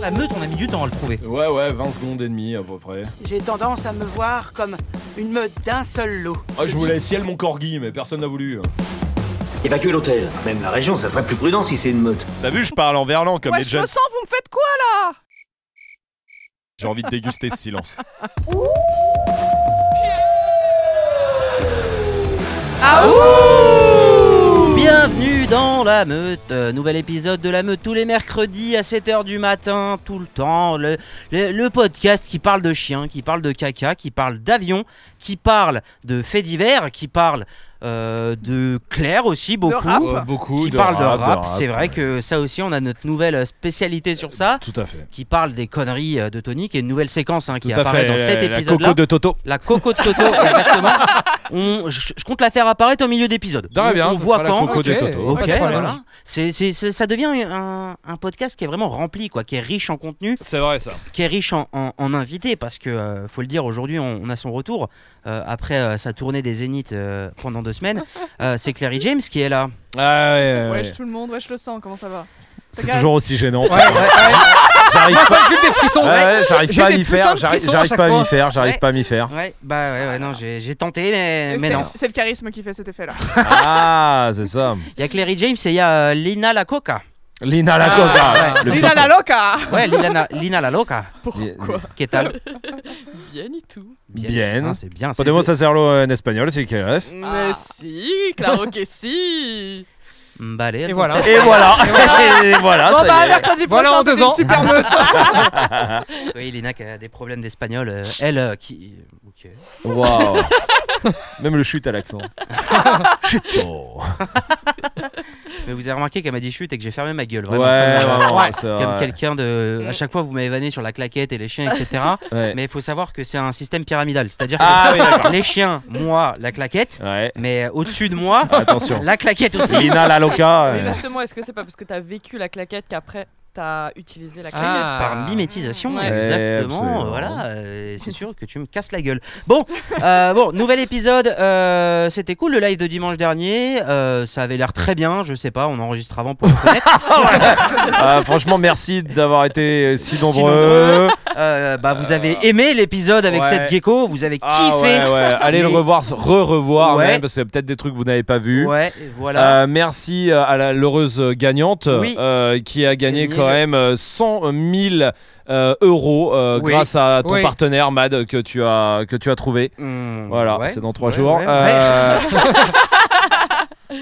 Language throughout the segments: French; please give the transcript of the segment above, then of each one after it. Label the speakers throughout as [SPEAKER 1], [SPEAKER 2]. [SPEAKER 1] La meute, on a mis du temps à le trouver.
[SPEAKER 2] Ouais, ouais, 20 secondes et demie à peu près.
[SPEAKER 3] J'ai tendance à me voir comme une meute d'un seul lot.
[SPEAKER 2] Ah, je voulais ciel mon corgi, mais personne n'a voulu.
[SPEAKER 4] Évacuer l'hôtel, même la région, ça serait plus prudent si c'est une meute.
[SPEAKER 5] T'as vu, je parle en verlan comme
[SPEAKER 6] Moi,
[SPEAKER 5] les
[SPEAKER 6] je
[SPEAKER 5] jeunes.
[SPEAKER 6] me sens, vous me faites quoi là
[SPEAKER 5] J'ai envie de déguster ce silence.
[SPEAKER 6] Ah ouh
[SPEAKER 1] Bienvenue dans La Meute, euh, nouvel épisode de La Meute tous les mercredis à 7h du matin, tout le temps. Le, le- le podcast qui parle de chiens, qui parle de caca, qui parle d'avions, qui parle de faits divers, qui parle euh, de Claire aussi beaucoup.
[SPEAKER 6] rap. Oups.
[SPEAKER 2] Euh, beaucoup
[SPEAKER 1] Qui parle de rap, c'est
[SPEAKER 2] ouais.
[SPEAKER 1] vrai que ça aussi on a notre nouvelle euh, spécialité sur ça,
[SPEAKER 2] Tout à fait.
[SPEAKER 1] qui parle des conneries euh, de Tony, qui est une nouvelle séquence hein, qui
[SPEAKER 2] Tout à
[SPEAKER 1] apparaît
[SPEAKER 2] fait. euh,
[SPEAKER 1] dans cet
[SPEAKER 2] la
[SPEAKER 1] épisode-là.
[SPEAKER 2] coco de Toto.
[SPEAKER 1] La coco de Toto, exactement. On- je, je compte la faire apparaître au milieu d'épisode.
[SPEAKER 2] Très bien,
[SPEAKER 1] on
[SPEAKER 2] ce
[SPEAKER 1] voit
[SPEAKER 2] sera la
[SPEAKER 1] quand.
[SPEAKER 2] coco de
[SPEAKER 6] Ok.
[SPEAKER 2] Toto.
[SPEAKER 1] Ok,
[SPEAKER 6] Ok, ça
[SPEAKER 1] voilà.
[SPEAKER 6] marche.
[SPEAKER 1] C'est- c'est- c'est- ça devient un, un podcast qui est vraiment rempli, quoi, qui est riche en contenu,
[SPEAKER 2] C'est vrai ça.
[SPEAKER 1] qui est riche en, en- en invités, parce que euh, faut le dire, aujourd'hui on, on a son retour euh, après euh, sa tournée des Zéniths euh, pendant deux semaines. Euh, c'est Clary James qui est là.
[SPEAKER 2] Ah ouais, ouais, ouais.
[SPEAKER 6] Wesh tout le monde, wesh le sang, comment ça va
[SPEAKER 2] C'est
[SPEAKER 6] Regarde.
[SPEAKER 2] toujours aussi gênant.
[SPEAKER 7] J'arrive pas. des frissons.
[SPEAKER 2] Ouais, ouais, j'arrive
[SPEAKER 7] J'ai
[SPEAKER 2] pas à
[SPEAKER 7] des
[SPEAKER 2] m'y
[SPEAKER 7] putains
[SPEAKER 2] faire,
[SPEAKER 7] de
[SPEAKER 2] j'arrive
[SPEAKER 7] frissons à
[SPEAKER 2] j'arrive
[SPEAKER 7] chaque
[SPEAKER 2] pas à m'y
[SPEAKER 7] fois.
[SPEAKER 2] faire, j'arrive
[SPEAKER 1] Ouais.
[SPEAKER 2] pas à m'y faire.
[SPEAKER 1] Ouais, bah ouais, ouais, non, j'ai j'ai tenté,
[SPEAKER 2] Eh,
[SPEAKER 1] mais,
[SPEAKER 6] Et
[SPEAKER 1] mais
[SPEAKER 6] c'est-
[SPEAKER 1] non.
[SPEAKER 6] C'est le charisme qui fait cet effet là.
[SPEAKER 2] Ah, c'est ça. Ah,
[SPEAKER 1] Il y a Clary James et il y a euh, Lina la Coca.
[SPEAKER 2] Lina la coca.
[SPEAKER 1] ouais.
[SPEAKER 2] Le
[SPEAKER 6] Lina la loca
[SPEAKER 1] Ouais, Lina, la- Lina la Loca.
[SPEAKER 2] Pourquoi
[SPEAKER 1] Qui est à-
[SPEAKER 7] Bien et tout.
[SPEAKER 2] Bien.
[SPEAKER 1] Hein, c'est bien. c'est
[SPEAKER 2] Podemos hacerlo en espagnol si quieres.
[SPEAKER 7] Mais si, claro que si.
[SPEAKER 1] Mbale,
[SPEAKER 7] Et
[SPEAKER 1] Bah, attends.
[SPEAKER 7] voilà.
[SPEAKER 2] Et voilà. Et voilà,
[SPEAKER 6] Bon bah,
[SPEAKER 2] Ah, ça y est.
[SPEAKER 6] mercredi
[SPEAKER 7] Voilà en
[SPEAKER 6] prochain,
[SPEAKER 7] deux
[SPEAKER 6] c'est une
[SPEAKER 7] ans.
[SPEAKER 6] super meute
[SPEAKER 1] Oui, Lina qui a des problèmes d'espagnol. euh, elle euh, qui. ok.
[SPEAKER 2] Waouh. Même le chute à l'accent. Chut. Oh.
[SPEAKER 1] Mais vous avez remarqué qu'elle m'a dit chute et que j'ai fermé ma gueule.
[SPEAKER 2] Ouais,
[SPEAKER 1] Vraiment, comme,
[SPEAKER 2] vraiment,
[SPEAKER 7] Ouais.
[SPEAKER 2] c'est
[SPEAKER 1] euh, comme
[SPEAKER 2] vrai.
[SPEAKER 1] quelqu'un de.
[SPEAKER 6] Mm.
[SPEAKER 1] À chaque fois, vous m'avez vanné sur la claquette et les chiens, etc.
[SPEAKER 2] Ouais.
[SPEAKER 1] mais il faut savoir que c'est un système pyramidal. C'est-à-dire
[SPEAKER 2] Ah oui,
[SPEAKER 1] que les chiens, moi, la claquette.
[SPEAKER 2] Ouais.
[SPEAKER 1] Mais euh, au-dessus de moi,
[SPEAKER 2] Attention.
[SPEAKER 1] la claquette aussi.
[SPEAKER 2] Lina la loca.
[SPEAKER 8] Mais
[SPEAKER 2] euh,
[SPEAKER 8] justement, est-ce que c'est pas parce que t'as vécu la claquette qu'après t'as utilisé la claquette
[SPEAKER 7] Ah.
[SPEAKER 1] Par mimétisation,
[SPEAKER 8] Ouais.
[SPEAKER 1] exactement.
[SPEAKER 2] Absolument.
[SPEAKER 1] euh, Voilà, euh, c'est sûr que tu me casses la gueule. Bon, euh, bon, nouvel épisode. euh, C'était cool le live de dimanche dernier. euh, ça avait l'air très bien. Je sais pas, on enregistre avant pour le connaître.
[SPEAKER 2] Ah, franchement, merci d'avoir été si nombreux.
[SPEAKER 1] nombreux. Euh, bah, vous avez aimé l'épisode avec
[SPEAKER 2] ouais.
[SPEAKER 1] cette gecko, vous avez kiffé.
[SPEAKER 2] Ah, ouais, ouais. Allez le
[SPEAKER 1] Mais-
[SPEAKER 2] revoir, re-revoir,
[SPEAKER 1] Ouais.
[SPEAKER 2] même, parce que peut-être des trucs que vous n'avez pas vu.
[SPEAKER 1] Ouais, voilà.
[SPEAKER 2] Euh, merci euh, à la- l'heureuse gagnante
[SPEAKER 1] Oui.
[SPEAKER 2] euh, qui a gagné
[SPEAKER 1] Gagné.
[SPEAKER 2] quand même euh, 100 000 euh, euros euh,
[SPEAKER 1] Oui.
[SPEAKER 2] grâce à ton
[SPEAKER 7] Oui.
[SPEAKER 2] partenaire Mad que tu as que tu as trouvé.
[SPEAKER 1] Hmm,
[SPEAKER 2] Voilà,
[SPEAKER 1] ouais.
[SPEAKER 2] c'est dans trois
[SPEAKER 1] Ouais,
[SPEAKER 2] jours.
[SPEAKER 1] ouais,
[SPEAKER 2] Euh,
[SPEAKER 1] ouais.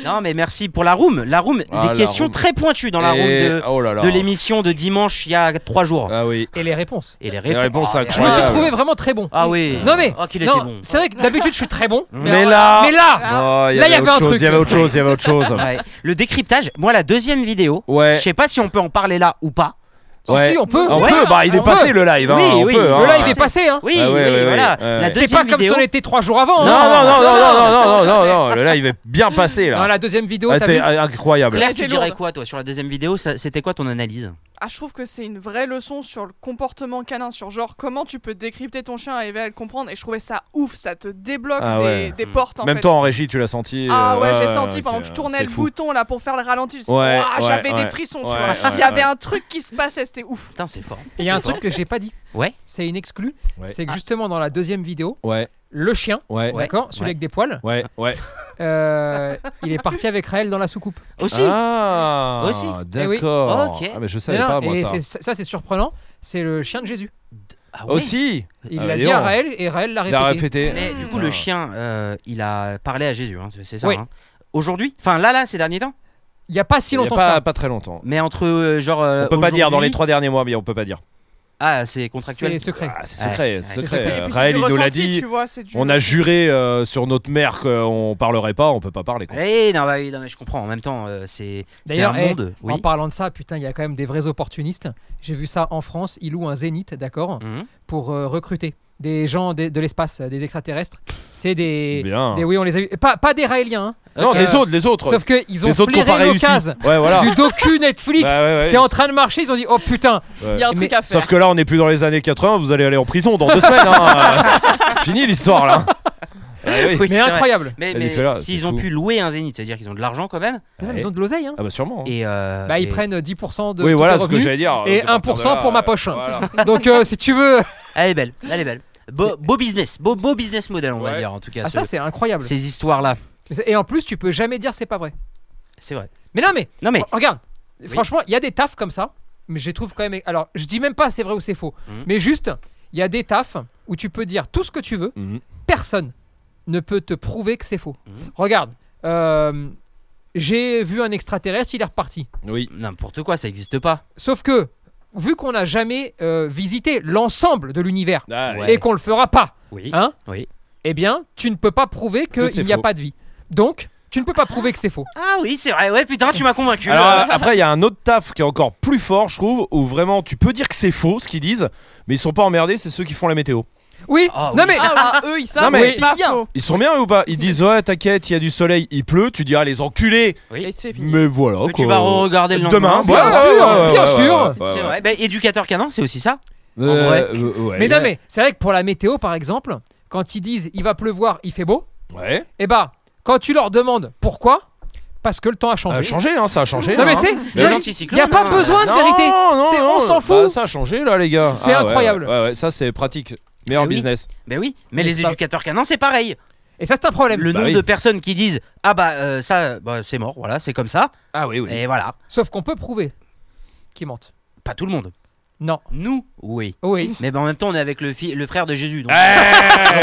[SPEAKER 1] Non, mais merci pour la room. La room,
[SPEAKER 2] Ah, la
[SPEAKER 1] des questions
[SPEAKER 2] room.
[SPEAKER 1] très pointues dans la room
[SPEAKER 2] et-
[SPEAKER 1] de,
[SPEAKER 2] oh là là.
[SPEAKER 1] de l'émission de dimanche il y a trois jours.
[SPEAKER 2] Ah oui.
[SPEAKER 7] Et les réponses.
[SPEAKER 1] Et les réponses.
[SPEAKER 2] Les réponses
[SPEAKER 1] ah,
[SPEAKER 7] Je me suis
[SPEAKER 2] incroyables.
[SPEAKER 7] trouvé vraiment très bon.
[SPEAKER 1] Ah oui.
[SPEAKER 7] Non, mais-
[SPEAKER 1] Ah, qu'il était
[SPEAKER 7] Non,
[SPEAKER 1] bon.
[SPEAKER 7] c'est vrai que d'habitude je suis très bon.
[SPEAKER 1] Mm.
[SPEAKER 2] Mais là,
[SPEAKER 8] Ah.
[SPEAKER 7] Mais là,
[SPEAKER 2] Oh, il y
[SPEAKER 7] Là, il
[SPEAKER 2] avait
[SPEAKER 7] y avait
[SPEAKER 2] autre
[SPEAKER 7] un
[SPEAKER 2] chose,
[SPEAKER 7] truc.
[SPEAKER 2] Il y avait autre chose. Il y avait autre chose.
[SPEAKER 1] Ouais. Le décryptage, moi la deuxième vidéo, je
[SPEAKER 2] Ouais.
[SPEAKER 1] sais pas si on peut en parler là ou pas.
[SPEAKER 7] Si,
[SPEAKER 2] Ouais.
[SPEAKER 7] si, on peut.
[SPEAKER 2] On
[SPEAKER 6] Ouais.
[SPEAKER 2] peut, bah il est
[SPEAKER 7] On
[SPEAKER 2] passé le live, hein,
[SPEAKER 1] Oui,
[SPEAKER 2] on
[SPEAKER 1] oui.
[SPEAKER 2] peut.
[SPEAKER 1] Le
[SPEAKER 2] hein.
[SPEAKER 7] Le live est passé, hein.
[SPEAKER 1] Oui,
[SPEAKER 2] Ah ouais,
[SPEAKER 1] oui,
[SPEAKER 2] ouais, ouais,
[SPEAKER 1] voilà.
[SPEAKER 2] ouais.
[SPEAKER 1] La
[SPEAKER 7] C'est
[SPEAKER 1] deuxième
[SPEAKER 7] pas comme si
[SPEAKER 1] vidéo.
[SPEAKER 7] on était trois jours avant.
[SPEAKER 2] Non,
[SPEAKER 7] hein.
[SPEAKER 2] non, non, non,
[SPEAKER 7] Non,
[SPEAKER 2] non, non, non, non, non, le live est bien passé
[SPEAKER 7] Dans
[SPEAKER 2] là.
[SPEAKER 7] la deuxième vidéo,
[SPEAKER 2] Ah,
[SPEAKER 7] t'as
[SPEAKER 2] t'es
[SPEAKER 7] vu
[SPEAKER 2] incroyable.
[SPEAKER 1] Claire,
[SPEAKER 6] Elle
[SPEAKER 1] tu
[SPEAKER 6] était
[SPEAKER 1] dirais
[SPEAKER 6] lourde.
[SPEAKER 1] quoi toi sur la deuxième vidéo ça- C'était quoi ton analyse
[SPEAKER 6] Ah, je trouve que c'est une vraie leçon sur le comportement canin, sur genre comment tu peux décrypter ton chien et à le comprendre. Et je trouvais ça ouf, ça te débloque
[SPEAKER 2] Ah
[SPEAKER 6] des,
[SPEAKER 2] ouais.
[SPEAKER 6] des portes en
[SPEAKER 2] Même
[SPEAKER 6] fait.
[SPEAKER 2] toi en régie, tu l'as senti.
[SPEAKER 6] Ah
[SPEAKER 2] euh,
[SPEAKER 6] ouais, j'ai senti pendant
[SPEAKER 2] ok,
[SPEAKER 6] que je tournais
[SPEAKER 2] c'est
[SPEAKER 6] le
[SPEAKER 2] fou.
[SPEAKER 6] bouton là pour faire le ralenti, je-
[SPEAKER 2] Ouais,
[SPEAKER 6] Ouah,
[SPEAKER 2] ouais,
[SPEAKER 6] j'avais
[SPEAKER 2] ouais.
[SPEAKER 6] des frissons,
[SPEAKER 2] Ouais,
[SPEAKER 6] tu vois.
[SPEAKER 2] ouais,
[SPEAKER 6] Il y avait
[SPEAKER 2] ouais.
[SPEAKER 6] un truc qui se passait, c'était ouf.
[SPEAKER 1] Putain, c'est fort.
[SPEAKER 2] Hein
[SPEAKER 7] Et il y a un truc que j'ai pas dit.
[SPEAKER 1] Ouais.
[SPEAKER 7] C'est une exclue.
[SPEAKER 2] Ouais.
[SPEAKER 7] C'est que justement dans la deuxième vidéo,
[SPEAKER 2] Ouais,
[SPEAKER 7] le chien,
[SPEAKER 2] Ah. ouais,
[SPEAKER 1] Ouais.
[SPEAKER 7] d'accord, celui
[SPEAKER 1] Ouais.
[SPEAKER 7] avec des poils,
[SPEAKER 2] ouais, ouais.
[SPEAKER 7] euh, il est parti avec Raël dans la soucoupe.
[SPEAKER 1] Aussi
[SPEAKER 2] Ah,
[SPEAKER 1] Aussi.
[SPEAKER 2] D'accord.
[SPEAKER 1] Eh oui. Ok.
[SPEAKER 2] Ah, mais je savais
[SPEAKER 7] Mais non,
[SPEAKER 2] pas, moi,
[SPEAKER 7] et
[SPEAKER 2] ça.
[SPEAKER 7] c'est- ça, c'est surprenant. C'est le chien de Jésus.
[SPEAKER 1] Ah ouais.
[SPEAKER 2] Aussi
[SPEAKER 7] Il
[SPEAKER 2] Ah,
[SPEAKER 7] l'a
[SPEAKER 2] mais
[SPEAKER 7] dit à
[SPEAKER 2] non.
[SPEAKER 7] Raël et Raël l'a
[SPEAKER 2] Il a
[SPEAKER 7] répété.
[SPEAKER 2] répété.
[SPEAKER 1] Mais du coup,
[SPEAKER 2] Ah.
[SPEAKER 1] le chien, euh, il a parlé à Jésus, hein, c'est ça.
[SPEAKER 7] Oui.
[SPEAKER 1] hein. Aujourd'hui, enfin là, là, ces derniers temps.
[SPEAKER 7] Il n'y a pas si
[SPEAKER 2] Il y a
[SPEAKER 7] longtemps
[SPEAKER 2] pas,
[SPEAKER 7] que
[SPEAKER 2] pas très longtemps.
[SPEAKER 1] Mais entre euh, genre. euh,
[SPEAKER 2] On peut pas dire dans les
[SPEAKER 1] aujourd'hui-
[SPEAKER 2] trois derniers mois, mais on peut pas dire.
[SPEAKER 1] Ah, c'est
[SPEAKER 7] ça. C'est
[SPEAKER 1] contractuel.
[SPEAKER 7] secret.
[SPEAKER 2] Ah, c'est
[SPEAKER 1] Ouais.
[SPEAKER 2] secret,
[SPEAKER 1] Ouais.
[SPEAKER 2] c'est
[SPEAKER 7] C'est secret.
[SPEAKER 2] secret.
[SPEAKER 6] Et puis,
[SPEAKER 2] Raël,
[SPEAKER 6] c'est
[SPEAKER 2] il
[SPEAKER 6] du
[SPEAKER 2] nous l'a
[SPEAKER 6] ressenti,
[SPEAKER 2] dit.
[SPEAKER 6] tu vois, c'est du- Ah,
[SPEAKER 2] On a juré euh, sur notre mère qu'on parlerait pas, on peut pas parler. quoi.
[SPEAKER 1] Eh non, bah oui, non, mais je comprends. En même temps, euh, c'est c'est un
[SPEAKER 7] D'ailleurs, eh,
[SPEAKER 1] monde. Oui.
[SPEAKER 7] En parlant de ça, putain, il y a quand même des vrais opportunistes. J'ai vu ça en France. Ils louent un zénith, d'accord,
[SPEAKER 2] Mm.
[SPEAKER 1] Mhm.
[SPEAKER 7] pour euh, recruter des gens de, de l'espace, euh, des extraterrestres. Tu sais, des,
[SPEAKER 2] Bien.
[SPEAKER 7] des. Oui, on les a eu. Pas, pas des Raéliens, hein.
[SPEAKER 2] Non,
[SPEAKER 7] Ok.
[SPEAKER 2] les autres, les autres.
[SPEAKER 7] sauf qu'ils ont
[SPEAKER 2] les autres qui ont pas
[SPEAKER 7] flairé
[SPEAKER 2] réussi.
[SPEAKER 7] l'occasion
[SPEAKER 2] Ouais, voilà.
[SPEAKER 7] du docu Netflix
[SPEAKER 2] Bah ouais, ouais.
[SPEAKER 7] qui est en train de marcher. Ils ont dit Oh putain,
[SPEAKER 8] Il y a un
[SPEAKER 7] Mais-
[SPEAKER 8] truc à faire.
[SPEAKER 2] Sauf que là, on n'est plus dans les années 80, vous allez aller en prison dans deux semaines. hein. Fini l'histoire là.
[SPEAKER 1] Oui,
[SPEAKER 2] oui.
[SPEAKER 7] Mais
[SPEAKER 1] c'est vrai.
[SPEAKER 7] incroyable.
[SPEAKER 1] Mais,
[SPEAKER 2] La
[SPEAKER 1] mais
[SPEAKER 2] Nutella,
[SPEAKER 1] s'ils
[SPEAKER 2] c'est
[SPEAKER 1] ont
[SPEAKER 2] fou.
[SPEAKER 1] pu louer un zénith, c'est-à-dire qu'ils ont de l'argent quand même.
[SPEAKER 7] Non, mais ils ont de l'oseille. hein.
[SPEAKER 2] Ah bah sûrement.
[SPEAKER 1] Et euh,
[SPEAKER 7] Bah,
[SPEAKER 1] et-
[SPEAKER 7] ils prennent 10% de
[SPEAKER 2] oui,
[SPEAKER 7] tous
[SPEAKER 2] voilà
[SPEAKER 7] tes
[SPEAKER 2] ce que
[SPEAKER 7] revenus.
[SPEAKER 2] j'allais dire.
[SPEAKER 7] et
[SPEAKER 2] De partir
[SPEAKER 7] 1%
[SPEAKER 2] de là,
[SPEAKER 7] pour ma
[SPEAKER 2] euh,
[SPEAKER 7] poche.
[SPEAKER 2] voilà.
[SPEAKER 7] Donc, euh, si tu veux.
[SPEAKER 1] Elle est belle, elle est belle. Beau, beau business, beau, beau business model, on va
[SPEAKER 5] Ouais.
[SPEAKER 1] dire en tout cas.
[SPEAKER 7] Ah, ça,
[SPEAKER 1] ce-
[SPEAKER 7] c'est incroyable.
[SPEAKER 1] ces histoires-là,
[SPEAKER 7] Et en plus, tu peux jamais dire c'est pas vrai.
[SPEAKER 1] c'est vrai.
[SPEAKER 7] Mais non, mais
[SPEAKER 1] Non mais
[SPEAKER 7] re- Oh, regarde, franchement, il y a des tafs comme ça, mais je les trouve quand même. Alors, je dis même pas c'est vrai ou c'est faux,
[SPEAKER 1] Mhm.
[SPEAKER 7] mais juste, il y a des tafs où tu peux dire tout ce que tu veux,
[SPEAKER 2] Mhm.
[SPEAKER 7] personne ne peut te prouver que c'est faux.
[SPEAKER 1] Mhm.
[SPEAKER 7] Regarde, euh, j'ai vu un extraterrestre, il est reparti.
[SPEAKER 2] Oui.
[SPEAKER 1] n'importe quoi, ça n'existe pas.
[SPEAKER 7] Sauf que, vu qu'on n'a jamais euh, visité l'ensemble de l'univers
[SPEAKER 2] Ah,
[SPEAKER 1] Ouais.
[SPEAKER 7] et qu'on le fera pas,
[SPEAKER 1] Oui.
[SPEAKER 7] Hein
[SPEAKER 1] Oui.
[SPEAKER 7] eh bien, tu ne peux pas prouver
[SPEAKER 2] Que c'est
[SPEAKER 7] qu'il n'y a
[SPEAKER 2] faux.
[SPEAKER 7] pas de vie. Donc, tu ne peux pas prouver que c'est faux.
[SPEAKER 1] Ah oui, c'est vrai. Ouais, putain, tu m'as convaincu.
[SPEAKER 2] Alors
[SPEAKER 1] Euh,
[SPEAKER 2] euh, après, il y a un autre taf qui est encore plus fort, je trouve, où vraiment tu peux dire que c'est faux ce qu'ils disent, mais ils sont pas emmerdés, c'est ceux qui font la météo.
[SPEAKER 7] Oui,
[SPEAKER 1] Ah
[SPEAKER 7] non
[SPEAKER 1] oui.
[SPEAKER 7] mais.
[SPEAKER 6] Ah, eux, ils
[SPEAKER 2] Non,
[SPEAKER 6] savent,
[SPEAKER 2] mais-
[SPEAKER 6] c'est pas
[SPEAKER 8] Bien.
[SPEAKER 6] faux.
[SPEAKER 2] Ils sont bien eux, ou pas Ils disent ouais, t'inquiète, il y a du soleil, il pleut. Tu dis ah les enculés.
[SPEAKER 1] Oui.
[SPEAKER 8] Et c'est fini.
[SPEAKER 2] Mais voilà.
[SPEAKER 1] que tu
[SPEAKER 2] quoi.
[SPEAKER 1] vas regarder le lendemain.
[SPEAKER 2] Demain.
[SPEAKER 1] c'est
[SPEAKER 7] ouais,
[SPEAKER 1] vrai.
[SPEAKER 7] Bien sûr, bien sûr.
[SPEAKER 1] C'est vrai. Bah, éducateur canin, c'est aussi ça.
[SPEAKER 2] Euh,
[SPEAKER 1] vrai.
[SPEAKER 2] euh, ouais.
[SPEAKER 7] Mais non, mais c'est vrai que pour la météo, par exemple, quand ils disent il va pleuvoir, il fait beau,
[SPEAKER 2] Ouais.
[SPEAKER 7] et bah, quand tu leur demandes pourquoi, parce que le temps a
[SPEAKER 2] Ça
[SPEAKER 7] changé.
[SPEAKER 2] a changé, hein, ça a changé.
[SPEAKER 7] Non,
[SPEAKER 2] là,
[SPEAKER 7] mais
[SPEAKER 2] hein.
[SPEAKER 7] tu sais,
[SPEAKER 1] Les
[SPEAKER 7] je-
[SPEAKER 1] anticyclones,
[SPEAKER 7] y a pas
[SPEAKER 1] hein.
[SPEAKER 7] besoin de vérité. C'est- on s'en fout.
[SPEAKER 2] Bah, ça a changé là, les gars.
[SPEAKER 7] C'est
[SPEAKER 2] Ah, ouais,
[SPEAKER 7] incroyable.
[SPEAKER 2] Ouais, ouais, ouais, ça c'est pratique. Meilleur
[SPEAKER 1] Eh oui.
[SPEAKER 2] business.
[SPEAKER 1] Ben oui, mais
[SPEAKER 7] Mais
[SPEAKER 1] les
[SPEAKER 7] c'est pas-
[SPEAKER 1] éducateurs canins, c'est pareil.
[SPEAKER 7] Et ça, c'est un problème.
[SPEAKER 1] Le
[SPEAKER 2] Bah
[SPEAKER 1] nombre
[SPEAKER 2] oui.
[SPEAKER 1] de personnes qui disent ah bah euh, ça, bah, c'est mort, voilà, c'est comme ça.
[SPEAKER 2] Ah oui, oui.
[SPEAKER 1] Et voilà,
[SPEAKER 7] Sauf qu'on peut prouver qu'ils mentent.
[SPEAKER 1] pas tout le monde.
[SPEAKER 7] Non.
[SPEAKER 1] Nous, oui.
[SPEAKER 7] Oui.
[SPEAKER 1] Mais ben, en même temps, on est avec le, fi- le frère de Jésus.
[SPEAKER 2] Ah.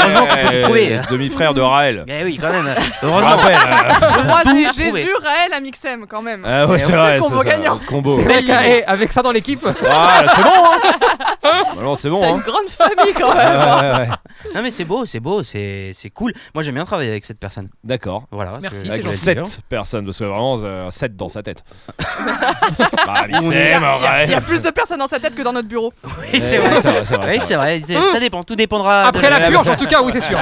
[SPEAKER 1] Donc...
[SPEAKER 2] Heureusement
[SPEAKER 1] qu'on peut trouver.
[SPEAKER 2] Demi-frère Eh, de Raël.
[SPEAKER 1] Eh oui, quand même.
[SPEAKER 2] Je
[SPEAKER 1] Heureusement.
[SPEAKER 2] rappelle, euh,
[SPEAKER 6] Le roi,
[SPEAKER 1] Tout
[SPEAKER 6] c'est
[SPEAKER 1] prouvé.
[SPEAKER 6] Jésus, Raël, Amixem, quand même.
[SPEAKER 2] Ah ouais,
[SPEAKER 1] Et on
[SPEAKER 2] c'est
[SPEAKER 1] fait
[SPEAKER 2] vrai.
[SPEAKER 6] combo
[SPEAKER 2] c'est ça,
[SPEAKER 6] gagnant.
[SPEAKER 2] le Combo.
[SPEAKER 7] C'est vrai
[SPEAKER 1] Belle
[SPEAKER 7] qu'à-
[SPEAKER 1] idée.
[SPEAKER 7] eh, avec ça dans l'équipe,
[SPEAKER 2] Ah, c'est bon, hein Bah Non, c'est
[SPEAKER 8] T'as
[SPEAKER 2] bon,
[SPEAKER 8] une
[SPEAKER 2] hein
[SPEAKER 8] grande famille quand même.
[SPEAKER 2] Ah, ouais, ouais, ouais.
[SPEAKER 1] non mais c'est beau, c'est beau, c'est c'est cool. Moi j'aime bien travailler avec cette personne.
[SPEAKER 2] D'accord.
[SPEAKER 1] Voilà.
[SPEAKER 7] Merci,
[SPEAKER 1] c'est-
[SPEAKER 7] c'est
[SPEAKER 2] Avec
[SPEAKER 7] gentil.
[SPEAKER 2] 7 personnes, parce que vraiment, 7 dans sa tête. Bah,
[SPEAKER 1] On
[SPEAKER 2] c'est
[SPEAKER 1] est là,
[SPEAKER 6] Il y a
[SPEAKER 2] Raël.
[SPEAKER 6] plus de personnes dans sa tête que dans notre bureau.
[SPEAKER 1] Oui, c'est vrai.
[SPEAKER 2] Ouais, c'est vrai, c'est vrai,
[SPEAKER 1] Oui,
[SPEAKER 2] c'est
[SPEAKER 1] c'est vrai. Ça dépend. Tout
[SPEAKER 2] Ah,
[SPEAKER 1] dépendra. de-
[SPEAKER 7] après la purge, en tout cas, oui, c'est sûr.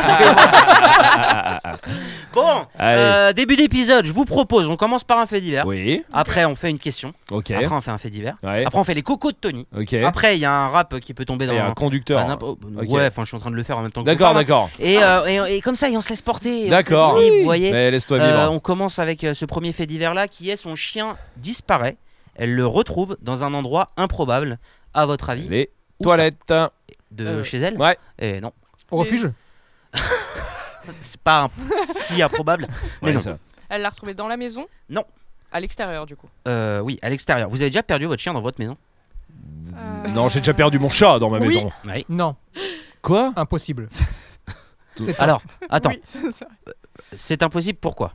[SPEAKER 1] Bon,
[SPEAKER 2] Allez.
[SPEAKER 1] euh, début d'épisode, je vous propose, on commence par un fait divers.
[SPEAKER 2] Oui,
[SPEAKER 1] Après, on fait une question.
[SPEAKER 2] ok.
[SPEAKER 1] Après, on fait un fait divers.
[SPEAKER 2] Ouais,
[SPEAKER 1] Après, on fait les cocos de Tony.
[SPEAKER 2] ok.
[SPEAKER 1] Après, il y a un rap qui peut tomber dans
[SPEAKER 2] Et un
[SPEAKER 1] Ah,
[SPEAKER 2] conducteur.
[SPEAKER 1] n'importe-
[SPEAKER 2] Ok.
[SPEAKER 1] Ouais, enfin, je suis en train de le faire en même temps que
[SPEAKER 2] D'accord,
[SPEAKER 1] vous parlez.
[SPEAKER 2] d'accord.
[SPEAKER 1] Et, euh, et, et comme ça, et on se laisse porter. et on se
[SPEAKER 2] D'accord.
[SPEAKER 1] laisse vivre, Vous voyez
[SPEAKER 2] Mais laisse-toi
[SPEAKER 1] Euh,
[SPEAKER 2] vivre.
[SPEAKER 1] On commence avec euh, ce premier fait divers là qui est son chien disparaît. Elle le retrouve dans un endroit improbable. À votre avis,
[SPEAKER 2] Les
[SPEAKER 1] où
[SPEAKER 2] toilettes.
[SPEAKER 1] de
[SPEAKER 8] Euh,
[SPEAKER 1] chez elle
[SPEAKER 2] ouais.
[SPEAKER 1] Et non,
[SPEAKER 7] Au refuge
[SPEAKER 1] c'est pas un- si improbable. Mais
[SPEAKER 2] Ouais,
[SPEAKER 1] non.
[SPEAKER 2] ça.
[SPEAKER 8] Elle l'a retrouvé dans la maison
[SPEAKER 1] Non.
[SPEAKER 8] À l'extérieur du coup.
[SPEAKER 1] Euh, oui, à l'extérieur. Vous avez déjà perdu votre chien dans votre maison
[SPEAKER 2] Non, j'ai déjà perdu mon chat dans ma
[SPEAKER 7] Oui.
[SPEAKER 2] maison.
[SPEAKER 1] Oui.
[SPEAKER 7] Non,
[SPEAKER 2] Quoi
[SPEAKER 7] impossible. C'est pas-
[SPEAKER 1] Alors, attends, Euh,
[SPEAKER 6] Oui, c'est ça.
[SPEAKER 1] c'est impossible. Pourquoi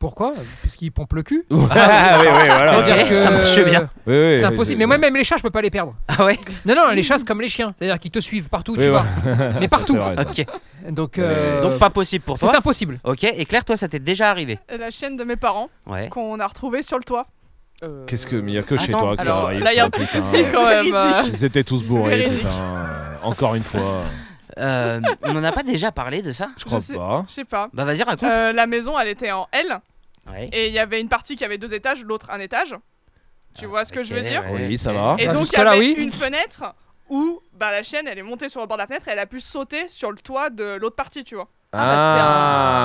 [SPEAKER 7] Pourquoi Parce qu'ils pompent le cul.
[SPEAKER 2] Ah oui, oui, voilà.
[SPEAKER 1] Ok,
[SPEAKER 7] C'est-à-dire
[SPEAKER 1] ça marche bien.
[SPEAKER 2] Oui, oui,
[SPEAKER 7] C'est
[SPEAKER 2] oui,
[SPEAKER 7] impossible. Mais
[SPEAKER 2] oui.
[SPEAKER 7] moi, même les chats, je peux pas les perdre.
[SPEAKER 1] Ah ouais.
[SPEAKER 7] Non, non, les chats, c'est comme les chiens. C'est-à-dire qu'ils te suivent partout où
[SPEAKER 2] Oui,
[SPEAKER 7] tu vas.
[SPEAKER 2] ouais.
[SPEAKER 7] Mais
[SPEAKER 2] Ça,
[SPEAKER 7] partout.
[SPEAKER 2] c'est vrai, ça.
[SPEAKER 1] Ok.
[SPEAKER 7] Donc, euh,
[SPEAKER 1] Donc pas possible pour toi.
[SPEAKER 7] c'est impossible.
[SPEAKER 1] Ok. Et Claire, toi, ça t'est déjà arrivé.
[SPEAKER 6] La chaîne de mes parents
[SPEAKER 1] Ouais.
[SPEAKER 6] qu'on a retrouvée sur le toit.
[SPEAKER 8] Euh,
[SPEAKER 2] Qu'est-ce que. Mais y a que chez
[SPEAKER 1] Attends,
[SPEAKER 2] toi que ça
[SPEAKER 8] alors,
[SPEAKER 2] arrive.
[SPEAKER 8] là, y a
[SPEAKER 2] ça, hein.
[SPEAKER 8] un petit
[SPEAKER 2] putain.
[SPEAKER 8] souci quand même. euh.
[SPEAKER 2] Ils étaient tous bourrés,
[SPEAKER 6] Véridique.
[SPEAKER 2] putain. Encore une fois.
[SPEAKER 1] Euh, on en a pas déjà parlé de ça
[SPEAKER 2] Je crois
[SPEAKER 6] sais-
[SPEAKER 2] pas.
[SPEAKER 6] Je sais pas.
[SPEAKER 1] Bah vas-y raconte.
[SPEAKER 6] Euh, la maison, elle était en L
[SPEAKER 1] Ouais.
[SPEAKER 6] et il y avait une partie qui avait deux étages, l'autre un étage. Tu vois ce que je veux
[SPEAKER 1] Ok,
[SPEAKER 6] dire
[SPEAKER 1] ouais.
[SPEAKER 2] Oui, ça va.
[SPEAKER 6] Et donc
[SPEAKER 7] Ah,
[SPEAKER 6] il y
[SPEAKER 7] jusque-là,
[SPEAKER 6] avait
[SPEAKER 7] oui.
[SPEAKER 6] une fenêtre où bah, la chaîne, elle est montée sur le bord de la fenêtre et elle a pu sauter sur le toit de l'autre partie, tu vois.
[SPEAKER 8] Ah, bah,
[SPEAKER 2] Ah,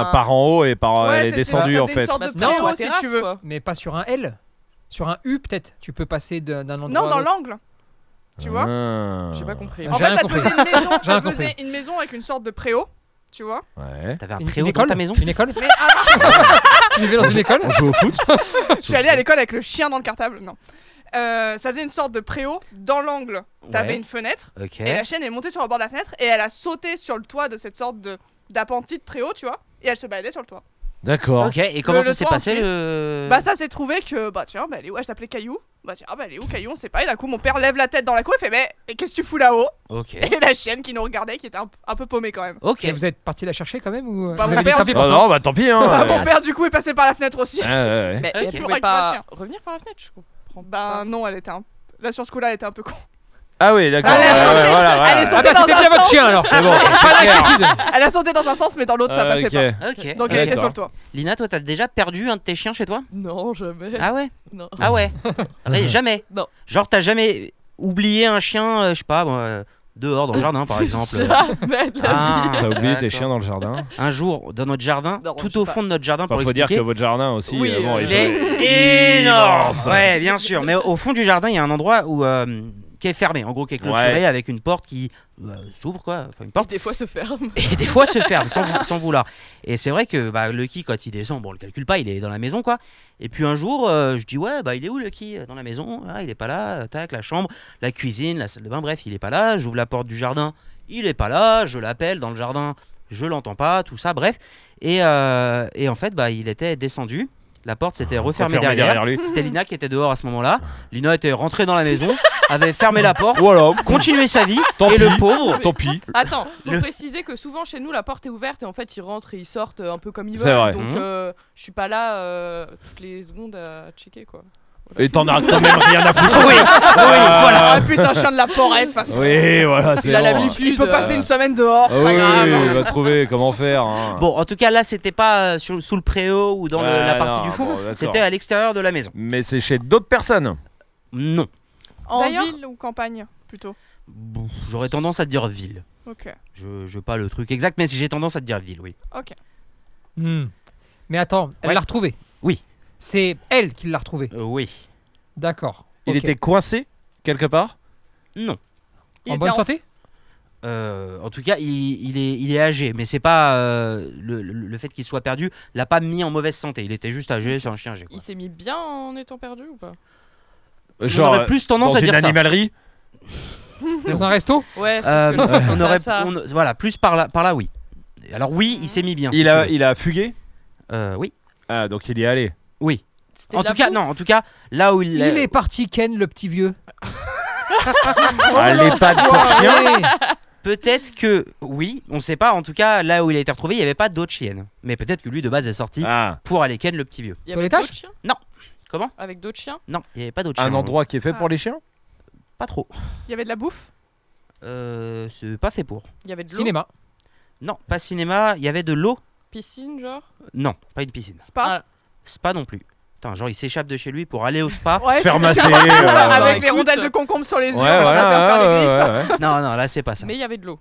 [SPEAKER 8] c'était un-
[SPEAKER 2] par en haut et par.
[SPEAKER 6] Ouais,
[SPEAKER 2] elle est
[SPEAKER 6] c'était-
[SPEAKER 2] descendue
[SPEAKER 6] c'était
[SPEAKER 2] en
[SPEAKER 6] une
[SPEAKER 2] fait.
[SPEAKER 6] sorte
[SPEAKER 8] Bah,
[SPEAKER 6] de
[SPEAKER 8] c'est
[SPEAKER 7] Non,
[SPEAKER 8] pas
[SPEAKER 6] préau,
[SPEAKER 8] la
[SPEAKER 6] si
[SPEAKER 8] terrasse,
[SPEAKER 6] tu veux.
[SPEAKER 8] quoi.
[SPEAKER 7] Mais pas sur un L. Sur un U, peut-être. Tu peux passer de- d'un endroit.
[SPEAKER 6] Non,
[SPEAKER 7] à
[SPEAKER 6] dans
[SPEAKER 7] l'autre.
[SPEAKER 6] l'angle, tu vois.
[SPEAKER 2] Ah.
[SPEAKER 8] J'ai pas compris.
[SPEAKER 7] Ah,
[SPEAKER 6] En
[SPEAKER 7] j'ai
[SPEAKER 6] fait,
[SPEAKER 7] rien
[SPEAKER 6] ça te faisait une maison,
[SPEAKER 7] J'ai
[SPEAKER 6] ça
[SPEAKER 7] rien
[SPEAKER 6] te faisait une maison avec une sorte de préau, tu vois.
[SPEAKER 2] Ouais.
[SPEAKER 1] T'avais un
[SPEAKER 7] Une-
[SPEAKER 1] préau
[SPEAKER 7] une
[SPEAKER 1] dans
[SPEAKER 7] école
[SPEAKER 1] ta maison.
[SPEAKER 7] Une école
[SPEAKER 6] Mais ah,
[SPEAKER 7] Tu vivais dans une école
[SPEAKER 2] On joue au foot
[SPEAKER 6] je suis allée à l'école avec le chien dans le cartable, non. Euh, ça faisait une sorte de préau dans l'angle. T'avais
[SPEAKER 1] Ouais.
[SPEAKER 6] une fenêtre
[SPEAKER 1] Ok.
[SPEAKER 6] et la chaîne est montée sur le bord de la fenêtre et elle a sauté sur le toit de cette sorte de d'appentis de préau, tu vois. Et elle se baladait sur le toit.
[SPEAKER 2] D'accord.
[SPEAKER 1] Ok. Et comment
[SPEAKER 6] Le-
[SPEAKER 1] ça
[SPEAKER 6] le
[SPEAKER 1] s'est
[SPEAKER 6] soir,
[SPEAKER 1] passé
[SPEAKER 6] ensuite.
[SPEAKER 2] Hmm.
[SPEAKER 1] le
[SPEAKER 6] Bah ça s'est trouvé que bah tiens bah elle est où elle s'appelait Caillou bah tiens bah elle est où Caillou on sait pas et d'un coup mon père lève la tête dans la cour et fait mais qu'est-ce que tu fous là-haut
[SPEAKER 1] Ok.
[SPEAKER 6] et la chienne qui nous regardait qui était un, un peu paumée quand même
[SPEAKER 1] Ok.
[SPEAKER 7] Et vous êtes parti la chercher quand même ou...
[SPEAKER 6] Bah,
[SPEAKER 7] vous
[SPEAKER 6] mon
[SPEAKER 7] avez dit,
[SPEAKER 6] père,
[SPEAKER 7] tant pis
[SPEAKER 2] Ah
[SPEAKER 7] pour toi.
[SPEAKER 2] non, bah tant pis. Hein.
[SPEAKER 6] Ah, mon père du coup est passé par la fenêtre aussi
[SPEAKER 2] Ouais, ouais, ouais.
[SPEAKER 8] Mais
[SPEAKER 1] Ok.
[SPEAKER 8] elle
[SPEAKER 6] Avec
[SPEAKER 8] pouvait
[SPEAKER 6] le
[SPEAKER 8] pas revenir par la fenêtre, je comprends. pas.
[SPEAKER 6] bah non elle était un là sur ce coup-là elle était un peu con
[SPEAKER 2] Ah oui, d'accord.
[SPEAKER 6] Elle est
[SPEAKER 2] Ah ouais,
[SPEAKER 6] sautée.
[SPEAKER 2] voilà, voilà.
[SPEAKER 6] Elle est
[SPEAKER 7] Ah
[SPEAKER 6] Sauter
[SPEAKER 7] bah,
[SPEAKER 6] dans
[SPEAKER 7] c'était
[SPEAKER 6] un
[SPEAKER 7] bien votre
[SPEAKER 6] sens.
[SPEAKER 7] chien alors.
[SPEAKER 2] C'est bon, c'est
[SPEAKER 7] Pas
[SPEAKER 2] clair.
[SPEAKER 7] d'inquiétude.
[SPEAKER 6] elle a sauté dans un sens mais dans l'autre ça
[SPEAKER 2] Ah,
[SPEAKER 6] passait
[SPEAKER 1] Ok.
[SPEAKER 2] ok.
[SPEAKER 6] pas donc
[SPEAKER 2] Ah,
[SPEAKER 6] elle était
[SPEAKER 2] d'accord.
[SPEAKER 6] sur le toit
[SPEAKER 1] Lina, toi, t'as déjà perdu un de tes chiens chez toi
[SPEAKER 8] Non, jamais.
[SPEAKER 1] Ah ouais.
[SPEAKER 8] Non.
[SPEAKER 1] Ah ouais. Ouais, jamais.
[SPEAKER 8] Euh. Non.
[SPEAKER 1] Genre t'as jamais oublié un chien, euh, je sais pas, moi, euh, dehors dans le jardin par exemple.
[SPEAKER 8] Jamais de la
[SPEAKER 1] Ah,
[SPEAKER 2] T'as oublié tes
[SPEAKER 1] d'accord.
[SPEAKER 2] chiens dans le jardin.
[SPEAKER 1] Un jour, dans notre jardin,
[SPEAKER 8] Non, je
[SPEAKER 1] tout
[SPEAKER 8] sais
[SPEAKER 1] au
[SPEAKER 8] pas.
[SPEAKER 1] fond de notre jardin,
[SPEAKER 2] Enfin,
[SPEAKER 1] pour
[SPEAKER 2] faut dire que
[SPEAKER 1] expliquer,
[SPEAKER 2] votre jardin aussi.
[SPEAKER 8] Oui,
[SPEAKER 2] euh, bon,
[SPEAKER 8] euh,
[SPEAKER 2] il
[SPEAKER 1] il
[SPEAKER 2] faut-
[SPEAKER 1] est énorme.
[SPEAKER 2] Immense.
[SPEAKER 1] Ouais, bien sûr. Mais au fond du jardin, il y a un endroit où euh, qui est fermé, en gros, qui est clôturé
[SPEAKER 2] Ouais.
[SPEAKER 1] avec une porte qui euh, s'ouvre, quoi. Enfin, une porte.
[SPEAKER 8] Des fois se ferme.
[SPEAKER 1] et des fois se ferme sans, vou- sans vouloir. Et c'est vrai que bah, Lucky, quand il descend, bon, on le calcule pas, il est dans la maison, quoi. Et puis un jour, euh, je dis, ouais, bah, il est où Lucky Dans la maison, ah, il est pas là, Euh, tac, la chambre, la cuisine, la salle de bain, bref, il est pas là. J'ouvre la porte du jardin, il est pas là, je l'appelle dans le jardin, je l'entends pas, tout ça, bref. Et, euh, et en fait, bah, il était descendu, la porte s'était refermée
[SPEAKER 2] fermé
[SPEAKER 1] derrière.
[SPEAKER 2] lui.
[SPEAKER 1] C'était Lina qui était dehors à ce moment-là. Lina était rentrée dans la maison, avait fermé la porte,
[SPEAKER 2] Voilà,
[SPEAKER 1] continué sa vie,
[SPEAKER 2] Tant
[SPEAKER 1] et le
[SPEAKER 2] pis.
[SPEAKER 1] pauvre.
[SPEAKER 2] tant pis.
[SPEAKER 8] Attends, faut
[SPEAKER 1] Le-
[SPEAKER 8] préciser que souvent chez nous la porte est ouverte et en fait ils rentrent et ils sortent un peu comme ils
[SPEAKER 2] C'est
[SPEAKER 8] veulent.
[SPEAKER 2] vrai.
[SPEAKER 8] Donc
[SPEAKER 1] Mhm.
[SPEAKER 8] euh, je suis pas là euh, toutes les secondes à checker quoi.
[SPEAKER 2] Et t'en as quand même rien à foutre.
[SPEAKER 1] Oui, oui, voilà.
[SPEAKER 6] Ah, puis c'est un chien de la forêt, de toute façon.
[SPEAKER 2] Oui, voilà, c'est
[SPEAKER 8] Il a
[SPEAKER 2] bon.
[SPEAKER 8] l'habitude.
[SPEAKER 6] Il peut passer
[SPEAKER 8] euh,
[SPEAKER 6] une semaine dehors,
[SPEAKER 2] Oh. Ah
[SPEAKER 6] c'est pas
[SPEAKER 2] oui,
[SPEAKER 6] grave.
[SPEAKER 2] il va trouver comment faire. hein.
[SPEAKER 1] Bon, en tout cas, là, c'était pas euh, sur- sous le préau ou dans le-
[SPEAKER 2] Ouais,
[SPEAKER 1] la partie
[SPEAKER 2] non,
[SPEAKER 1] du fond.
[SPEAKER 2] bon, d'accord.
[SPEAKER 1] c'était à l'extérieur de la maison.
[SPEAKER 2] Mais c'est chez d'autres personnes.
[SPEAKER 1] Non.
[SPEAKER 6] En
[SPEAKER 8] D'ailleurs-
[SPEAKER 6] ville ou campagne, plutôt.
[SPEAKER 1] Bon, J'aurais tendance à te dire ville.
[SPEAKER 6] Ok.
[SPEAKER 1] Je, je veux pas le truc exact, mais si j'ai tendance à te dire ville, oui.
[SPEAKER 7] Hmm. Mais attends, elle
[SPEAKER 1] Ouais.
[SPEAKER 7] l'a retrouvé.
[SPEAKER 1] Oui.
[SPEAKER 7] C'est elle qui l'a retrouvé.
[SPEAKER 1] Euh, oui.
[SPEAKER 7] D'accord.
[SPEAKER 2] Il
[SPEAKER 7] Ok.
[SPEAKER 2] était coincé quelque part.
[SPEAKER 1] Non.
[SPEAKER 6] Il
[SPEAKER 7] en
[SPEAKER 6] était
[SPEAKER 7] bonne santé
[SPEAKER 1] Euh, en tout cas, il, il est, il est âgé, mais c'est pas euh, le, le- le fait qu'il soit perdu l'a pas mis en mauvaise santé. Il était juste âgé, c'est un chien âgé. quoi.
[SPEAKER 8] Il s'est mis bien en étant perdu ou pas
[SPEAKER 1] on
[SPEAKER 2] Genre
[SPEAKER 1] aurait plus tendance
[SPEAKER 2] dans
[SPEAKER 1] à
[SPEAKER 2] une
[SPEAKER 1] dire
[SPEAKER 2] animalerie.
[SPEAKER 7] Dans un resto
[SPEAKER 8] Ouais, c'est
[SPEAKER 1] ça. Euh,
[SPEAKER 8] ce que je
[SPEAKER 1] on
[SPEAKER 8] pensais à
[SPEAKER 1] aurait,
[SPEAKER 8] ça.
[SPEAKER 1] on- voilà, plus par là, par là, oui. Alors oui, il s'est mis bien. si
[SPEAKER 2] Il
[SPEAKER 1] tu
[SPEAKER 2] a,
[SPEAKER 1] veux.
[SPEAKER 2] il a fugué.
[SPEAKER 1] Euh, oui.
[SPEAKER 2] Ah, donc il y est allé.
[SPEAKER 8] C'était
[SPEAKER 1] En
[SPEAKER 8] de la
[SPEAKER 1] tout cas,
[SPEAKER 8] bouffe.
[SPEAKER 1] non. En tout cas, là où il,
[SPEAKER 7] Il
[SPEAKER 1] a-
[SPEAKER 7] est parti, Ken, le petit vieux.
[SPEAKER 2] Ah, les pattes
[SPEAKER 6] Oh,
[SPEAKER 2] pour chien.
[SPEAKER 7] Allez.
[SPEAKER 1] Peut-être que oui, on sait pas. En tout cas, là où il a été retrouvé, il n'y avait pas d'autres chiennes. Mais peut-être que lui de base est sorti
[SPEAKER 2] Ah,
[SPEAKER 1] pour aller ken le petit vieux.
[SPEAKER 8] Il y
[SPEAKER 7] Dans
[SPEAKER 8] avait
[SPEAKER 7] l'étage
[SPEAKER 8] d'autres chiens
[SPEAKER 1] Non. Comment
[SPEAKER 8] Avec d'autres chiens
[SPEAKER 1] Non, il n'y avait pas d'autres chiens.
[SPEAKER 2] un endroit qui est fait pour les chiens.
[SPEAKER 1] Pas trop.
[SPEAKER 6] Il y avait de la bouffe
[SPEAKER 1] Euh, c'est pas fait pour.
[SPEAKER 8] Il y avait de l'eau
[SPEAKER 7] Cinéma.
[SPEAKER 1] Non, pas cinéma. Il y avait de l'eau.
[SPEAKER 8] Piscine, genre
[SPEAKER 1] Non, pas une piscine.
[SPEAKER 6] Spa
[SPEAKER 1] Spa non plus. Putain, genre il s'échappe de chez lui pour aller au spa.
[SPEAKER 6] Ouais, tu
[SPEAKER 2] Faire
[SPEAKER 6] me
[SPEAKER 2] masser,
[SPEAKER 6] dis-
[SPEAKER 2] euh,
[SPEAKER 6] Avec
[SPEAKER 8] Ah. écoute.
[SPEAKER 6] les rondelles de concombre sur les yeux,
[SPEAKER 2] Ouais,
[SPEAKER 6] on leur a fait faire les
[SPEAKER 2] ouais,
[SPEAKER 6] griffes.
[SPEAKER 2] ouais, ouais.
[SPEAKER 1] non, non, là c'est pas ça.
[SPEAKER 8] Mais il y avait de l'eau.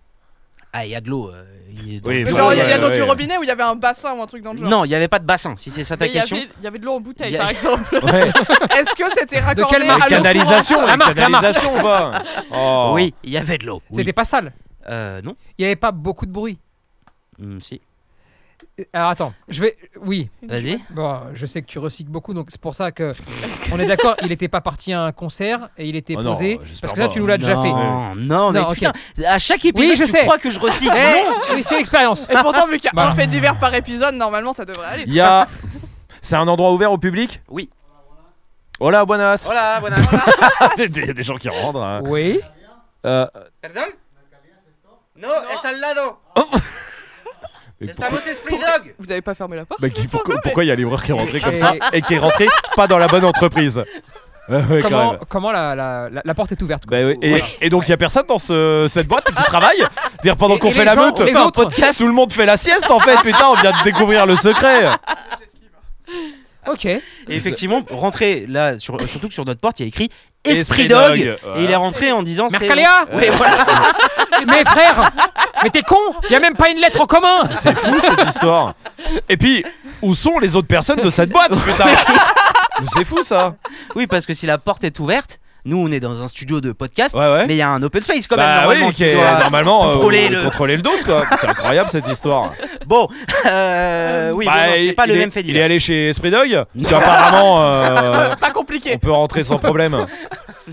[SPEAKER 1] Ah, il y a de l'eau. euh, il est dans-
[SPEAKER 2] Oui,
[SPEAKER 6] Mais
[SPEAKER 2] Ouais,
[SPEAKER 6] Genre, il y a- il y a
[SPEAKER 2] ouais,
[SPEAKER 6] dans du
[SPEAKER 2] ouais.
[SPEAKER 6] robinet où il y avait un bassin ou un truc dans le genre.
[SPEAKER 1] non, il n'y avait pas de bassin. Si c'est ça ta
[SPEAKER 8] Mais il y
[SPEAKER 1] question.
[SPEAKER 8] avait- il y avait de l'eau en bouteille,
[SPEAKER 1] Il y a-
[SPEAKER 8] par exemple.
[SPEAKER 2] Ouais.
[SPEAKER 6] Est-ce que c'était raccordé
[SPEAKER 7] quelle
[SPEAKER 6] à
[SPEAKER 7] marque
[SPEAKER 6] l'eau
[SPEAKER 2] Canalisation,
[SPEAKER 6] courante
[SPEAKER 2] la
[SPEAKER 7] La marque, la marque.
[SPEAKER 2] canalisation ou pas Oh.
[SPEAKER 1] Oui, il y avait de l'eau. oui.
[SPEAKER 7] C'était pas sale.
[SPEAKER 1] Euh, non.
[SPEAKER 7] Il n'y avait pas beaucoup de bruit.
[SPEAKER 1] Hmm, si.
[SPEAKER 7] Euh, Alors attends, je vais. Oui.
[SPEAKER 1] Vas-y.
[SPEAKER 7] Bon, je sais que tu recycles beaucoup, donc c'est pour ça que on est d'accord. Il n'était pas parti à un concert et il était
[SPEAKER 2] Oh non,
[SPEAKER 7] posé.
[SPEAKER 2] j'espère
[SPEAKER 7] parce que ça,
[SPEAKER 2] pas.
[SPEAKER 7] tu nous l'as déjà fait.
[SPEAKER 1] Non, non, mais
[SPEAKER 7] Non, ok.
[SPEAKER 1] putain, à chaque épisode,
[SPEAKER 7] je
[SPEAKER 1] tu
[SPEAKER 7] sais.
[SPEAKER 1] crois que je recycle.
[SPEAKER 2] Euh.
[SPEAKER 7] Eh, oui, c'est l'expérience.
[SPEAKER 6] Et pourtant, vu qu'il y a
[SPEAKER 7] Bah.
[SPEAKER 6] un fait divers par épisode, normalement ça devrait aller.
[SPEAKER 2] Il y a. C'est un endroit ouvert au public
[SPEAKER 1] Oui.
[SPEAKER 2] Hola, buenas.
[SPEAKER 1] Hola, buenas.
[SPEAKER 2] Il y a des gens qui rentrent. hein.
[SPEAKER 7] Oui.
[SPEAKER 2] Euh,
[SPEAKER 1] Pardon No, es al lado.
[SPEAKER 5] Oh.
[SPEAKER 2] mais
[SPEAKER 1] Estamos Spring Dog.
[SPEAKER 8] Vous avez pas fermé la porte
[SPEAKER 2] Bah, qui- pourquoi, pourquoi il y a l'ouvreur qui est rentré comme
[SPEAKER 7] Et-
[SPEAKER 2] ça et qui est rentré pas dans la bonne entreprise Ouais, ouais, quand
[SPEAKER 7] comment
[SPEAKER 2] même.
[SPEAKER 7] comment la, la, la, la porte est ouverte quoi.
[SPEAKER 2] Bah ouais, et, et donc il y a personne dans ce- cette boîte qui travaille dire pendant
[SPEAKER 7] Et-
[SPEAKER 2] qu'on
[SPEAKER 7] et
[SPEAKER 2] fait
[SPEAKER 7] les
[SPEAKER 2] la
[SPEAKER 7] gens,
[SPEAKER 2] meute
[SPEAKER 7] les
[SPEAKER 2] putain,
[SPEAKER 7] autres
[SPEAKER 2] podcast, tout le monde fait la sieste en fait putain on vient de découvrir le secret
[SPEAKER 7] Ok.
[SPEAKER 1] Et effectivement, rentré là, sur- euh, surtout que sur notre porte, il y a écrit Esprit Dog. Et il est rentré en disant c'est-
[SPEAKER 7] Mercalia
[SPEAKER 1] Ouais, voilà.
[SPEAKER 7] Mais frère Mais t'es con Il n'y a même pas une lettre en commun
[SPEAKER 2] c'est fou cette histoire et puis où sont les autres personnes de cette boîte putain Mais c'est fou ça
[SPEAKER 1] Oui, parce que si la porte est ouverte, nous on est dans un studio de podcast,
[SPEAKER 2] ouais ouais
[SPEAKER 1] mais il y a un open space quand même.
[SPEAKER 2] bah
[SPEAKER 1] normalement,
[SPEAKER 2] oui
[SPEAKER 1] qui
[SPEAKER 2] qui est
[SPEAKER 1] doit-
[SPEAKER 2] normalement euh,
[SPEAKER 1] contrôler
[SPEAKER 2] euh,
[SPEAKER 1] le-
[SPEAKER 2] contrôler le dos quoi c'est incroyable cette histoire
[SPEAKER 1] Bon, euh, oui,
[SPEAKER 2] Bah,
[SPEAKER 1] bon, non, c'est pas
[SPEAKER 2] il
[SPEAKER 1] le
[SPEAKER 2] est-
[SPEAKER 1] même fait
[SPEAKER 2] il est
[SPEAKER 1] divers.
[SPEAKER 2] allé chez Esprit Dog parce qu'apparemment euh,
[SPEAKER 6] Pas compliqué.
[SPEAKER 2] on peut rentrer sans problème
[SPEAKER 6] Euh,
[SPEAKER 2] Oh,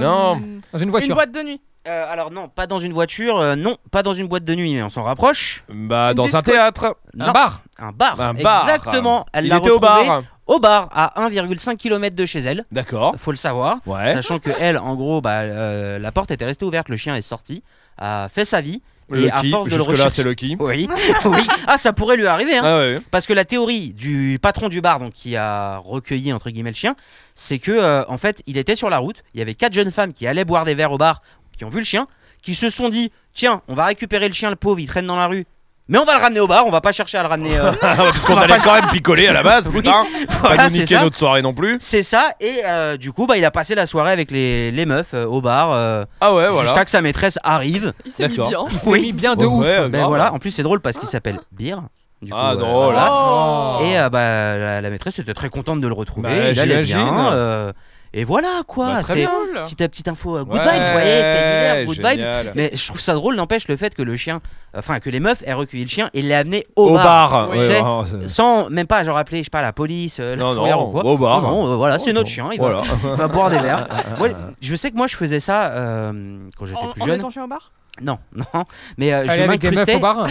[SPEAKER 2] Non.
[SPEAKER 7] Dans une
[SPEAKER 6] Une
[SPEAKER 7] voiture.
[SPEAKER 6] boîte de nuit.
[SPEAKER 1] Euh, alors non, pas dans une voiture, euh, non, pas dans une boîte de nuit, mais on s'en rapproche.
[SPEAKER 2] bah
[SPEAKER 6] Une
[SPEAKER 2] dans un
[SPEAKER 6] disco-
[SPEAKER 2] théâtre
[SPEAKER 1] Non,
[SPEAKER 7] Un bar
[SPEAKER 1] un bar.
[SPEAKER 2] Un bar.
[SPEAKER 1] Exactement. Elle
[SPEAKER 2] il
[SPEAKER 1] l'a
[SPEAKER 2] était au
[SPEAKER 1] retrouvé
[SPEAKER 2] bar
[SPEAKER 1] Au bar, à 1,5 km de chez elle.
[SPEAKER 2] d'accord
[SPEAKER 1] Faut le savoir.
[SPEAKER 2] ouais
[SPEAKER 1] Sachant que elle, en gros, bah, euh, la porte était restée ouverte, le chien est sorti, a fait sa vie. et à
[SPEAKER 2] Lucky
[SPEAKER 1] force de le
[SPEAKER 2] jusque là
[SPEAKER 1] rechercher.
[SPEAKER 2] c'est Lucky
[SPEAKER 1] Oui, oui. Ah, ça pourrait lui arriver, hein.
[SPEAKER 2] ah ouais
[SPEAKER 1] Parce que la théorie du patron du bar, donc qui a recueilli entre guillemets le chien, c'est que euh, en fait, il était sur la route. Il y avait quatre jeunes femmes qui allaient boire des verres au bar, qui ont vu le chien, qui se sont dit tiens, on va récupérer le chien, le pauvre, il traîne dans la rue. Mais on va le ramener au bar, on va pas chercher à le ramener. euh,
[SPEAKER 2] Ah, Parce qu'on allait quand même picoler à la base, putain.
[SPEAKER 1] voilà,
[SPEAKER 2] pas nous
[SPEAKER 1] c'est
[SPEAKER 2] niquer
[SPEAKER 1] ça.
[SPEAKER 2] notre soirée non plus.
[SPEAKER 1] C'est ça, et euh, du coup, bah, il a passé la soirée avec les, les meufs euh, au bar euh,
[SPEAKER 2] Ah ouais, voilà.
[SPEAKER 1] jusqu'à que sa maîtresse arrive.
[SPEAKER 8] Il s'est mis
[SPEAKER 2] D'accord.
[SPEAKER 8] bien.
[SPEAKER 7] Il s'est
[SPEAKER 1] Oui.
[SPEAKER 7] mis bien
[SPEAKER 2] Ouais,
[SPEAKER 7] de ouf.
[SPEAKER 2] ouais,
[SPEAKER 1] Ben
[SPEAKER 2] Eh, grave.
[SPEAKER 1] voilà, en plus, c'est drôle parce qu'il s'appelle Beer. Du coup,
[SPEAKER 2] Ah
[SPEAKER 1] euh,
[SPEAKER 2] non,
[SPEAKER 1] voilà.
[SPEAKER 2] là.
[SPEAKER 8] Oh.
[SPEAKER 1] Et euh, bah, la, la maîtresse était très contente de le retrouver.
[SPEAKER 2] Ah. Bah,
[SPEAKER 1] il allait
[SPEAKER 2] j'imagine.
[SPEAKER 1] bien. euh, et voilà quoi.
[SPEAKER 2] Bah, très
[SPEAKER 1] c'est
[SPEAKER 2] bien.
[SPEAKER 8] Cool.
[SPEAKER 1] Oh. petite à petite info. euh, Good
[SPEAKER 2] Ouais,
[SPEAKER 1] vibes, vous voyez, fait divers, good vibes.
[SPEAKER 2] génial.
[SPEAKER 1] Mais je trouve ça drôle, n'empêche le fait que le chien, enfin que les meufs aient recueilli le chien et l'aient amené au,
[SPEAKER 2] Au bar.
[SPEAKER 8] Oui.
[SPEAKER 2] ouais,
[SPEAKER 1] Tu sais,
[SPEAKER 2] vraiment, c'est-
[SPEAKER 1] Sans même pas genre appeler, je sais pas, la police, euh, la
[SPEAKER 2] Non,
[SPEAKER 1] fourrière
[SPEAKER 2] non,
[SPEAKER 1] ou quoi.
[SPEAKER 2] au bar.
[SPEAKER 1] Non, non, euh, voilà, c'est
[SPEAKER 2] Oh,
[SPEAKER 1] notre
[SPEAKER 2] bon,
[SPEAKER 1] chien, il va,
[SPEAKER 2] Voilà.
[SPEAKER 1] il va boire des verres. Moi, je sais que moi je faisais ça euh, quand j'étais
[SPEAKER 6] En,
[SPEAKER 1] plus
[SPEAKER 6] en
[SPEAKER 1] jeune.
[SPEAKER 6] étant chien au bar
[SPEAKER 1] Non, non, mais euh,
[SPEAKER 7] Aller
[SPEAKER 1] je
[SPEAKER 7] avec des meufs
[SPEAKER 1] m'incrustais.
[SPEAKER 7] au bar.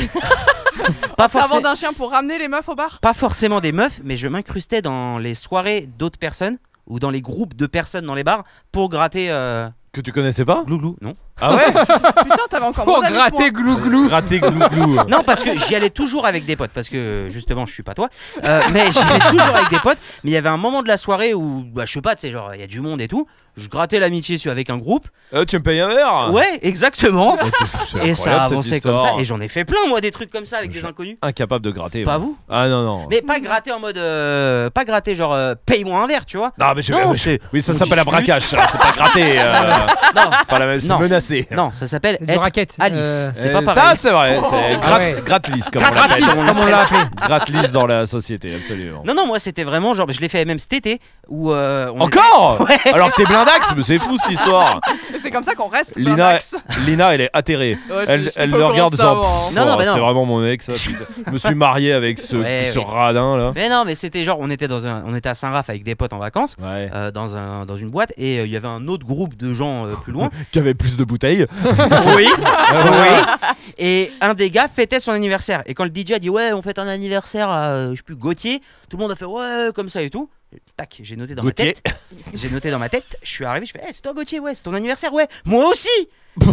[SPEAKER 1] Pas,
[SPEAKER 6] C'est
[SPEAKER 1] forcé-
[SPEAKER 6] avant d'un chien pour ramener les meufs au bar
[SPEAKER 1] pas forcément des meufs, mais je m'incrustais dans les soirées d'autres personnes ou dans les groupes de personnes dans les bars pour gratter euh,
[SPEAKER 2] Que tu connaissais pas
[SPEAKER 1] glouglou, non
[SPEAKER 2] Ah ouais
[SPEAKER 6] Putain, t'avais
[SPEAKER 2] Oh,
[SPEAKER 6] encore
[SPEAKER 7] Pour
[SPEAKER 6] moins d'amis que moi.
[SPEAKER 7] Oh, gratter glouglou.
[SPEAKER 2] Raté glouglou.
[SPEAKER 1] Non, parce que j'y allais toujours avec des potes, parce que justement, je suis pas toi. Euh, mais j'y allais toujours avec des potes. Mais il y avait un moment de la soirée où, bah, je sais pas, tu sais, genre, il y a du monde et tout. Je grattais l'amitié sur- avec un groupe.
[SPEAKER 2] Euh, tu me payes un verre
[SPEAKER 1] Ouais, exactement.
[SPEAKER 2] Oh, t'es fou, c'est
[SPEAKER 1] Et ça
[SPEAKER 2] incroyable, cette
[SPEAKER 1] avançait comme ça.
[SPEAKER 2] histoire.
[SPEAKER 1] Et j'en ai fait plein, moi, des trucs comme ça avec des
[SPEAKER 2] Je-
[SPEAKER 1] inconnus.
[SPEAKER 2] Incapable de gratter.
[SPEAKER 1] Pas
[SPEAKER 2] ouais.
[SPEAKER 1] vous
[SPEAKER 2] Ah non, non.
[SPEAKER 1] Mais pas gratter en mode. euh, pas gratter, genre, euh, paye-moi un verre, tu vois.
[SPEAKER 2] Non, mais je-
[SPEAKER 1] Non,
[SPEAKER 2] je-
[SPEAKER 1] c'est-
[SPEAKER 2] Oui, ça
[SPEAKER 1] on
[SPEAKER 2] s'appelle un
[SPEAKER 1] discute.
[SPEAKER 2] braquage. ça, C'est pas gratter. euh,
[SPEAKER 1] Non,
[SPEAKER 2] C'est pas la même. C'est
[SPEAKER 1] Non.
[SPEAKER 2] menacé.
[SPEAKER 1] non, ça s'appelle.
[SPEAKER 7] C'est du
[SPEAKER 1] être
[SPEAKER 7] racket.
[SPEAKER 1] Alice.
[SPEAKER 7] Euh,
[SPEAKER 1] C'est
[SPEAKER 2] Euh,
[SPEAKER 1] pas pareil.
[SPEAKER 2] Ça, c'est vrai. C'est
[SPEAKER 7] Ah ouais.
[SPEAKER 2] grat- gratte-lisse, comme on
[SPEAKER 1] Gratte-lisse,
[SPEAKER 2] l'appelle.
[SPEAKER 1] comme on l'a appelé.
[SPEAKER 2] Gratte-lisse dans la société, absolument.
[SPEAKER 1] Non, non, moi c'était vraiment genre, je l'ai fait même cet été où. euh, on
[SPEAKER 2] Encore
[SPEAKER 1] Ouais.
[SPEAKER 2] Alors que t'es blindax, mais c'est fou cette histoire.
[SPEAKER 6] Et C'est comme ça qu'on reste.
[SPEAKER 2] Lina-
[SPEAKER 6] blindax.
[SPEAKER 2] Lina, elle est atterrée.
[SPEAKER 8] Ouais,
[SPEAKER 2] Elle,
[SPEAKER 8] j'étais
[SPEAKER 2] elle
[SPEAKER 8] Ah,
[SPEAKER 2] le
[SPEAKER 8] pas au courant
[SPEAKER 2] regarde
[SPEAKER 8] de ça
[SPEAKER 2] sans. oh,
[SPEAKER 8] avant, hein.
[SPEAKER 1] Non, bah non, mais non.
[SPEAKER 2] C'est vraiment mon ex. ça, putain. Je me suis marié avec ce,
[SPEAKER 1] Ouais,
[SPEAKER 2] ce
[SPEAKER 1] ouais.
[SPEAKER 2] radin là.
[SPEAKER 1] Mais non, mais c'était genre, on était, dans un, on était à Saint-Raph avec des potes en vacances.
[SPEAKER 2] Ouais.
[SPEAKER 1] euh, dans, un, dans une boîte et euh, il y avait un autre groupe de gens euh, plus loin.
[SPEAKER 2] Qui avait plus de bouteilles.
[SPEAKER 1] oui. Et un des gars fêtait son anniversaire. Et quand le DJ a dit ouais, on fête un anniversaire à euh, je sais plus Gauthier, tout le monde a fait ouais comme ça et tout. Et Tac, j'ai noté dans
[SPEAKER 2] Gauthier.
[SPEAKER 1] ma tête. J'ai noté dans ma tête. Je suis arrivé, je fais Eh, c'est toi Gauthier, ouais, c'est ton anniversaire, ouais. Moi aussi.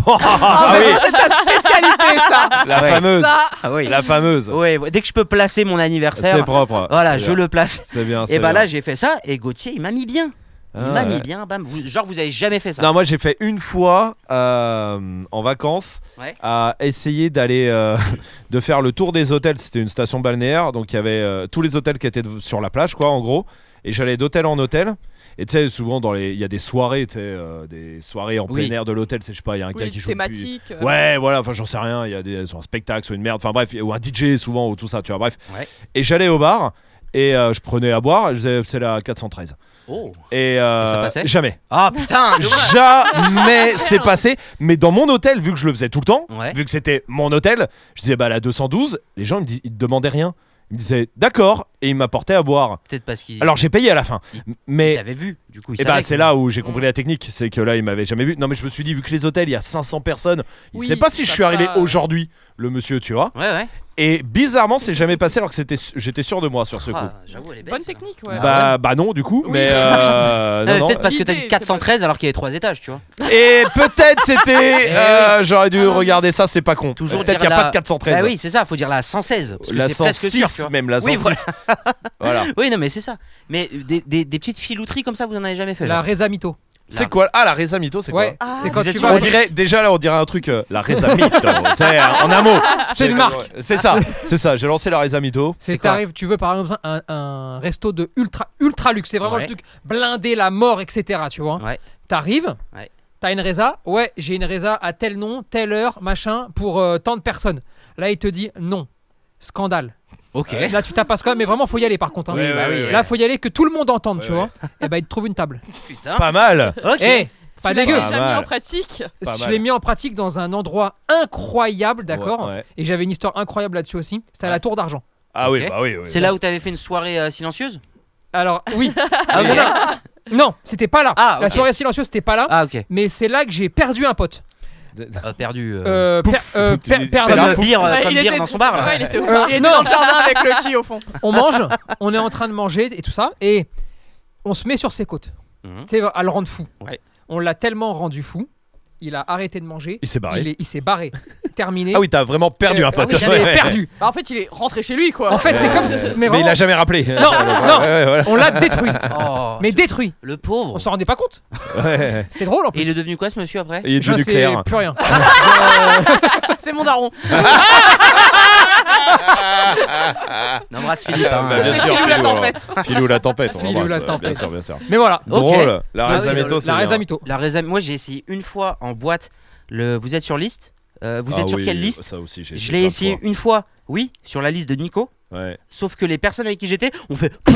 [SPEAKER 2] ah oui,
[SPEAKER 6] C'est ta spécialité, ça
[SPEAKER 2] la
[SPEAKER 1] Oh, bah Ouais.
[SPEAKER 2] fameuse.
[SPEAKER 6] Ça
[SPEAKER 1] Ah oui.
[SPEAKER 2] La fameuse.
[SPEAKER 1] Ouais, ouais, dès que je peux placer mon
[SPEAKER 2] C'est
[SPEAKER 1] anniversaire,
[SPEAKER 2] propre.
[SPEAKER 1] voilà,
[SPEAKER 2] C'est
[SPEAKER 1] je
[SPEAKER 2] bien.
[SPEAKER 1] le place.
[SPEAKER 2] C'est bien.
[SPEAKER 1] Et
[SPEAKER 2] c'est
[SPEAKER 1] bah
[SPEAKER 2] bien.
[SPEAKER 1] là, j'ai fait ça et Gauthier, il m'a mis bien. Il
[SPEAKER 2] Ah,
[SPEAKER 1] m'a
[SPEAKER 2] ouais.
[SPEAKER 1] mis bien, bam. Vous- genre vous avez jamais fait ça.
[SPEAKER 2] Non, moi j'ai fait une fois euh, en vacances
[SPEAKER 1] Ouais.
[SPEAKER 2] à essayer d'aller euh, de faire le tour des hôtels. C'était une station balnéaire, donc il y avait euh, tous les hôtels qui étaient de- sur la plage, quoi, en gros. Et j'allais d'hôtel en hôtel. Et tu sais, souvent dans les, il y a des soirées, tu sais, euh, des soirées en
[SPEAKER 1] Oui.
[SPEAKER 2] plein air de l'hôtel. C'est je sais pas, il y a un gars
[SPEAKER 8] Oui,
[SPEAKER 2] qui joue. depuis-
[SPEAKER 8] thématique. euh,
[SPEAKER 2] Ouais, voilà, enfin j'en sais rien, il y a des, soit un spectacle, soit une merde, enfin bref, ou un DJ souvent, ou tout ça, tu vois, bref.
[SPEAKER 1] Ouais.
[SPEAKER 2] Et j'allais au bar, et euh, je prenais à boire, et je disais, c'est la 413.
[SPEAKER 1] Oh.
[SPEAKER 2] Et, euh,
[SPEAKER 1] ça passait
[SPEAKER 2] jamais.
[SPEAKER 1] Ah putain. dommage. Ah,
[SPEAKER 2] Jamais c'est passé, mais dans mon hôtel, vu que je le faisais tout le temps,
[SPEAKER 1] Ouais.
[SPEAKER 2] vu que c'était mon hôtel, je disais, bah la 212, les gens, ils me, dis- ils me demandaient rien. Ils me disaient, d'accord, et ils m'apportaient à boire.
[SPEAKER 1] Peut-être parce qu'il.
[SPEAKER 2] Alors j'ai payé à la fin,
[SPEAKER 1] Il-
[SPEAKER 2] mais
[SPEAKER 1] t'avais vu, hein. du coup. il
[SPEAKER 2] et bah,
[SPEAKER 1] savait
[SPEAKER 2] c'est
[SPEAKER 1] que-
[SPEAKER 2] là où j'ai compris
[SPEAKER 1] Mm.
[SPEAKER 2] la technique, c'est que là il m'avait jamais vu. Non mais je me suis dit vu que les hôtels il y a 500 personnes, il
[SPEAKER 8] Oui,
[SPEAKER 2] sait pas si
[SPEAKER 8] ça
[SPEAKER 2] je suis arrivé
[SPEAKER 8] va, euh.
[SPEAKER 2] aujourd'hui le monsieur, tu vois.
[SPEAKER 1] Ouais, ouais.
[SPEAKER 2] Et bizarrement, c'est jamais passé alors que c'était su- j'étais sûr de moi sur ce coup.
[SPEAKER 1] Ah, J'avoue, elle est belle.
[SPEAKER 8] Bonne
[SPEAKER 1] celle-là.
[SPEAKER 8] technique, ouais.
[SPEAKER 2] Bah, bah non du coup,
[SPEAKER 8] Oui.
[SPEAKER 2] mais euh, non,
[SPEAKER 1] Ah, mais
[SPEAKER 2] non.
[SPEAKER 1] Peut-être parce que t'as
[SPEAKER 8] L'idée
[SPEAKER 1] dit
[SPEAKER 8] était
[SPEAKER 1] 413 alors qu'il y a trois étages, tu vois.
[SPEAKER 2] Et peut-être
[SPEAKER 1] Eh
[SPEAKER 2] c'était euh, j'aurais dû regarder ça, c'est pas con.
[SPEAKER 1] Ah Toujours
[SPEAKER 2] peut-être
[SPEAKER 1] dire
[SPEAKER 2] il y a
[SPEAKER 1] la-
[SPEAKER 2] pas de 413.
[SPEAKER 1] Bah oui, c'est ça, faut dire la 116. Parce que
[SPEAKER 2] La
[SPEAKER 1] c'est presque sûr,
[SPEAKER 2] 106
[SPEAKER 1] tu vois.
[SPEAKER 2] même la 106.
[SPEAKER 1] Oui,
[SPEAKER 2] voilà.
[SPEAKER 1] Oui, non, mais c'est ça. Mais euh, des, des, des petites filouteries comme ça, vous en avez jamais fait
[SPEAKER 7] La
[SPEAKER 1] genre
[SPEAKER 7] Reza Mito.
[SPEAKER 2] C'est quoi Ah la Reza Mito, c'est
[SPEAKER 7] Ouais,
[SPEAKER 2] quoi
[SPEAKER 8] Ah,
[SPEAKER 7] c'est quand
[SPEAKER 1] vous êtes
[SPEAKER 7] tu
[SPEAKER 1] sur-
[SPEAKER 7] vas.
[SPEAKER 2] on dirait déjà là on dirait un truc euh, la Reza Mito, tu sais, en un mot.
[SPEAKER 7] C'est une marque.
[SPEAKER 2] C'est ça, c'est ça. J'ai lancé la Reza Mito.
[SPEAKER 7] C'est
[SPEAKER 1] C'est quoi
[SPEAKER 7] t'arrives, tu veux par exemple un, un resto de ultra ultra luxe, c'est vraiment
[SPEAKER 1] Ouais.
[SPEAKER 7] le truc blindé, la mort, etc. Tu vois.
[SPEAKER 1] Ouais.
[SPEAKER 7] T'arrives.
[SPEAKER 1] Ouais.
[SPEAKER 7] T'as une résa. Ouais, j'ai une résa à tel nom, telle heure, machin, pour euh, tant de personnes. Là, il te dit non. Scandale.
[SPEAKER 1] Ok.
[SPEAKER 7] Là, tu t'appasses quand même, mais vraiment, faut y aller par contre. hein.
[SPEAKER 2] Ouais, ouais, ouais, ouais.
[SPEAKER 7] Là, faut y aller que tout le monde entende,
[SPEAKER 2] Ouais,
[SPEAKER 7] tu vois. Et bah, il te trouve une table.
[SPEAKER 1] Putain.
[SPEAKER 2] Pas mal.
[SPEAKER 1] Ok.
[SPEAKER 7] Eh, pas
[SPEAKER 8] Tu l'avais
[SPEAKER 7] dégueu.
[SPEAKER 2] Ah,
[SPEAKER 8] jamais
[SPEAKER 2] mal.
[SPEAKER 8] en pratique.
[SPEAKER 2] Pas
[SPEAKER 7] Je
[SPEAKER 2] mal.
[SPEAKER 7] l'ai mis en pratique dans un endroit incroyable, d'accord.
[SPEAKER 2] Ouais, ouais.
[SPEAKER 7] Et j'avais une histoire incroyable là-dessus aussi. C'était à
[SPEAKER 1] Ouais.
[SPEAKER 7] la Tour d'Argent.
[SPEAKER 2] Ah
[SPEAKER 1] Ok.
[SPEAKER 2] oui, bah oui, oui.
[SPEAKER 1] C'est là où t'avais fait une soirée euh, silencieuse
[SPEAKER 7] Alors oui.
[SPEAKER 1] Ah, ok.
[SPEAKER 7] non, c'était pas là.
[SPEAKER 1] Ah,
[SPEAKER 7] La
[SPEAKER 1] ok.
[SPEAKER 7] soirée silencieuse, c'était pas là.
[SPEAKER 1] Ah, ok.
[SPEAKER 7] Mais c'est là que j'ai perdu un pote.
[SPEAKER 1] Ah, perdu. euh,
[SPEAKER 7] Euh,
[SPEAKER 2] Pouf.
[SPEAKER 7] per- euh, per-
[SPEAKER 2] T'es
[SPEAKER 7] perdu.
[SPEAKER 1] Comme
[SPEAKER 2] là,
[SPEAKER 1] euh,
[SPEAKER 2] pouf.
[SPEAKER 1] Beer, euh,
[SPEAKER 8] Ouais,
[SPEAKER 1] comme
[SPEAKER 8] il
[SPEAKER 1] Beer
[SPEAKER 8] était-
[SPEAKER 1] dans son bar. là.
[SPEAKER 8] Ouais, il était au
[SPEAKER 7] Euh,
[SPEAKER 8] bar.
[SPEAKER 7] et
[SPEAKER 6] Dans
[SPEAKER 7] non,
[SPEAKER 6] le jardin avec le qui au fond.
[SPEAKER 7] on mange, on est en train de manger et tout ça, et on se met sur ses côtes.
[SPEAKER 1] Mhm.
[SPEAKER 7] C'est à le rendre fou.
[SPEAKER 1] Ouais.
[SPEAKER 7] On l'a tellement rendu fou, il a arrêté de manger.
[SPEAKER 2] Il s'est barré.
[SPEAKER 7] Il est- il s'est barré. Terminé.
[SPEAKER 2] Ah oui, t'as vraiment perdu
[SPEAKER 7] Euh,
[SPEAKER 2] un pote.
[SPEAKER 7] oui, j'avais
[SPEAKER 2] Ouais, ouais.
[SPEAKER 7] perdu.
[SPEAKER 8] Bah, en fait, il est rentré chez lui, quoi.
[SPEAKER 7] En fait, c'est comme si. Mais,
[SPEAKER 2] Mais il
[SPEAKER 7] vraiment,
[SPEAKER 2] a jamais rappelé.
[SPEAKER 7] Non, non.
[SPEAKER 2] Ouais, ouais, voilà.
[SPEAKER 7] on l'a détruit.
[SPEAKER 1] Oh,
[SPEAKER 7] Mais
[SPEAKER 1] ce-
[SPEAKER 7] détruit.
[SPEAKER 1] le pauvre.
[SPEAKER 7] On s'en rendait pas compte.
[SPEAKER 2] Ouais.
[SPEAKER 7] C'était drôle en
[SPEAKER 1] Et
[SPEAKER 7] plus.
[SPEAKER 1] il est devenu quoi ce monsieur après
[SPEAKER 2] Il est
[SPEAKER 7] J'en
[SPEAKER 2] devenu
[SPEAKER 7] sais
[SPEAKER 2] clair.
[SPEAKER 7] plus rien.
[SPEAKER 6] C'est mon daron.
[SPEAKER 1] On embrasse Philippe. hein.
[SPEAKER 2] bah, bien
[SPEAKER 6] C'est
[SPEAKER 2] sûr,
[SPEAKER 6] Philou la
[SPEAKER 2] Philou, alors.
[SPEAKER 6] tempête.
[SPEAKER 2] Filou la tempête, on
[SPEAKER 7] Filou
[SPEAKER 2] l'embrasse,
[SPEAKER 7] la
[SPEAKER 2] ouais, Bien
[SPEAKER 7] tempête.
[SPEAKER 2] sûr, bien sûr.
[SPEAKER 7] Mais voilà.
[SPEAKER 1] Ok.
[SPEAKER 2] Drôle, la
[SPEAKER 1] Ah oui,
[SPEAKER 2] Rezameto,
[SPEAKER 1] drôle.
[SPEAKER 2] c'est
[SPEAKER 7] La
[SPEAKER 2] bien.
[SPEAKER 7] Rezamito.
[SPEAKER 1] La raisin- moi j'ai essayé une fois en boîte. Le, vous êtes sur liste Euh, Vous
[SPEAKER 2] Ah
[SPEAKER 1] êtes sur
[SPEAKER 2] oui,
[SPEAKER 1] quelle liste
[SPEAKER 2] Ça aussi, j'ai
[SPEAKER 1] Je
[SPEAKER 2] fait
[SPEAKER 1] l'ai
[SPEAKER 2] plein de
[SPEAKER 1] essayé une fois, oui, sur la liste de Nico.
[SPEAKER 2] fois. Ouais.
[SPEAKER 1] Sauf que les personnes avec qui j'étais ont fait
[SPEAKER 2] Oh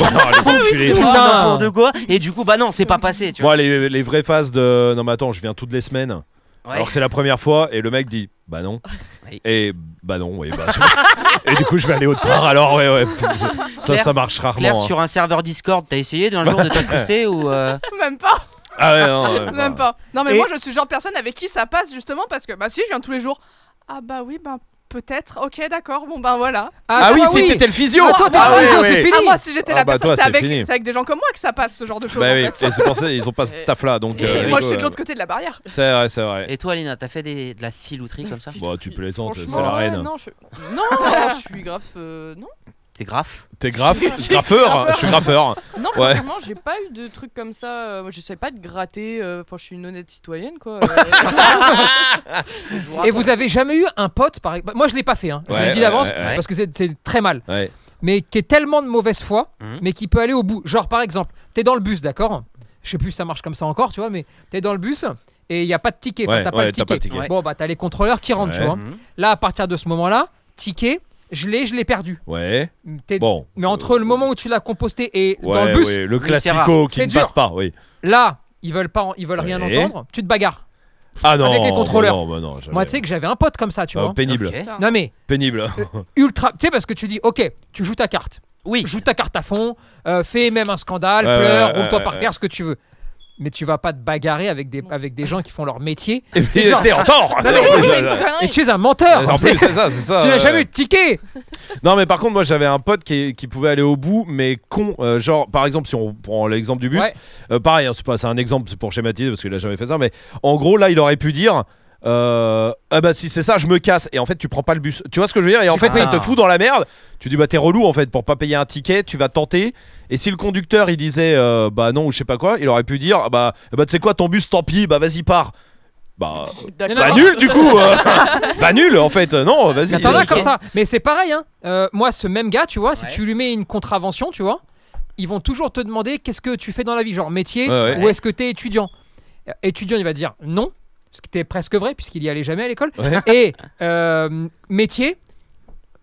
[SPEAKER 2] non, les enculés.
[SPEAKER 7] Putain.
[SPEAKER 1] putain pour de quoi et du coup bah non c'est pas passé tu vois.
[SPEAKER 2] Moi, les, les vraies phases de. Non, mais attends, je viens toutes les semaines.
[SPEAKER 1] Ouais.
[SPEAKER 2] Alors que c'est la première fois, et le mec dit Bah non.
[SPEAKER 1] Oui.
[SPEAKER 2] Et bah non, oui, bah. et du coup, je vais aller autre part alors, ouais, ouais. Ça, ça marche rarement.
[SPEAKER 1] Claire
[SPEAKER 2] hein.
[SPEAKER 1] sur un serveur Discord t'as essayé d'un jour de t'incruster ou euh,
[SPEAKER 6] Même pas,
[SPEAKER 2] Ah ouais, non, ouais,
[SPEAKER 6] même
[SPEAKER 2] bah.
[SPEAKER 6] pas. Non, mais
[SPEAKER 7] Et-
[SPEAKER 6] moi, je suis le genre de personne avec qui ça passe justement parce que, bah, si, je viens tous les jours. Ah, bah oui, bah, peut-être. Ok, d'accord, bon, ben voilà.
[SPEAKER 2] Ah, oui, si
[SPEAKER 7] c'était
[SPEAKER 2] t'étais le physio
[SPEAKER 6] Ah,
[SPEAKER 7] toi, t'es
[SPEAKER 2] Ah
[SPEAKER 7] le
[SPEAKER 2] oui,
[SPEAKER 7] physio,
[SPEAKER 2] oui.
[SPEAKER 7] c'est fini.
[SPEAKER 6] Ah, moi, si j'étais
[SPEAKER 2] Ah,
[SPEAKER 6] la
[SPEAKER 2] bah,
[SPEAKER 6] personne,
[SPEAKER 2] toi,
[SPEAKER 6] c'est
[SPEAKER 2] c'est
[SPEAKER 6] avec,
[SPEAKER 2] fini.
[SPEAKER 6] c'est avec des gens comme moi que ça passe ce genre de choses.
[SPEAKER 2] Bah
[SPEAKER 6] en
[SPEAKER 2] oui,
[SPEAKER 6] fait.
[SPEAKER 2] et c'est pour ça ils ont pas ce taf là donc.
[SPEAKER 1] Et
[SPEAKER 2] euh,
[SPEAKER 6] Moi,
[SPEAKER 2] Nico,
[SPEAKER 6] je suis de
[SPEAKER 2] ouais.
[SPEAKER 6] l'autre côté de la barrière.
[SPEAKER 2] C'est vrai, c'est vrai.
[SPEAKER 1] Et toi Lina t'as fait des, de la filouterie comme ça
[SPEAKER 2] Bon, tu peux les tenter, c'est
[SPEAKER 8] Franchement,
[SPEAKER 2] la
[SPEAKER 8] ouais,
[SPEAKER 2] reine.
[SPEAKER 8] Non, je... non, je suis grave. euh, non,
[SPEAKER 1] T'es grave
[SPEAKER 2] T'es grave Graffeur Je suis graffeur.
[SPEAKER 8] non
[SPEAKER 2] Ouais.
[SPEAKER 8] franchement, j'ai pas eu de trucs comme ça. euh, moi, J'essaie pas de gratter. euh, Enfin, je suis une honnête citoyenne, quoi. euh.
[SPEAKER 7] Et vous avez jamais eu un pote, par exemple Moi, je l'ai pas fait, hein. je
[SPEAKER 2] Ouais,
[SPEAKER 7] le dis
[SPEAKER 2] ouais,
[SPEAKER 7] d'avance,
[SPEAKER 2] ouais, ouais.
[SPEAKER 7] parce que c'est c'est très mal.
[SPEAKER 2] Ouais.
[SPEAKER 7] Mais qui est tellement de mauvaise foi,
[SPEAKER 2] Hum.
[SPEAKER 1] Mhm.
[SPEAKER 7] mais qui peut aller au bout. Genre, par exemple, t'es dans le bus, d'accord Je sais plus si ça marche comme ça encore, tu vois, mais t'es dans le bus et il y a pas de ticket. Enfin,
[SPEAKER 2] Ouais,
[SPEAKER 7] t'as pas
[SPEAKER 2] ouais,
[SPEAKER 7] le
[SPEAKER 2] t'as
[SPEAKER 7] ticket.
[SPEAKER 2] pas le ticket.
[SPEAKER 1] Ouais.
[SPEAKER 7] Bon, bah, t'as les contrôleurs qui rentrent, tu
[SPEAKER 2] Ouais.
[SPEAKER 7] vois.
[SPEAKER 1] Mhm.
[SPEAKER 7] Là, à partir de ce moment-là, ticket, je l'ai, je l'ai perdu.
[SPEAKER 2] Ouais.
[SPEAKER 7] T'es-
[SPEAKER 2] Bon.
[SPEAKER 7] Mais entre le moment où tu l'as composté et dans
[SPEAKER 2] Ouais,
[SPEAKER 7] le bus,
[SPEAKER 2] ouais, le
[SPEAKER 1] Oui, c'est rare.
[SPEAKER 2] classico qui
[SPEAKER 7] C'est
[SPEAKER 2] ne
[SPEAKER 7] dur.
[SPEAKER 2] passe pas, oui.
[SPEAKER 7] là, ils veulent pas, en- ils veulent rien
[SPEAKER 2] Ouais.
[SPEAKER 7] entendre. Tu te bagarres.
[SPEAKER 2] Ah non.
[SPEAKER 7] Avec les contrôleurs.
[SPEAKER 2] Non, bah non, jamais.
[SPEAKER 7] Moi, tu sais que j'avais un pote comme ça, tu
[SPEAKER 2] Ah,
[SPEAKER 7] vois.
[SPEAKER 2] Pénible.
[SPEAKER 1] Ok.
[SPEAKER 6] Putain.
[SPEAKER 7] Eh, Non mais
[SPEAKER 2] Pénible.
[SPEAKER 7] ultra. Tu sais, parce que tu dis, ok, tu joues ta carte.
[SPEAKER 1] Oui
[SPEAKER 7] Joue ta carte à fond, euh, fais même un scandale,
[SPEAKER 2] Ouais,
[SPEAKER 7] pleure,
[SPEAKER 2] ouais, ouais,
[SPEAKER 7] roule-toi
[SPEAKER 2] ouais,
[SPEAKER 7] par
[SPEAKER 2] ouais.
[SPEAKER 7] terre, ce que tu veux. Mais tu vas pas te bagarrer avec des, avec des gens qui font leur métier.
[SPEAKER 2] Et puis, t'es en tort
[SPEAKER 7] Non, mais
[SPEAKER 2] En
[SPEAKER 6] Ah
[SPEAKER 2] plus,
[SPEAKER 7] oui,
[SPEAKER 2] là, là.
[SPEAKER 7] Et tu es un menteur
[SPEAKER 2] En plus,
[SPEAKER 7] C'est-
[SPEAKER 2] c'est ça, euh, c'est ça.
[SPEAKER 7] Tu
[SPEAKER 2] ouais.
[SPEAKER 7] n'as jamais eu de ticket
[SPEAKER 2] Non, mais par contre, moi j'avais un pote qui, qui pouvait aller au bout, mais con. euh, genre, par exemple, si on prend l'exemple du bus,
[SPEAKER 7] Ouais.
[SPEAKER 2] euh, pareil, hein, c'est pas- c'est un exemple c'est pour schématiser parce qu'il a jamais fait ça, mais en gros, là, il aurait pu dire. euh, ah bah si c'est ça je me casse et en fait tu prends pas le bus tu vois ce que je veux dire et en
[SPEAKER 7] J'ai
[SPEAKER 2] fait ça
[SPEAKER 1] compris.
[SPEAKER 2] te fout dans la merde tu dis bah t'es relou en fait pour pas payer un ticket tu vas tenter et si le conducteur il disait euh, bah non ou je sais pas quoi il aurait pu dire ah bah bah tu sais quoi ton bus tant pis bah vas-y pars bah,
[SPEAKER 8] D'accord.
[SPEAKER 2] bah nul du coup euh, bah nul en fait euh, non vas-y
[SPEAKER 7] Mais T'en as
[SPEAKER 2] euh,
[SPEAKER 7] comme ça Mais c'est pareil, hein. Euh, moi, ce même gars, tu vois, si
[SPEAKER 1] Ouais.
[SPEAKER 7] tu lui mets une contravention, tu vois, ils vont toujours te demander qu'est-ce que tu fais dans la vie, genre métier,
[SPEAKER 2] Ouais, ouais.
[SPEAKER 7] ou est-ce que t'es étudiant Euh, Étudiant, il va dire non, ce qui était presque vrai, puisqu'il y allait jamais à l'école.
[SPEAKER 2] Ouais.
[SPEAKER 7] Et euh, métier,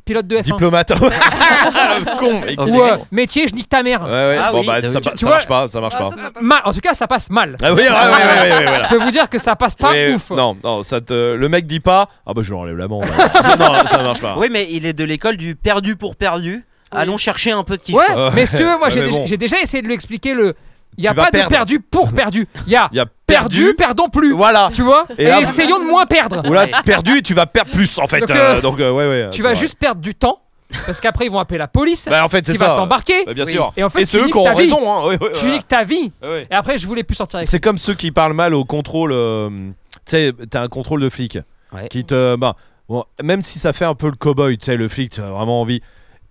[SPEAKER 7] pilote de F1.
[SPEAKER 2] Diplomate. Ah, Le con. mec.
[SPEAKER 1] Ok.
[SPEAKER 7] Ou euh, métier, je nique ta mère.
[SPEAKER 2] Ouais, ouais.
[SPEAKER 1] Ah
[SPEAKER 2] bon,
[SPEAKER 1] oui,
[SPEAKER 2] bah,
[SPEAKER 1] bah
[SPEAKER 2] ça,
[SPEAKER 1] oui.
[SPEAKER 2] pa-
[SPEAKER 7] Tu
[SPEAKER 2] ça
[SPEAKER 7] vois-
[SPEAKER 2] marche pas, ça marche
[SPEAKER 6] Ah,
[SPEAKER 2] pas.
[SPEAKER 6] ça, ça passe.
[SPEAKER 7] Mal- en tout cas, ça passe mal.
[SPEAKER 2] Ah oui, ouais, ouais, ouais, ouais, ouais, voilà.
[SPEAKER 7] Je peux vous dire que ça passe pas
[SPEAKER 2] Oui,
[SPEAKER 7] ouf.
[SPEAKER 2] Non, non, ça te... le mec dit pas. Ah bah je lui enlève la bande. non, ça marche pas.
[SPEAKER 1] Oui mais il est de l'école du perdu pour perdu allons chercher un peu de kiff
[SPEAKER 7] Ouais,
[SPEAKER 2] Ouais.
[SPEAKER 7] mais si tu veux, moi
[SPEAKER 2] Ouais,
[SPEAKER 7] j'ai
[SPEAKER 2] mais
[SPEAKER 7] déjà-
[SPEAKER 2] bon.
[SPEAKER 7] j'ai déjà essayé de lui expliquer le. Il n'y a
[SPEAKER 2] Tu vas
[SPEAKER 7] pas de
[SPEAKER 2] perdre.
[SPEAKER 7] perdu pour perdu. Il y a
[SPEAKER 2] Il y a
[SPEAKER 7] perdu, perdons plus.
[SPEAKER 2] Voilà.
[SPEAKER 7] Tu vois
[SPEAKER 2] Et
[SPEAKER 7] Et,
[SPEAKER 2] là-
[SPEAKER 7] essayons de moins perdre.
[SPEAKER 2] Ou là, perdu, tu vas perdre plus en fait.
[SPEAKER 7] Donc,
[SPEAKER 2] Donc,
[SPEAKER 7] euh,
[SPEAKER 2] donc euh, ouais, ouais.
[SPEAKER 7] tu
[SPEAKER 2] c'est
[SPEAKER 7] vas
[SPEAKER 2] vrai.
[SPEAKER 7] juste perdre du temps parce qu'après ils vont appeler la police
[SPEAKER 2] Bah, en fait, c'est
[SPEAKER 7] qui
[SPEAKER 2] ça.
[SPEAKER 7] va t'embarquer.
[SPEAKER 2] Bah, bien
[SPEAKER 1] Oui.
[SPEAKER 2] sûr.
[SPEAKER 7] Et en fait,
[SPEAKER 2] c'est
[SPEAKER 7] tu
[SPEAKER 2] eux
[SPEAKER 7] niques
[SPEAKER 2] qui ont
[SPEAKER 7] ta vie.
[SPEAKER 2] raison. Hein. Oui, oui,
[SPEAKER 7] Tu
[SPEAKER 2] voilà.
[SPEAKER 7] niques ta vie.
[SPEAKER 2] Ouais, ouais.
[SPEAKER 7] Et après, je voulais plus sortir avec.
[SPEAKER 2] C'est comme ceux qui parlent mal au contrôle. euh, tu sais, t'as un contrôle de flic
[SPEAKER 1] Ouais.
[SPEAKER 2] qui te. Bah, bon, même si ça fait un peu le cow-boy, tu sais, le flic, tu as vraiment envie.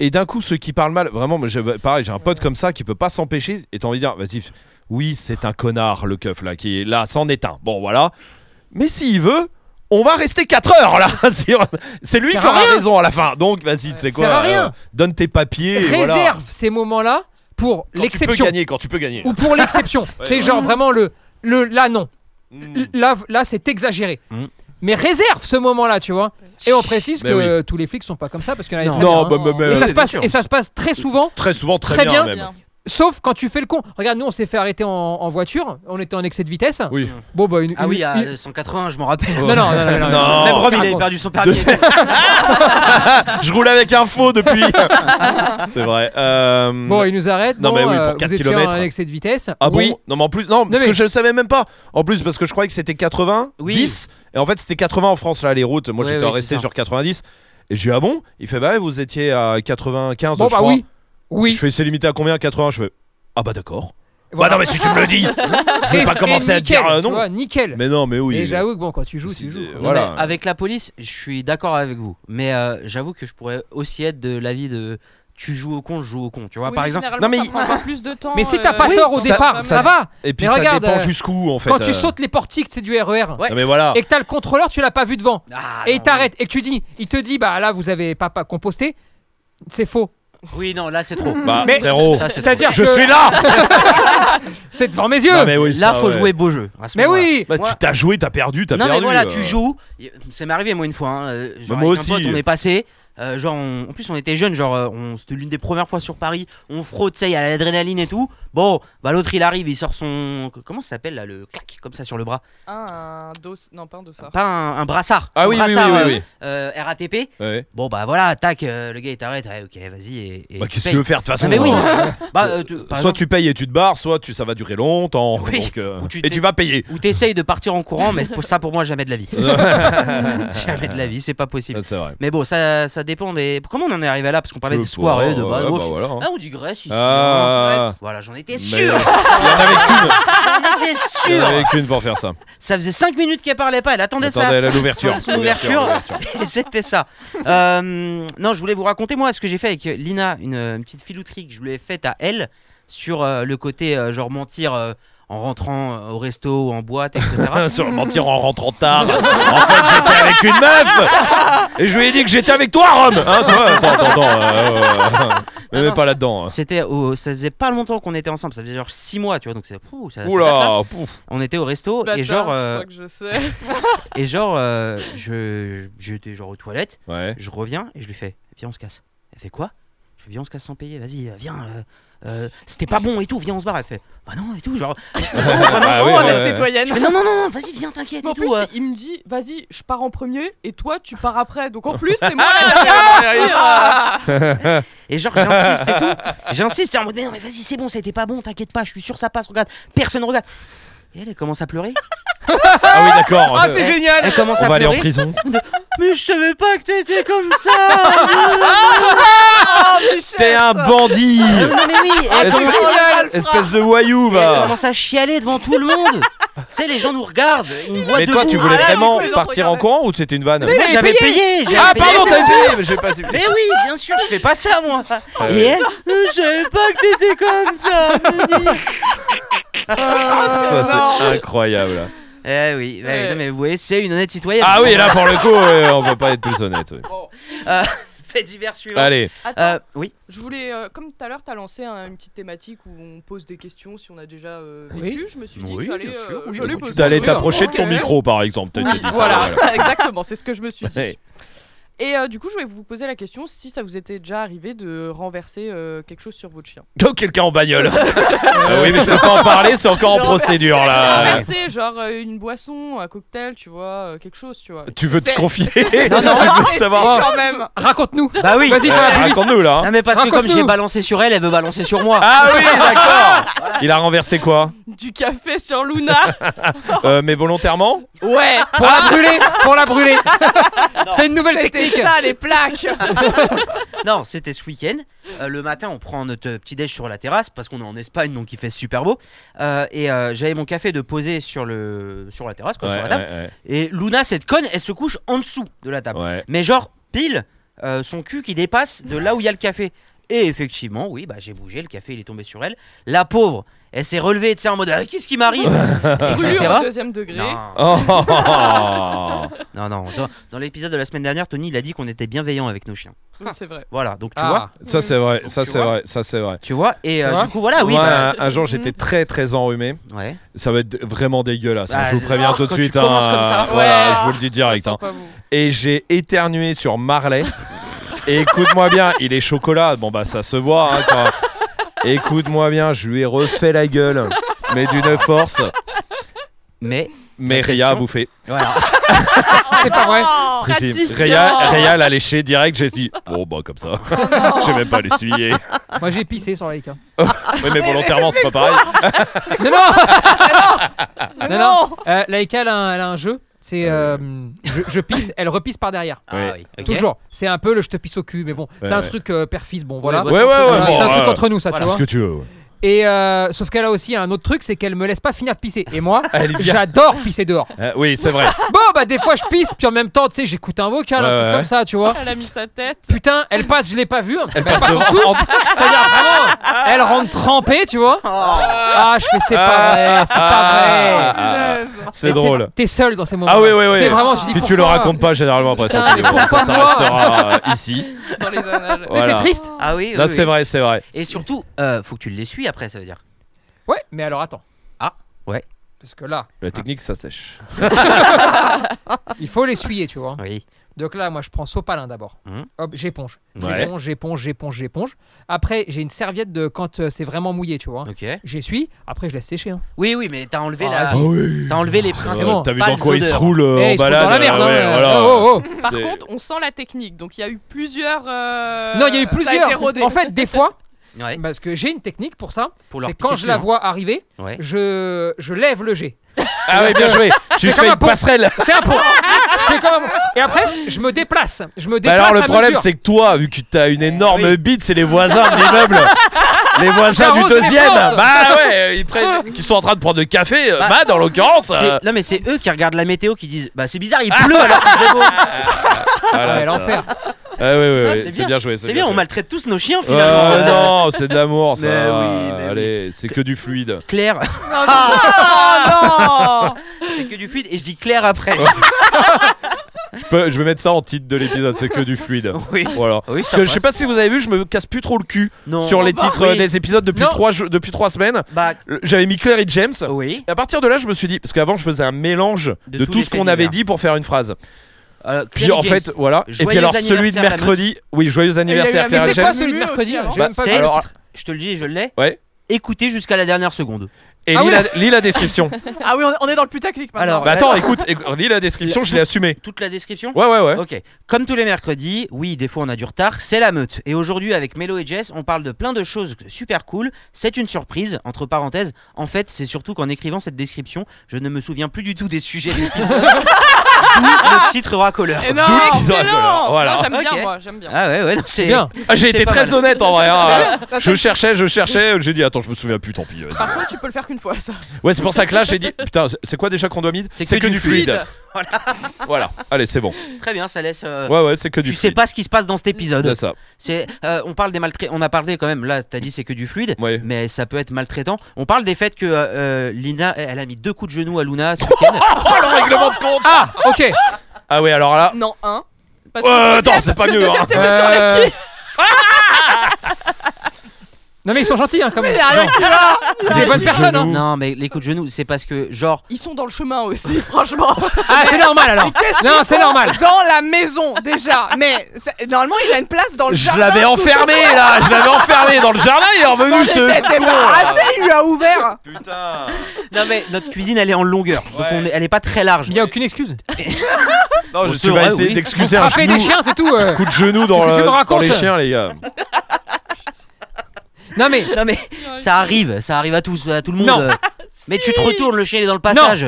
[SPEAKER 2] Et d'un coup, ceux qui parlent mal, vraiment, moi, j'ai- pareil, j'ai un pote comme ça qui peut pas s'empêcher et t'as envie de dire, vas-y, oui, c'est un connard, le keuf, là, qui est là, c'en est un. Bon, voilà. Mais s'il veut. On va rester 4 heures là! Si on- C'est lui
[SPEAKER 7] Ça
[SPEAKER 2] qui
[SPEAKER 7] sert à
[SPEAKER 2] aura
[SPEAKER 7] rien.
[SPEAKER 2] raison à la fin! Donc vas-y, tu sais
[SPEAKER 7] Ça
[SPEAKER 2] quoi? euh,
[SPEAKER 7] sert à rien.
[SPEAKER 2] donne tes papiers! et voilà.
[SPEAKER 7] Réserve ces moments-là pour
[SPEAKER 2] Quand tu peux
[SPEAKER 7] l'exception
[SPEAKER 2] gagner, quand tu peux gagner!
[SPEAKER 7] ou pour l'exception. C'est
[SPEAKER 2] ouais.
[SPEAKER 7] genre vraiment le le là non.
[SPEAKER 2] Mm.
[SPEAKER 7] Là, là c'est exagéré.
[SPEAKER 1] Mm.
[SPEAKER 7] Mais réserve ce moment-là, tu vois. Et on précise
[SPEAKER 2] Mais
[SPEAKER 7] que
[SPEAKER 2] Hmm. Ben oui.
[SPEAKER 7] euh, tous les flics sont pas comme ça parce qu'il y en a des
[SPEAKER 1] Non.
[SPEAKER 7] très
[SPEAKER 2] Non,
[SPEAKER 7] bien,
[SPEAKER 2] bah,
[SPEAKER 7] hein.
[SPEAKER 2] bah, bah,
[SPEAKER 7] et, ça
[SPEAKER 2] oui,
[SPEAKER 7] se passe,
[SPEAKER 2] bien sûr.
[SPEAKER 7] et ça se passe très souvent,
[SPEAKER 2] Très souvent, très,
[SPEAKER 7] Très bien.
[SPEAKER 2] même.
[SPEAKER 8] Bien.
[SPEAKER 7] sauf quand tu fais le con. Regarde, nous on s'est fait arrêter en, en voiture, on était en excès de vitesse.
[SPEAKER 2] Oui.
[SPEAKER 7] Bon, bah, une,
[SPEAKER 1] ah
[SPEAKER 7] une-
[SPEAKER 1] oui à
[SPEAKER 7] une-
[SPEAKER 1] euh, 180 je m'en rappelle
[SPEAKER 7] Non, non, non, non, non,
[SPEAKER 2] Non.
[SPEAKER 1] même Rob
[SPEAKER 7] c'est
[SPEAKER 1] il avait
[SPEAKER 7] raconte.
[SPEAKER 1] perdu son permis
[SPEAKER 2] Je roule avec un faux depuis. c'est vrai. Euh,
[SPEAKER 7] Bon, il nous arrête.
[SPEAKER 2] Non,
[SPEAKER 7] bon,
[SPEAKER 2] mais oui, pour
[SPEAKER 7] euh,
[SPEAKER 2] 4
[SPEAKER 7] vous étiez
[SPEAKER 2] kilomètres.
[SPEAKER 7] en excès de vitesse.
[SPEAKER 2] ah bon
[SPEAKER 7] Oui.
[SPEAKER 2] Non mais en plus non, parce
[SPEAKER 7] mais-
[SPEAKER 2] que je le savais même pas. En plus parce que je croyais que c'était 80
[SPEAKER 1] Oui.
[SPEAKER 2] 10 et en fait c'était 80 en France là les routes. Moi
[SPEAKER 1] Ouais,
[SPEAKER 2] j'étais
[SPEAKER 1] ouais, c'est
[SPEAKER 2] resté
[SPEAKER 1] ça.
[SPEAKER 2] sur 90. Et je lui dis ah bon Il fait bah ouais, vous étiez à 95
[SPEAKER 7] Bon,
[SPEAKER 2] je
[SPEAKER 7] bah
[SPEAKER 2] crois.
[SPEAKER 7] oui. Oui.
[SPEAKER 2] Je fais c'est limité à combien 80 je fais ah bah d'accord.
[SPEAKER 7] Voilà.
[SPEAKER 2] Bah non mais si tu me le dis. je vais
[SPEAKER 7] Et-
[SPEAKER 2] pas commencer
[SPEAKER 7] et
[SPEAKER 2] à te dire
[SPEAKER 7] nickel,
[SPEAKER 2] euh,
[SPEAKER 7] tu
[SPEAKER 2] non.
[SPEAKER 7] vois, nickel.
[SPEAKER 2] Mais non mais oui.
[SPEAKER 7] et j'avoue que bon, quand tu joues,
[SPEAKER 2] Si,
[SPEAKER 7] tu joues.
[SPEAKER 2] euh,
[SPEAKER 7] quoi.
[SPEAKER 1] Non,
[SPEAKER 2] Voilà.
[SPEAKER 1] mais avec la police, je suis d'accord avec vous. Mais euh, j'avoue que je pourrais aussi être de l'avis de tu joues au con, je joue au con. Tu vois,
[SPEAKER 8] Oui,
[SPEAKER 1] par
[SPEAKER 8] mais
[SPEAKER 1] exemple.
[SPEAKER 8] généralement,
[SPEAKER 2] Non, mais
[SPEAKER 8] ça
[SPEAKER 2] il-
[SPEAKER 8] prend encore plus de temps.
[SPEAKER 7] Mais si t'as
[SPEAKER 8] euh,
[SPEAKER 7] pas
[SPEAKER 8] oui,
[SPEAKER 7] tort au
[SPEAKER 8] ça-
[SPEAKER 7] départ,
[SPEAKER 8] vraiment.
[SPEAKER 7] ça va.
[SPEAKER 2] Et puis
[SPEAKER 7] Mais
[SPEAKER 2] ça
[SPEAKER 7] regarde,
[SPEAKER 2] dépend
[SPEAKER 7] euh,
[SPEAKER 2] jusqu'où en fait.
[SPEAKER 7] Quand tu
[SPEAKER 2] euh.
[SPEAKER 7] sautes les portiques, c'est du RER.
[SPEAKER 1] Ouais.
[SPEAKER 2] Non, mais voilà.
[SPEAKER 7] Et que t'as le contrôleur, tu l'as pas vu devant.
[SPEAKER 1] Ah,
[SPEAKER 7] et il
[SPEAKER 1] non,
[SPEAKER 7] t'arrête. Et que tu dis, il te dit, bah là, vous avez pas, pas composté. C'est faux.
[SPEAKER 1] Oui, non, là c'est trop.
[SPEAKER 2] Bah,
[SPEAKER 7] Mmh. Mais-
[SPEAKER 2] frérot,
[SPEAKER 1] Ça, c'est
[SPEAKER 7] C'est-à-dire
[SPEAKER 2] je
[SPEAKER 7] que
[SPEAKER 2] suis là
[SPEAKER 7] c'est devant mes yeux.
[SPEAKER 2] Non,
[SPEAKER 7] mais
[SPEAKER 2] mais Eh oui,
[SPEAKER 1] Là,
[SPEAKER 2] ça,
[SPEAKER 1] faut
[SPEAKER 2] ouais.
[SPEAKER 1] jouer beau jeu. à ce moment-là.
[SPEAKER 7] oui.
[SPEAKER 2] Bah,
[SPEAKER 1] Moi-
[SPEAKER 2] tu t'as joué, t'as perdu, t'as
[SPEAKER 1] non
[SPEAKER 2] perdu.
[SPEAKER 1] mais voilà,
[SPEAKER 2] euh.
[SPEAKER 1] tu joues. Y- Ça m'est arrivé moi une fois. hein, euh, genre,
[SPEAKER 2] Bah, moi
[SPEAKER 1] avec un
[SPEAKER 2] aussi.
[SPEAKER 1] pote, on est passé. euh, genre, on- en plus, on était jeunes. Genre, euh, on- c'était l'une des premières fois sur Paris. On fraude, ça, il y a l'adrénaline et tout. Bon, bah l'autre, il arrive, il sort son. Comment ça s'appelle là Le clac comme ça sur le bras.
[SPEAKER 8] Un, un dos, non pas un dossard.
[SPEAKER 1] Pas un, un brassard.
[SPEAKER 2] Ah
[SPEAKER 1] Son
[SPEAKER 2] oui, oui, oui,
[SPEAKER 1] brassard,
[SPEAKER 2] oui,
[SPEAKER 1] euh,
[SPEAKER 2] oui.
[SPEAKER 1] euh, RATP.
[SPEAKER 2] Ouais.
[SPEAKER 1] Bon, bah voilà, tac, euh, le gars, il t'arrête. Ouais, ok, vas-y. Et, et
[SPEAKER 2] Bah,
[SPEAKER 1] tu
[SPEAKER 2] qu'est-ce que
[SPEAKER 1] payes.
[SPEAKER 2] tu veux faire de toute
[SPEAKER 1] Ah,
[SPEAKER 2] façon
[SPEAKER 1] mais oui.
[SPEAKER 2] hein.
[SPEAKER 1] bah, euh, tu- par
[SPEAKER 2] Soit
[SPEAKER 1] exemple,
[SPEAKER 2] tu payes et tu te barres, soit tu, ça va durer longtemps.
[SPEAKER 1] Oui.
[SPEAKER 2] donc, euh,
[SPEAKER 1] Ou tu
[SPEAKER 2] et
[SPEAKER 1] t'es-
[SPEAKER 2] tu vas payer.
[SPEAKER 1] Ou t'essayes de partir en courant, mais pour ça, pour moi, jamais de la vie. jamais de la vie, c'est pas possible.
[SPEAKER 2] Ah, C'est vrai.
[SPEAKER 1] Mais bon, ça, ça dépend des. Comment on en est arrivé là Parce qu'on parlait
[SPEAKER 2] Je
[SPEAKER 1] des
[SPEAKER 2] sais
[SPEAKER 1] soirées,
[SPEAKER 2] pas,
[SPEAKER 1] de bah,
[SPEAKER 2] ouais,
[SPEAKER 1] oh,
[SPEAKER 2] bah,
[SPEAKER 1] je-
[SPEAKER 2] voilà, hein.
[SPEAKER 1] Ah, on digresse ici.
[SPEAKER 2] Ah,
[SPEAKER 1] hein. Voilà, j'en étais
[SPEAKER 2] mais-
[SPEAKER 1] sûr
[SPEAKER 2] Il y en avait qu'une.
[SPEAKER 1] J'en étais
[SPEAKER 2] Il y en
[SPEAKER 1] sûr
[SPEAKER 2] avait qu'une pour faire ça.
[SPEAKER 1] Ça faisait 5 minutes qu'elle parlait pas, elle attendait ça.
[SPEAKER 2] Attendez, elle a l'ouverture.
[SPEAKER 1] Son ouverture. Et C'était ça. Euh, non, je voulais vous raconter moi ce que j'ai fait avec Lina, une, euh, une petite filouterie que je lui ai faite à elle sur euh, le côté euh, genre mentir euh, en rentrant euh, au resto ou en boîte, etc.
[SPEAKER 2] Sur mentir en rentrant tard. En fait, j'étais avec une meuf et je lui ai dit que j'étais avec toi, Rome. Hein, toi, attends, attends, attends. euh, euh, ne
[SPEAKER 1] Non,
[SPEAKER 2] mets
[SPEAKER 1] non,
[SPEAKER 2] pas là-dedans. hein.
[SPEAKER 1] C'était au- ça faisait pas longtemps qu'on était ensemble, ça faisait genre 6 mois, tu vois, donc c'est ouh, ça- ça date, là.
[SPEAKER 2] Oula, pouf.
[SPEAKER 1] On était au resto et
[SPEAKER 8] Bâtard,
[SPEAKER 1] genre
[SPEAKER 8] je
[SPEAKER 1] euh,
[SPEAKER 8] crois que je sais.
[SPEAKER 1] et genre euh, je j'étais genre aux toilettes,
[SPEAKER 2] Ouais.
[SPEAKER 1] je reviens et je lui fais viens on se casse. Elle fait quoi Je fais viens on se casse sans payer, vas-y, euh, viens euh, euh, c'était pas bon et tout, viens on se barre. Elle fait bah non et tout, genre
[SPEAKER 2] Ah oui,
[SPEAKER 6] Oh,
[SPEAKER 2] ouais,
[SPEAKER 6] la
[SPEAKER 2] ouais.
[SPEAKER 1] je fais
[SPEAKER 6] citoyenne.
[SPEAKER 1] non non non, non vas-y viens t'inquiète
[SPEAKER 8] Mais
[SPEAKER 1] et
[SPEAKER 8] en plus,
[SPEAKER 1] tout. euh.
[SPEAKER 8] il me dit, vas-y, je pars en premier et toi, tu pars après. Donc en plus, c'est moi. Ah,
[SPEAKER 1] Et genre j'insiste et tout, j'insiste et en mode mais non mais vas-y c'est bon, ça a été pas bon, t'inquiète pas, je suis sûr ça passe, regarde, personne regarde. Et elle, elle commence à pleurer.
[SPEAKER 2] Ah oui, d'accord.
[SPEAKER 7] Ah, c'est
[SPEAKER 1] Ouais.
[SPEAKER 7] génial.
[SPEAKER 1] Elle commence
[SPEAKER 2] On
[SPEAKER 1] à
[SPEAKER 2] va aller en
[SPEAKER 1] pleurer.
[SPEAKER 2] prison.
[SPEAKER 1] Mais je savais pas que t'étais comme ça.
[SPEAKER 2] T'es un bandit.
[SPEAKER 1] Non, Ah, mais oui, et elle
[SPEAKER 2] Est-ce
[SPEAKER 6] Oh,
[SPEAKER 1] commence,
[SPEAKER 7] Génial.
[SPEAKER 2] Espèce de voyou,
[SPEAKER 1] elle
[SPEAKER 2] va.
[SPEAKER 1] commence à chialer devant tout le monde. tu sais, les gens nous regardent, ils me voient
[SPEAKER 2] Mais toi,
[SPEAKER 1] debout.
[SPEAKER 2] tu voulais
[SPEAKER 1] Ah, là,
[SPEAKER 2] vraiment
[SPEAKER 8] les gens te
[SPEAKER 2] partir en
[SPEAKER 8] regardaient.
[SPEAKER 2] courant ou c'était une vanne
[SPEAKER 1] Moi,
[SPEAKER 7] Mais
[SPEAKER 1] j'avais
[SPEAKER 7] payé.
[SPEAKER 1] payé. j'avais
[SPEAKER 2] Ah,
[SPEAKER 1] payé.
[SPEAKER 2] pardon, t'as dit. Mais j'ai pas dit.
[SPEAKER 1] Mais oui, bien sûr, je fais pas ça moi.
[SPEAKER 2] Ah
[SPEAKER 1] Et
[SPEAKER 2] ouais.
[SPEAKER 1] elle, je savais pas que t'étais comme ça. Mimi.
[SPEAKER 2] Ça,
[SPEAKER 8] Ah,
[SPEAKER 2] c'est incroyable.
[SPEAKER 1] eh oui, bah,
[SPEAKER 8] Ouais.
[SPEAKER 1] non, mais vous voyez, c'est une honnête citoyenne.
[SPEAKER 2] Ah oui, là, pour le coup, ouais, on peut pas être plus honnête. oui.
[SPEAKER 1] Fait divers suivant.
[SPEAKER 2] Allez.
[SPEAKER 8] Attends,
[SPEAKER 1] Euh, oui.
[SPEAKER 8] je voulais, euh, comme tout à l'heure, t'as lancé un- une petite thématique où on pose des questions si on a déjà euh, vécu. Je me suis dit
[SPEAKER 1] Oui,
[SPEAKER 8] que j'allais,
[SPEAKER 1] bien sûr,
[SPEAKER 8] euh,
[SPEAKER 1] oui,
[SPEAKER 8] j'allais
[SPEAKER 1] oui,
[SPEAKER 8] poser
[SPEAKER 2] Tu allais
[SPEAKER 8] ça.
[SPEAKER 2] t'approcher de ton
[SPEAKER 8] Ok.
[SPEAKER 2] micro, par exemple. T'as
[SPEAKER 8] Oui,
[SPEAKER 2] dit ça,
[SPEAKER 8] voilà,
[SPEAKER 2] voilà.
[SPEAKER 8] exactement, c'est ce que je me suis dit.
[SPEAKER 2] Ouais.
[SPEAKER 8] Et euh, du coup, je voulais vous poser la question si ça vous était déjà arrivé de renverser euh, quelque chose sur votre chien.
[SPEAKER 2] Oh, quelqu'un en bagnole. Euh, oui, mais je peux pas en parler, c'est encore en
[SPEAKER 8] Non,
[SPEAKER 2] procédure
[SPEAKER 1] Ah
[SPEAKER 2] là.
[SPEAKER 8] Renverser, genre euh, une boisson, un cocktail, tu vois, euh, quelque chose, tu vois.
[SPEAKER 2] Tu veux te
[SPEAKER 6] C'est-
[SPEAKER 2] confier
[SPEAKER 7] Non, non,
[SPEAKER 2] Tu veux
[SPEAKER 6] Précise
[SPEAKER 2] savoir
[SPEAKER 7] savoir.
[SPEAKER 6] quand même.
[SPEAKER 7] Raconte-nous.
[SPEAKER 1] Bah oui.
[SPEAKER 7] Vas-y, ça va
[SPEAKER 2] Euh,
[SPEAKER 7] plus vite.
[SPEAKER 2] Raconte-nous là.
[SPEAKER 1] Non mais parce que comme
[SPEAKER 7] Raconte-nous.
[SPEAKER 1] j'ai balancé sur elle, elle veut balancer sur moi.
[SPEAKER 2] Ah oui, d'accord. Il a renversé quoi
[SPEAKER 8] Du café sur Luna
[SPEAKER 2] Euh, Mais volontairement
[SPEAKER 8] Ouais
[SPEAKER 7] Pour la brûler. Pour la brûler. C'est une nouvelle
[SPEAKER 6] C'était
[SPEAKER 7] technique.
[SPEAKER 6] ça, les plaques.
[SPEAKER 1] Non, c'était ce week-end. Euh, le matin, on prend notre petit déj sur la terrasse parce qu'on est en Espagne, donc il fait super beau. Euh, et euh, j'avais mon café de poser sur le sur la terrasse, quoi,
[SPEAKER 2] Ouais,
[SPEAKER 1] sur la table.
[SPEAKER 2] ouais,
[SPEAKER 1] Et Luna, cette conne, elle se couche en dessous de la table.
[SPEAKER 2] ouais.
[SPEAKER 1] Mais genre pile euh, son cul qui dépasse de là où il y a le café. Et effectivement, oui, bah j'ai bougé, le café il est tombé sur elle. La pauvre, elle s'est relevée, tu sais, en mode Ah, qu'est-ce qui m'arrive,
[SPEAKER 8] Brûlure
[SPEAKER 1] etc.
[SPEAKER 8] au deuxième degré.
[SPEAKER 1] Non,
[SPEAKER 2] Oh.
[SPEAKER 1] non, non. Dans, dans l'épisode de la semaine dernière, Tony il a dit qu'on était bienveillant avec nos chiens.
[SPEAKER 8] Oui, c'est vrai.
[SPEAKER 1] Voilà, donc tu
[SPEAKER 7] Ah.
[SPEAKER 1] vois,
[SPEAKER 2] Ça c'est vrai, ça
[SPEAKER 1] Tu
[SPEAKER 2] c'est
[SPEAKER 1] vois
[SPEAKER 2] vrai, ça c'est vrai.
[SPEAKER 1] tu vois. Et euh,
[SPEAKER 7] Tu vois
[SPEAKER 1] du coup voilà, oui.
[SPEAKER 2] Moi,
[SPEAKER 1] bah,
[SPEAKER 2] un, un jour j'étais très très enrhumé.
[SPEAKER 1] ouais.
[SPEAKER 2] Ça va être vraiment dégueulasse. hein.
[SPEAKER 1] Ah,
[SPEAKER 2] je vous
[SPEAKER 1] c'est-
[SPEAKER 2] préviens
[SPEAKER 1] Oh,
[SPEAKER 2] tout de
[SPEAKER 1] quand tu
[SPEAKER 2] suite.
[SPEAKER 1] commences comme ça.
[SPEAKER 2] Voilà,
[SPEAKER 8] Ouais.
[SPEAKER 2] je vous le dis direct. hein.
[SPEAKER 8] Pas vous.
[SPEAKER 2] et j'ai éternué sur Marley. Et écoute-moi bien, il est chocolat, bon bah ça se voit. hein, quand- Écoute-moi bien, je lui ai refait la gueule, mais d'une force.
[SPEAKER 1] Mais ah,
[SPEAKER 2] Mais
[SPEAKER 1] La
[SPEAKER 2] Réa a
[SPEAKER 1] question-
[SPEAKER 2] bouffé.
[SPEAKER 1] voilà.
[SPEAKER 7] C'est pas vrai.
[SPEAKER 2] Si, si. Réa, Réa l'a léché direct, j'ai dit, bon bah comme ça,
[SPEAKER 1] Oh
[SPEAKER 2] j'ai même pas l'essuyé.
[SPEAKER 7] Moi, j'ai pissé sur Laïka.
[SPEAKER 2] Oui mais volontairement c'est pas pareil.
[SPEAKER 7] Non, non. non, non. Euh, Laïka, elle a un, elle a un jeu. C'est euh, je, je pisse, elle repisse par derrière.
[SPEAKER 1] Ah oui. ok.
[SPEAKER 7] Toujours. C'est un peu le je te pisse au cul, mais bon, c'est un
[SPEAKER 2] ouais.
[SPEAKER 7] truc euh, père-fils. Bon, voilà.
[SPEAKER 1] ouais,
[SPEAKER 2] Ouais ouais ouais.
[SPEAKER 7] Voilà,
[SPEAKER 2] bon,
[SPEAKER 7] c'est un truc
[SPEAKER 2] euh,
[SPEAKER 7] entre nous, ça,
[SPEAKER 1] voilà.
[SPEAKER 7] tu
[SPEAKER 2] ce
[SPEAKER 7] vois.
[SPEAKER 2] que tu veux. ouais.
[SPEAKER 7] Et euh, sauf qu'elle a aussi un autre truc, c'est qu'elle me laisse pas finir de pisser. Et moi,
[SPEAKER 2] Elle vient-
[SPEAKER 7] j'adore pisser dehors.
[SPEAKER 2] Euh, oui, c'est vrai.
[SPEAKER 7] Bon, bah des fois je pisse, puis en même temps, tu sais, j'écoute un vocal, un
[SPEAKER 2] Ouais,
[SPEAKER 7] truc
[SPEAKER 2] ouais.
[SPEAKER 7] comme ça, tu vois.
[SPEAKER 8] Elle a mis sa tête.
[SPEAKER 7] Putain, elle passe, je l'ai pas vue. hein. Elle
[SPEAKER 2] passe
[SPEAKER 7] en
[SPEAKER 2] devant.
[SPEAKER 7] couple. C'est-à-dire, vraiment, elle rentre trempée, tu
[SPEAKER 1] Oh.
[SPEAKER 7] vois. Ah, je fais, c'est pas vrai, c'est pas vrai.
[SPEAKER 2] Ah,
[SPEAKER 6] Punaise.
[SPEAKER 2] c'est
[SPEAKER 7] Et tu sais,
[SPEAKER 2] drôle.
[SPEAKER 7] T'es seul dans ces moments.
[SPEAKER 2] Ah oui, oui, oui.
[SPEAKER 7] C'est vraiment, je dis.
[SPEAKER 2] Puis tu le
[SPEAKER 7] pourquoi
[SPEAKER 2] racontes pas généralement après ça.
[SPEAKER 7] Putain,
[SPEAKER 2] tu dis, bon, ça, ça
[SPEAKER 7] pourquoi
[SPEAKER 2] restera euh, ici.
[SPEAKER 8] dans les annales.
[SPEAKER 7] Tu sais,
[SPEAKER 2] Voilà.
[SPEAKER 7] C'est triste.
[SPEAKER 1] Ah oui,
[SPEAKER 2] Non,
[SPEAKER 1] oui,
[SPEAKER 2] c'est
[SPEAKER 1] oui.
[SPEAKER 2] vrai, c'est vrai.
[SPEAKER 1] Et surtout, euh, faut que tu l'essuies après, ça veut dire.
[SPEAKER 7] Ouais, mais alors attends.
[SPEAKER 1] Ah, ouais.
[SPEAKER 7] Parce que là,
[SPEAKER 2] La technique, ça sèche.
[SPEAKER 7] il faut l'essuyer, tu vois.
[SPEAKER 1] Oui.
[SPEAKER 7] Donc là, moi, je prends sopalin d'abord.
[SPEAKER 1] Mhm.
[SPEAKER 7] Hop, j'éponge.
[SPEAKER 2] Mmh. Ouais.
[SPEAKER 7] J'éponge, j'éponge, j'éponge, j'éponge. Après, j'ai une serviette de quand euh, c'est vraiment mouillé, tu vois.
[SPEAKER 1] Ok.
[SPEAKER 7] J'essuie, après je laisse sécher. hein.
[SPEAKER 1] Oui, oui, mais t'as enlevé la.
[SPEAKER 7] Ah, vas-y.
[SPEAKER 2] oui.
[SPEAKER 1] T'as enlevé les principes.
[SPEAKER 7] bon.
[SPEAKER 2] Ah, T'as vu dans quoi il se roule euh,
[SPEAKER 7] Eh,
[SPEAKER 2] en
[SPEAKER 7] ils se foutent
[SPEAKER 2] balade
[SPEAKER 7] dans la merde.
[SPEAKER 2] euh,
[SPEAKER 7] hein,
[SPEAKER 2] ouais,
[SPEAKER 7] euh,
[SPEAKER 2] voilà.
[SPEAKER 7] oh, oh, oh.
[SPEAKER 8] Par
[SPEAKER 2] C'est-
[SPEAKER 8] contre, on sent la technique. Donc il y a eu plusieurs. euh,
[SPEAKER 7] Non, il y a eu
[SPEAKER 8] ça été
[SPEAKER 7] plusieurs.
[SPEAKER 8] rodé.
[SPEAKER 7] en fait, des fois,
[SPEAKER 1] Ouais,
[SPEAKER 7] parce que j'ai une technique pour ça,
[SPEAKER 1] pour leur
[SPEAKER 7] c'est quand
[SPEAKER 1] pisser
[SPEAKER 7] je la
[SPEAKER 1] dessus,
[SPEAKER 7] vois arriver,
[SPEAKER 1] hein. Ouais.
[SPEAKER 7] je, je lève le jet.
[SPEAKER 2] Ah oui, bien joué. Tu
[SPEAKER 7] C'est comme
[SPEAKER 2] fais
[SPEAKER 7] un
[SPEAKER 2] une
[SPEAKER 7] pont.
[SPEAKER 2] passerelle.
[SPEAKER 7] C'est un point. Je fais comme un- Et après, je me déplace. Je me
[SPEAKER 2] Bah
[SPEAKER 7] déplace.
[SPEAKER 2] alors le
[SPEAKER 7] à
[SPEAKER 2] problème
[SPEAKER 7] mesure. Eh
[SPEAKER 2] c'est que toi, vu que t'as une énorme
[SPEAKER 1] oui.
[SPEAKER 2] bite, c'est les voisins de l'immeuble. Les voisins du
[SPEAKER 7] J'arrose les
[SPEAKER 2] deuxième.
[SPEAKER 7] plantes.
[SPEAKER 2] Bah ouais, euh, ils prennent, qui sont en train de prendre le café. euh, Bah,
[SPEAKER 1] Bah,
[SPEAKER 2] dans l'occurrence.
[SPEAKER 1] C'est- Ah
[SPEAKER 2] euh,
[SPEAKER 1] Non, mais c'est eux qui regardent la météo qui disent Bah, c'est bizarre, il pleut alors qu'il fait beau.
[SPEAKER 7] Ah,
[SPEAKER 2] voilà,
[SPEAKER 7] ouais,
[SPEAKER 2] ça.
[SPEAKER 7] l'enfer.
[SPEAKER 2] Ah oui, oui,
[SPEAKER 1] Ah,
[SPEAKER 2] oui,
[SPEAKER 1] c'est
[SPEAKER 2] c'est
[SPEAKER 1] bien.
[SPEAKER 2] bien joué.
[SPEAKER 1] C'est bien, on
[SPEAKER 2] joué.
[SPEAKER 1] maltraite tous nos chiens finalement.
[SPEAKER 2] Euh,
[SPEAKER 1] Euh,
[SPEAKER 2] non, c'est de l'amour, ça.
[SPEAKER 1] Mais oui, mais oui.
[SPEAKER 2] Allez, c'est que du fluide.
[SPEAKER 1] Claire,
[SPEAKER 8] Non, non, non.
[SPEAKER 1] c'est que du fluide et je dis Claire après.
[SPEAKER 2] Je, peux- je vais mettre ça en titre de l'épisode, c'est que du fluide.
[SPEAKER 1] oui.
[SPEAKER 2] Voilà.
[SPEAKER 1] Ah Oui,
[SPEAKER 2] Parce
[SPEAKER 1] ça
[SPEAKER 2] que je sais
[SPEAKER 1] passe.
[SPEAKER 2] pas si vous avez vu, je me casse plus trop le cul
[SPEAKER 1] Non. Oh, Ah bah
[SPEAKER 2] sur les titres euh,
[SPEAKER 1] Oui.
[SPEAKER 2] des épisodes depuis
[SPEAKER 7] Non.
[SPEAKER 2] trois, jou- depuis trois semaines.
[SPEAKER 1] Bah,
[SPEAKER 2] Le- J'avais mis Claire et James.
[SPEAKER 1] oui.
[SPEAKER 2] Et à partir de là, je me suis dit, parce qu'avant, je faisais un mélange de,
[SPEAKER 1] De tous
[SPEAKER 2] tout
[SPEAKER 1] les
[SPEAKER 2] ce
[SPEAKER 1] faits
[SPEAKER 2] qu'on avait
[SPEAKER 1] divers.
[SPEAKER 2] dit pour faire une phrase.
[SPEAKER 1] Euh,
[SPEAKER 2] Puis
[SPEAKER 1] Claire
[SPEAKER 2] en
[SPEAKER 1] et James.
[SPEAKER 2] fait, voilà. Et puis
[SPEAKER 1] Joyeux
[SPEAKER 2] alors, celui de
[SPEAKER 1] anniversaire, la meuf.
[SPEAKER 2] mercredi. Oui, joyeux
[SPEAKER 6] Et il y a eu
[SPEAKER 2] anniversaire,
[SPEAKER 6] un
[SPEAKER 2] Claire
[SPEAKER 7] Mais
[SPEAKER 2] et
[SPEAKER 7] c'est
[SPEAKER 2] James.
[SPEAKER 6] message
[SPEAKER 7] quoi celui de
[SPEAKER 6] Mue aussi,
[SPEAKER 7] mercredi
[SPEAKER 6] avant.
[SPEAKER 7] J'ai même
[SPEAKER 1] Bah,
[SPEAKER 7] pas
[SPEAKER 1] c'est-
[SPEAKER 7] vu.
[SPEAKER 2] Alors,
[SPEAKER 1] Je te le dis, je l'ai.
[SPEAKER 2] Ouais.
[SPEAKER 1] Écoutez jusqu'à la dernière seconde.
[SPEAKER 2] et
[SPEAKER 7] Ah
[SPEAKER 2] lis
[SPEAKER 7] oui,
[SPEAKER 2] la- lis la description.
[SPEAKER 6] Ah oui, on est- on est dans le putaclic maintenant.
[SPEAKER 1] Alors,
[SPEAKER 2] Bah attends, écoute, écoute, lis la description, je l'ai assumé.
[SPEAKER 1] Toute la description
[SPEAKER 2] Ouais, ouais, ouais.
[SPEAKER 1] Ok. Comme tous les mercredis, oui, des fois on a du retard, c'est la meute. Et aujourd'hui, avec Mélo et Jess, on parle de plein de choses super cool. C'est une surprise, entre parenthèses. En fait, c'est surtout qu'en écrivant cette description, je ne me souviens plus du tout des sujets de l'épisode. D'où le titre racoleur.
[SPEAKER 8] Et non,
[SPEAKER 2] D'où le
[SPEAKER 8] excellent.
[SPEAKER 2] design, voilà.
[SPEAKER 8] Non, J'aime
[SPEAKER 1] Ok.
[SPEAKER 8] bien, moi. J'aime bien.
[SPEAKER 1] Ah ouais, ouais, non, c'est.
[SPEAKER 7] Bien.
[SPEAKER 2] Ah, j'ai
[SPEAKER 1] C'est
[SPEAKER 2] été
[SPEAKER 1] pas
[SPEAKER 2] très
[SPEAKER 1] mal.
[SPEAKER 2] honnête en vrai. hein. Je cherchais, je cherchais, j'ai dit attends, je me souviens plus, tant pis. vas-y.
[SPEAKER 8] Par contre, tu peux le faire qu'une fois, ça.
[SPEAKER 2] Ouais, c'est pour ça que là j'ai dit putain, c'est quoi déjà qu'on doit mid C'est que, du fluide.
[SPEAKER 1] Voilà.
[SPEAKER 2] Voilà, allez, c'est bon.
[SPEAKER 1] Très bien, ça laisse. euh,
[SPEAKER 2] Ouais, ouais, c'est que du
[SPEAKER 1] Tu sais
[SPEAKER 2] fluide.
[SPEAKER 1] pas ce qui se passe dans cet épisode.
[SPEAKER 2] C'est ça.
[SPEAKER 1] C'est, euh, on parle des maltraitants. On a parlé quand même. Là, t'as dit c'est que du fluide,
[SPEAKER 2] Ouais.
[SPEAKER 1] mais ça peut être maltraitant. On parle des faits que euh, euh, Lina, elle a mis deux coups de genoux à Luna ce week-end.
[SPEAKER 2] Oh le règlement de compte
[SPEAKER 7] Ah, ok.
[SPEAKER 2] Ah ouais, alors là.
[SPEAKER 8] Non, un. Parce que
[SPEAKER 2] Ouais,
[SPEAKER 8] le deuxième-
[SPEAKER 2] attends, c'est pas
[SPEAKER 8] le
[SPEAKER 2] mieux.
[SPEAKER 8] deuxième,
[SPEAKER 2] hein.
[SPEAKER 8] c'était sur la
[SPEAKER 7] Euh,
[SPEAKER 8] quille.
[SPEAKER 7] Non mais ils sont gentils hein, quand même.
[SPEAKER 8] Mais rien
[SPEAKER 7] Non,
[SPEAKER 8] qui va.
[SPEAKER 7] C'est des bonnes
[SPEAKER 2] de
[SPEAKER 7] personnes. hein.
[SPEAKER 2] genoux.
[SPEAKER 1] Non, mais les coups de genoux, c'est parce que genre.
[SPEAKER 8] Ils sont dans le chemin aussi, franchement.
[SPEAKER 7] Ah, c'est normal alors. Non, c'est normal.
[SPEAKER 6] Dans la maison déjà, mais c'est- normalement il a une place dans le
[SPEAKER 2] Je
[SPEAKER 6] jardin.
[SPEAKER 2] l'avais
[SPEAKER 6] tout
[SPEAKER 2] enfermé là, je l'avais enfermé dans le jardin, il est revenu
[SPEAKER 6] Il était
[SPEAKER 2] ce.
[SPEAKER 6] débarrassé, Ah, il lui a ouvert.
[SPEAKER 2] Putain.
[SPEAKER 1] Non, mais notre cuisine, elle est en longueur, donc
[SPEAKER 2] Ouais.
[SPEAKER 1] on est- elle est pas très large.
[SPEAKER 7] Il n'y a aucune excuse.
[SPEAKER 2] Non,
[SPEAKER 1] On
[SPEAKER 2] je
[SPEAKER 1] se
[SPEAKER 2] tu vas
[SPEAKER 1] vrai,
[SPEAKER 2] essayer
[SPEAKER 1] oui.
[SPEAKER 2] d'excuser un
[SPEAKER 7] Frapper
[SPEAKER 2] genou.
[SPEAKER 7] des chiens, c'est tout. euh.
[SPEAKER 2] Coup de genou dans,
[SPEAKER 7] Qu'est-ce que
[SPEAKER 2] le-
[SPEAKER 7] tu me
[SPEAKER 2] dans
[SPEAKER 7] racontes
[SPEAKER 2] les chiens, les gars.
[SPEAKER 7] Non mais
[SPEAKER 1] Non, mais ça arrive, ça arrive à tous, à tout le monde.
[SPEAKER 7] Non.
[SPEAKER 1] Euh, Mais tu te retournes, le chien il est dans le passage.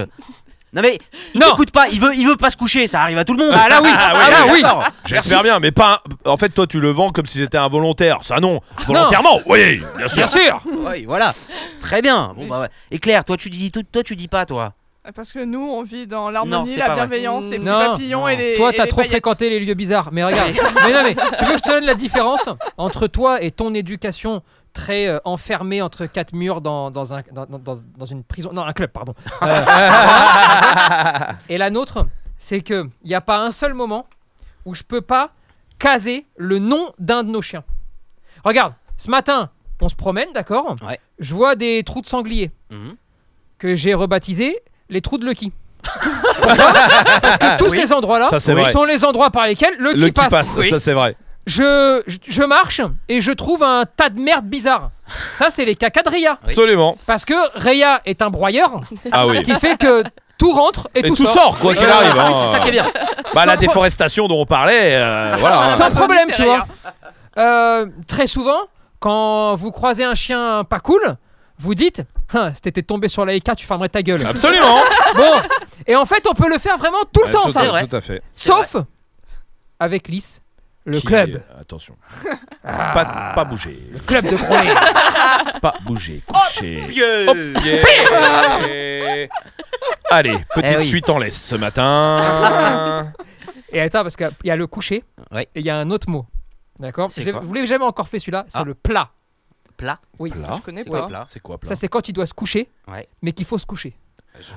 [SPEAKER 1] Non, mais il
[SPEAKER 7] Non.
[SPEAKER 1] t'écoute pas, il veut, il veut pas se coucher, ça arrive à tout le monde.
[SPEAKER 7] Ah, là, oui. Ah, là, oui.
[SPEAKER 1] d'accord.
[SPEAKER 2] J'espère bien, mais pas. un- En fait, toi, tu le vends comme si c'était involontaire. Ça, non. Volontairement, oui, bien sûr.
[SPEAKER 7] bien sûr.
[SPEAKER 1] Oui, voilà. Très bien. Bon, bah ouais. Et Claire, toi tu dis, toi, toi tu dis pas, toi.
[SPEAKER 6] Parce que nous, on vit dans
[SPEAKER 1] Non,
[SPEAKER 6] l'harmonie,
[SPEAKER 1] c'est
[SPEAKER 6] la
[SPEAKER 1] pas vrai.
[SPEAKER 6] bienveillance, les petits
[SPEAKER 7] Non.
[SPEAKER 6] papillons et les.
[SPEAKER 7] Toi,
[SPEAKER 6] et
[SPEAKER 7] t'as
[SPEAKER 6] les
[SPEAKER 7] trop
[SPEAKER 6] paillettes.
[SPEAKER 7] fréquenté les lieux bizarres. Mais regarde. mais non mais tu veux que je te donne la différence entre toi et ton éducation très euh, enfermée entre quatre murs dans, dans un dans, dans- dans- dans une prison non un club pardon Euh, et la nôtre c'est que il n'y a pas un seul moment où je peux pas caser le nom d'un de nos chiens regarde ce matin on se promène d'accord
[SPEAKER 1] Ouais.
[SPEAKER 7] je vois des trous de sanglier
[SPEAKER 1] Mhm.
[SPEAKER 7] que j'ai rebaptisé les trous de Lucky. Pourquoi Parce que tous
[SPEAKER 1] Oui.
[SPEAKER 7] ces endroits-là
[SPEAKER 2] Ça, c'est vrai.
[SPEAKER 7] sont les endroits par lesquels le,
[SPEAKER 2] Le qui passe,
[SPEAKER 1] oui.
[SPEAKER 2] ça c'est vrai.
[SPEAKER 7] Je, je, je marche et je trouve un tas de merde bizarre. Ça, c'est les cacas de Rhea.
[SPEAKER 1] Oui.
[SPEAKER 2] Absolument.
[SPEAKER 7] Parce que Rhea est un broyeur,
[SPEAKER 2] Ah oui.
[SPEAKER 7] ce qui fait que tout rentre et,
[SPEAKER 2] Et tout sort, quoi qu'il
[SPEAKER 1] Euh,
[SPEAKER 2] arrive.
[SPEAKER 1] ah,
[SPEAKER 2] hein.
[SPEAKER 1] oui, C'est ça qui est bien.
[SPEAKER 2] Bah, la
[SPEAKER 7] Sans pro-
[SPEAKER 2] déforestation dont on parlait, euh, voilà.
[SPEAKER 7] Sans
[SPEAKER 6] Ah,
[SPEAKER 7] problème,
[SPEAKER 6] c'est
[SPEAKER 7] tu
[SPEAKER 6] vrai,
[SPEAKER 7] vois. Euh, très souvent, quand vous croisez un chien pas cool, vous dites Hein, Si t'étais tombé sur la Eka, tu fermerais ta gueule.
[SPEAKER 2] Absolument. Euh,
[SPEAKER 7] Bon, et en fait, on peut le faire vraiment tout le
[SPEAKER 2] Ouais,
[SPEAKER 7] temps,
[SPEAKER 2] tout,
[SPEAKER 7] ça.
[SPEAKER 1] vrai.
[SPEAKER 2] Tout à fait.
[SPEAKER 1] C'est
[SPEAKER 7] Sauf avec Lys, Le
[SPEAKER 2] qui
[SPEAKER 7] club.
[SPEAKER 2] est- attention.
[SPEAKER 7] Ah,
[SPEAKER 2] Pas, pas bouger.
[SPEAKER 7] Le club de Groenay.
[SPEAKER 2] Pas bouger.
[SPEAKER 1] Oh,
[SPEAKER 2] Coucher. Yeah. Allez, petite
[SPEAKER 1] Eh oui.
[SPEAKER 2] suite en laisse ce matin.
[SPEAKER 7] Et attends, parce qu'il y a le coucher
[SPEAKER 1] Ouais.
[SPEAKER 7] et il y a un autre mot. D'accord
[SPEAKER 1] C'est
[SPEAKER 7] Je l'ai-
[SPEAKER 1] quoi
[SPEAKER 7] Vous l'avez jamais encore fait celui-là C'est
[SPEAKER 1] Ah.
[SPEAKER 7] le plat.
[SPEAKER 1] Plat
[SPEAKER 7] Oui.
[SPEAKER 8] Ah, Je connais
[SPEAKER 1] C'est
[SPEAKER 8] pas.
[SPEAKER 1] quoi, plat
[SPEAKER 2] C'est quoi
[SPEAKER 7] Ah. Ça, c'est quand il doit se coucher,
[SPEAKER 1] Ouais.
[SPEAKER 7] mais qu'il faut se coucher.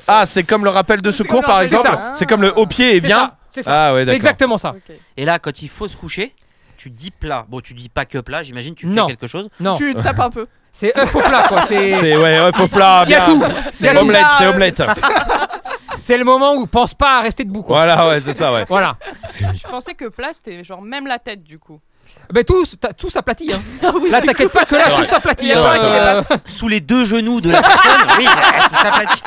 [SPEAKER 2] Ah, c'est comme le rappel de
[SPEAKER 8] C'est
[SPEAKER 2] secours
[SPEAKER 8] comme
[SPEAKER 2] par
[SPEAKER 8] le rappel-
[SPEAKER 2] exemple
[SPEAKER 8] c'est ça.
[SPEAKER 2] C'est comme le au pied et
[SPEAKER 7] C'est
[SPEAKER 2] Eh bien
[SPEAKER 7] ça, C'est ça.
[SPEAKER 2] Ah ouais,
[SPEAKER 7] c'est
[SPEAKER 2] d'accord.
[SPEAKER 7] exactement ça.
[SPEAKER 8] Ok.
[SPEAKER 1] Et là, quand il faut se coucher, tu dis plat. Bon, tu dis pas que plat, j'imagine, tu fais
[SPEAKER 7] Non.
[SPEAKER 1] quelque chose.
[SPEAKER 7] Non,
[SPEAKER 6] Tu tapes un peu.
[SPEAKER 7] c'est œuf au plat, quoi. C'est.
[SPEAKER 2] C'est ouais, ouais, faux plat,
[SPEAKER 7] Il y a
[SPEAKER 2] bien.
[SPEAKER 7] tout. Il y a
[SPEAKER 2] C'est
[SPEAKER 7] tout.
[SPEAKER 2] omelette, c'est omelette.
[SPEAKER 7] C'est le moment où pense pas à rester debout, quoi.
[SPEAKER 2] Voilà, ouais, c'est ça, ouais.
[SPEAKER 7] Voilà.
[SPEAKER 8] Je pensais que plat, c'était genre même la tête du coup.
[SPEAKER 7] Mais tout, s- t'as- tout s'aplatit. Hein. là, t'inquiète pas que
[SPEAKER 2] C'est
[SPEAKER 7] là,
[SPEAKER 2] vrai.
[SPEAKER 7] tout s'aplatit.
[SPEAKER 2] C'est
[SPEAKER 7] hein.
[SPEAKER 2] vrai, c'est vrai.
[SPEAKER 7] Euh,
[SPEAKER 1] Sous les deux genoux de la personne, oui, euh, tout s'aplatit.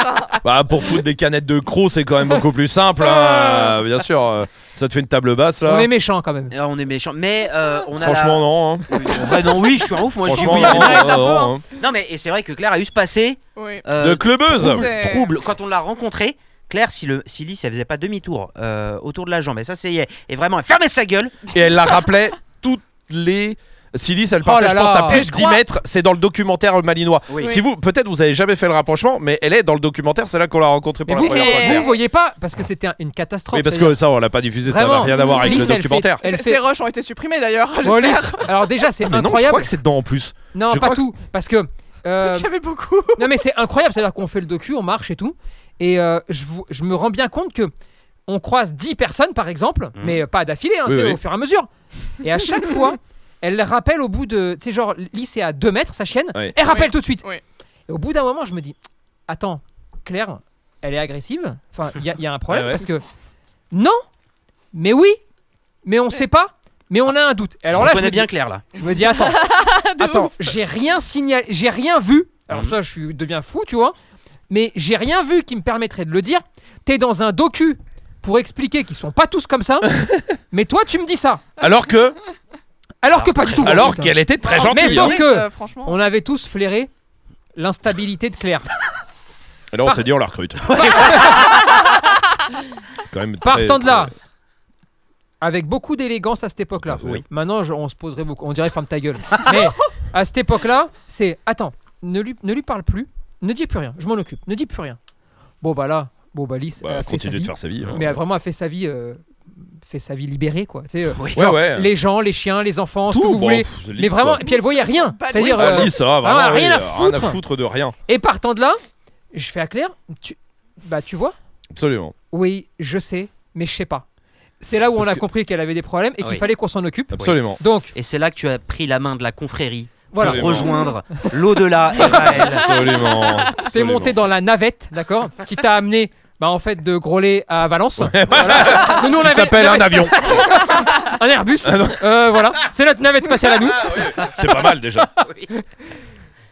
[SPEAKER 2] Bah, pour foutre des canettes de crocs, c'est quand même beaucoup plus simple, hein. Euh, bien sûr. euh, Ça te fait une table basse
[SPEAKER 7] Ah. on
[SPEAKER 2] là.
[SPEAKER 7] est méchant quand même.
[SPEAKER 1] Euh, on est méchant, mais euh, on a.
[SPEAKER 2] Franchement, non. hein.
[SPEAKER 1] la- Oui, bah non, oui, je suis un ouf. Moi, je dis
[SPEAKER 2] Franchement,
[SPEAKER 1] oui.
[SPEAKER 2] non,
[SPEAKER 6] il y a
[SPEAKER 2] non,
[SPEAKER 6] un peu,
[SPEAKER 2] non, hein.
[SPEAKER 1] Non, mais et c'est vrai que Claire a eu ce passé
[SPEAKER 6] Oui.
[SPEAKER 1] euh,
[SPEAKER 2] De clubeuse.
[SPEAKER 1] trouble,
[SPEAKER 6] C'est-
[SPEAKER 1] trouble. Quand on l'a rencontrée, Claire, si le si Lys, elle faisait pas demi-tour euh, autour de la jambe, et ça c'est et vraiment, elle fermait sa gueule.
[SPEAKER 2] Et elle la rappelait toutes les. Silice, elle partage,
[SPEAKER 7] Oh là
[SPEAKER 2] je pense,
[SPEAKER 7] là.
[SPEAKER 2] à plus
[SPEAKER 7] Et
[SPEAKER 2] de
[SPEAKER 7] je
[SPEAKER 2] 10
[SPEAKER 7] crois-
[SPEAKER 2] mètres. C'est dans le documentaire malinois. Si vous, peut-être, vous avez jamais fait le rapprochement, mais elle est dans le documentaire. C'est là qu'on l'a rencontrée
[SPEAKER 7] Mais
[SPEAKER 2] pour
[SPEAKER 7] vous,
[SPEAKER 2] la première fois.
[SPEAKER 7] vous voyez pas, parce que c'était un- une catastrophe.
[SPEAKER 2] Oui, parce
[SPEAKER 7] d'ailleurs.
[SPEAKER 2] que ça, on l'a pas diffusé. ça n'a
[SPEAKER 7] Vraiment,
[SPEAKER 2] rien à voir avec
[SPEAKER 7] Lys,
[SPEAKER 2] le
[SPEAKER 7] elle fait-
[SPEAKER 2] documentaire. Ah,
[SPEAKER 7] Elle
[SPEAKER 6] Ces-
[SPEAKER 7] fait-
[SPEAKER 6] Ces rushs ont été supprimés d'ailleurs.
[SPEAKER 7] Bon,
[SPEAKER 6] j'espère.
[SPEAKER 7] Lys, alors déjà, c'est
[SPEAKER 2] Mais non, je crois
[SPEAKER 7] incroyable.
[SPEAKER 2] que c'est dedans en plus.
[SPEAKER 7] Non,
[SPEAKER 2] je
[SPEAKER 7] pas
[SPEAKER 2] crois
[SPEAKER 7] tout. Parce que. euh,
[SPEAKER 6] Il y avait beaucoup.
[SPEAKER 7] Non mais c'est incroyable, c'est-à-dire qu'on fait le docu, on marche et tout, et euh, je, vous- je me rends bien compte que on croise 10 personnes par exemple, mais euh, pas d'affilée, hein,
[SPEAKER 2] Mm. Oui,
[SPEAKER 7] tu sais,
[SPEAKER 2] oui.
[SPEAKER 7] au fur et à mesure. Et à chaque fois, elle rappelle au bout de, tu sais genre, Lys est à 2 mètres sa chienne,
[SPEAKER 2] Ouais.
[SPEAKER 7] elle rappelle
[SPEAKER 6] Oui,
[SPEAKER 7] tout de suite.
[SPEAKER 6] oui.
[SPEAKER 7] Et au bout d'un moment, je me dis, attends, Claire, elle est agressive, enfin il y, a- il y a un problème
[SPEAKER 2] Ah Ouais, ouais.
[SPEAKER 7] parce que non, mais oui, mais on sait pas, mais on a un doute. Alors là, je
[SPEAKER 1] connais
[SPEAKER 7] me dis-
[SPEAKER 1] bien Claire là.
[SPEAKER 7] je me dis attends, attends, j'ai rien signalé, j'ai rien vu. Alors
[SPEAKER 2] Mhm.
[SPEAKER 7] ça, je suis- deviens fou, tu vois. Mais j'ai rien vu qui me permettrait de le dire. T'es dans un docu pour expliquer qu'ils sont pas tous comme ça. mais toi, tu me dis ça,
[SPEAKER 2] Alors que,
[SPEAKER 7] alors que pas du tout.
[SPEAKER 2] alors
[SPEAKER 7] Oh, Putain. Ah,
[SPEAKER 2] qu'elle était très
[SPEAKER 7] Mais
[SPEAKER 2] gentille.
[SPEAKER 7] sauf
[SPEAKER 2] hein.
[SPEAKER 7] que-
[SPEAKER 6] Euh, Franchement.
[SPEAKER 7] on avait tous flairé l'instabilité de Claire.
[SPEAKER 2] Et là, on s'est dit, on la recrute. Quand même. très-
[SPEAKER 7] Partant de là.
[SPEAKER 2] très-
[SPEAKER 7] Avec beaucoup d'élégance à cette époque-là.
[SPEAKER 2] Oui.
[SPEAKER 7] Maintenant, je- on se poserait beaucoup. On dirait ferme ta gueule. Mais à cette époque-là, c'est attends, ne lui, ne lui parle plus, ne dis plus rien, je m'en occupe, ne dis plus rien. Bon, bah là, bon, bah Lys,
[SPEAKER 2] Bah,
[SPEAKER 7] elle a fait sa
[SPEAKER 2] continue
[SPEAKER 7] vie.
[SPEAKER 2] de faire sa vie. hein.
[SPEAKER 7] Mais elle a vraiment a fait sa vie, euh, fait sa vie libérée, quoi. Tu sais, euh,
[SPEAKER 1] Oui.
[SPEAKER 7] genre,
[SPEAKER 2] Ouais, ouais.
[SPEAKER 7] Les gens, les chiens, les enfants, ce
[SPEAKER 2] Tout,
[SPEAKER 7] que vous
[SPEAKER 2] bon,
[SPEAKER 7] voulez.
[SPEAKER 2] pff,
[SPEAKER 7] Mais
[SPEAKER 2] Lys,
[SPEAKER 7] vraiment,
[SPEAKER 2] quoi.
[SPEAKER 7] et puis elle voyait rien.
[SPEAKER 6] Pas de
[SPEAKER 7] C'est-à-dire,
[SPEAKER 2] Ah,
[SPEAKER 7] euh,
[SPEAKER 2] Lys, ah,
[SPEAKER 7] vraiment,
[SPEAKER 2] vraiment,
[SPEAKER 7] rien
[SPEAKER 2] oui,
[SPEAKER 7] à
[SPEAKER 2] Rien
[SPEAKER 7] foutre.
[SPEAKER 2] à foutre de rien.
[SPEAKER 7] et partant de là, je fais à Claire, tu, bah tu vois,
[SPEAKER 2] Absolument.
[SPEAKER 7] oui, je sais, mais je sais pas. C'est là où
[SPEAKER 2] Parce
[SPEAKER 7] on a
[SPEAKER 2] que-
[SPEAKER 7] compris qu'elle avait des problèmes et qu'il
[SPEAKER 1] Oui.
[SPEAKER 7] fallait qu'on s'en occupe.
[SPEAKER 2] Absolument.
[SPEAKER 7] Donc
[SPEAKER 1] Et c'est là que tu as pris la main de la confrérie
[SPEAKER 7] voilà,
[SPEAKER 2] Absolument.
[SPEAKER 1] pour rejoindre l'au-delà et Raël.
[SPEAKER 2] Absolument.
[SPEAKER 7] t'es
[SPEAKER 2] Absolument.
[SPEAKER 7] monté dans la navette, d'accord, qui t'a amené. Bah en fait de Grolet à Valence. Voilà. Nous, nous, on
[SPEAKER 2] Qui
[SPEAKER 7] avait
[SPEAKER 2] s'appelle un Ah
[SPEAKER 7] navette-
[SPEAKER 2] avion.
[SPEAKER 7] un Airbus. Euh, voilà, c'est notre navette spatiale à nous.
[SPEAKER 2] C'est pas mal déjà.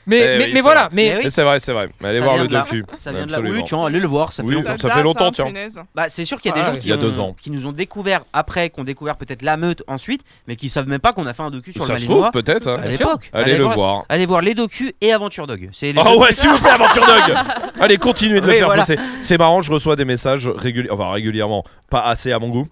[SPEAKER 7] Mais,
[SPEAKER 2] Ah Eh
[SPEAKER 7] mais,
[SPEAKER 2] oui,
[SPEAKER 7] mais
[SPEAKER 2] ça
[SPEAKER 7] voilà,
[SPEAKER 2] va.
[SPEAKER 7] mais
[SPEAKER 1] Mais oui.
[SPEAKER 2] Mais C'est vrai, c'est vrai. Mais Allez
[SPEAKER 1] Ça
[SPEAKER 2] voir
[SPEAKER 1] vient
[SPEAKER 2] le
[SPEAKER 1] de là.
[SPEAKER 2] docu.
[SPEAKER 1] Ça vient de là. Oui,
[SPEAKER 2] Absolument.
[SPEAKER 1] tiens, allez le voir. Ça
[SPEAKER 2] Oui,
[SPEAKER 1] fait
[SPEAKER 2] ça
[SPEAKER 1] longtemps.
[SPEAKER 2] fait
[SPEAKER 6] date,
[SPEAKER 2] longtemps,
[SPEAKER 6] hein,
[SPEAKER 2] tiens.
[SPEAKER 6] punaise.
[SPEAKER 1] Bah, c'est sûr qu'il y a des
[SPEAKER 7] Ah,
[SPEAKER 1] gens
[SPEAKER 7] oui.
[SPEAKER 1] qui,
[SPEAKER 2] Il y a
[SPEAKER 1] ont-
[SPEAKER 2] deux ans.
[SPEAKER 1] qui nous ont découvert après, qu'on découvert peut-être la meute ensuite, mais qui savent même pas qu'on a fait un docu sur
[SPEAKER 2] Ça
[SPEAKER 1] le
[SPEAKER 2] se trouve
[SPEAKER 1] Malinois
[SPEAKER 2] peut-être. hein.
[SPEAKER 1] à l'époque.
[SPEAKER 2] Allez le
[SPEAKER 1] voir.
[SPEAKER 2] voir.
[SPEAKER 1] Allez voir les docus et Aventure Dog. C'est les deux-
[SPEAKER 2] Oh ouais, s'il vous plaît, Aventure Dog Allez, continuez de le
[SPEAKER 1] Oui,
[SPEAKER 2] faire
[SPEAKER 1] voilà.
[SPEAKER 2] bosser. C'est marrant, je reçois des messages réguli- enfin, régulièrement, pas assez à mon goût,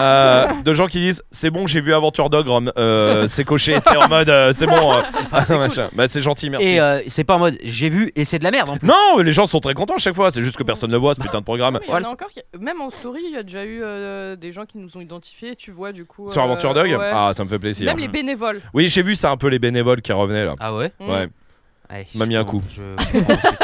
[SPEAKER 2] euh, de gens qui disent C'est bon, j'ai vu Aventure Dog, Rome, euh, c'est coché, t'es en mode euh, C'est bon, euh, machin. Bah, c'est gentil, merci.
[SPEAKER 1] Ah, Et euh, c'est pas en mode j'ai vu et c'est de la merde en plus.
[SPEAKER 2] Non, les gens sont très contents à chaque fois, c'est juste que personne ne voit ce putain de programme.
[SPEAKER 8] Il y en a encore qui- Même en story, il y a déjà eu euh, des gens qui nous ont identifiés, tu vois, du coup.
[SPEAKER 2] Sur
[SPEAKER 8] euh,
[SPEAKER 2] Aventure Dog
[SPEAKER 8] ouais.
[SPEAKER 2] Ah, ça me fait plaisir.
[SPEAKER 8] Même les bénévoles.
[SPEAKER 2] Oui, j'ai vu ça un peu les bénévoles qui revenaient là.
[SPEAKER 1] Ah ouais
[SPEAKER 8] Mm.
[SPEAKER 2] Ouais.
[SPEAKER 1] Ouais,
[SPEAKER 2] M'a mis
[SPEAKER 1] je-
[SPEAKER 2] un coup.
[SPEAKER 1] je-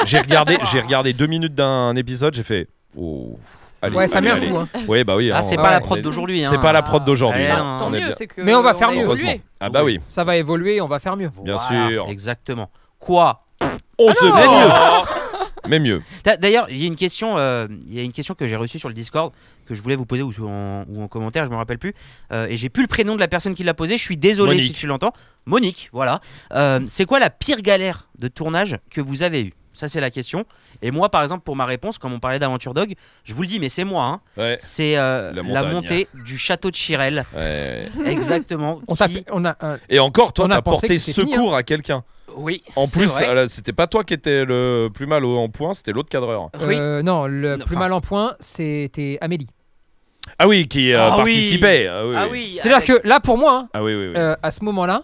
[SPEAKER 2] J'ai regardé, j'ai regardé deux minutes d'un épisode, j'ai fait. Oh, allez,
[SPEAKER 7] ouais, ça
[SPEAKER 2] allez,
[SPEAKER 7] met un
[SPEAKER 2] allez.
[SPEAKER 7] coup. hein.
[SPEAKER 2] Oui, bah oui.
[SPEAKER 1] Ah,
[SPEAKER 2] hein,
[SPEAKER 1] c'est
[SPEAKER 2] on-
[SPEAKER 1] pas la
[SPEAKER 2] on
[SPEAKER 1] prod
[SPEAKER 2] est-
[SPEAKER 1] d'aujourd'hui.
[SPEAKER 2] C'est
[SPEAKER 1] hein.
[SPEAKER 2] pas la prod d'aujourd'hui.
[SPEAKER 1] Ah,
[SPEAKER 2] non.
[SPEAKER 1] non.
[SPEAKER 8] Tant
[SPEAKER 2] On est
[SPEAKER 8] mieux,
[SPEAKER 2] bien.
[SPEAKER 8] c'est que.
[SPEAKER 7] Mais on va faire
[SPEAKER 8] a
[SPEAKER 7] mieux.
[SPEAKER 2] Heureusement.
[SPEAKER 8] évolué.
[SPEAKER 2] Ah bah oui.
[SPEAKER 7] Ça va évoluer, on va faire mieux.
[SPEAKER 2] Bien
[SPEAKER 1] Voilà,
[SPEAKER 2] sûr.
[SPEAKER 1] Exactement. Quoi
[SPEAKER 2] On se met mieux. Mais mieux.
[SPEAKER 1] D'a- D'ailleurs, il y a une question, euh, il y a une question que j'ai reçue sur le Discord que je voulais vous poser ou, sur- en, ou en commentaire, je me rappelle plus. Euh, et j'ai plus le prénom de la personne qui l'a posé. Je suis désolé
[SPEAKER 2] Monique.
[SPEAKER 1] si tu l'entends. Monique, voilà. Euh, c'est quoi la pire galère de tournage que vous avez eue Ça, c'est la question. Et moi, par exemple, pour ma réponse, comme on parlait d'Aventure Dog, je vous le dis, mais c'est moi. hein.
[SPEAKER 2] Ouais.
[SPEAKER 1] C'est euh,
[SPEAKER 2] La
[SPEAKER 1] la,
[SPEAKER 2] montagne.
[SPEAKER 1] montée du château de Chirel,
[SPEAKER 2] ouais.
[SPEAKER 1] exactement.
[SPEAKER 7] On,
[SPEAKER 1] qui-
[SPEAKER 7] tape, on a euh, un-
[SPEAKER 2] Et encore, toi,
[SPEAKER 7] On a
[SPEAKER 2] t'as
[SPEAKER 7] pensé
[SPEAKER 2] porté
[SPEAKER 7] que c'était fini,
[SPEAKER 2] secours à quelqu'un.
[SPEAKER 1] Oui.
[SPEAKER 2] En
[SPEAKER 1] c'est
[SPEAKER 2] plus,
[SPEAKER 1] vrai.
[SPEAKER 2] euh, c'était pas toi qui étais le plus mal euh, au- en point, c'était l'autre cadreur.
[SPEAKER 1] Oui.
[SPEAKER 7] euh, non, le
[SPEAKER 1] Non,
[SPEAKER 7] plus
[SPEAKER 1] enfin-
[SPEAKER 7] mal en point, c'était Amélie.
[SPEAKER 2] Ah oui, qui euh,
[SPEAKER 1] Ah oui.
[SPEAKER 2] participait. Ah oui.
[SPEAKER 1] Ah
[SPEAKER 2] oui.
[SPEAKER 1] oui.
[SPEAKER 7] C'est-à-dire que là, pour moi, hein,
[SPEAKER 2] Ah oui, oui, oui.
[SPEAKER 7] euh, à ce moment-là,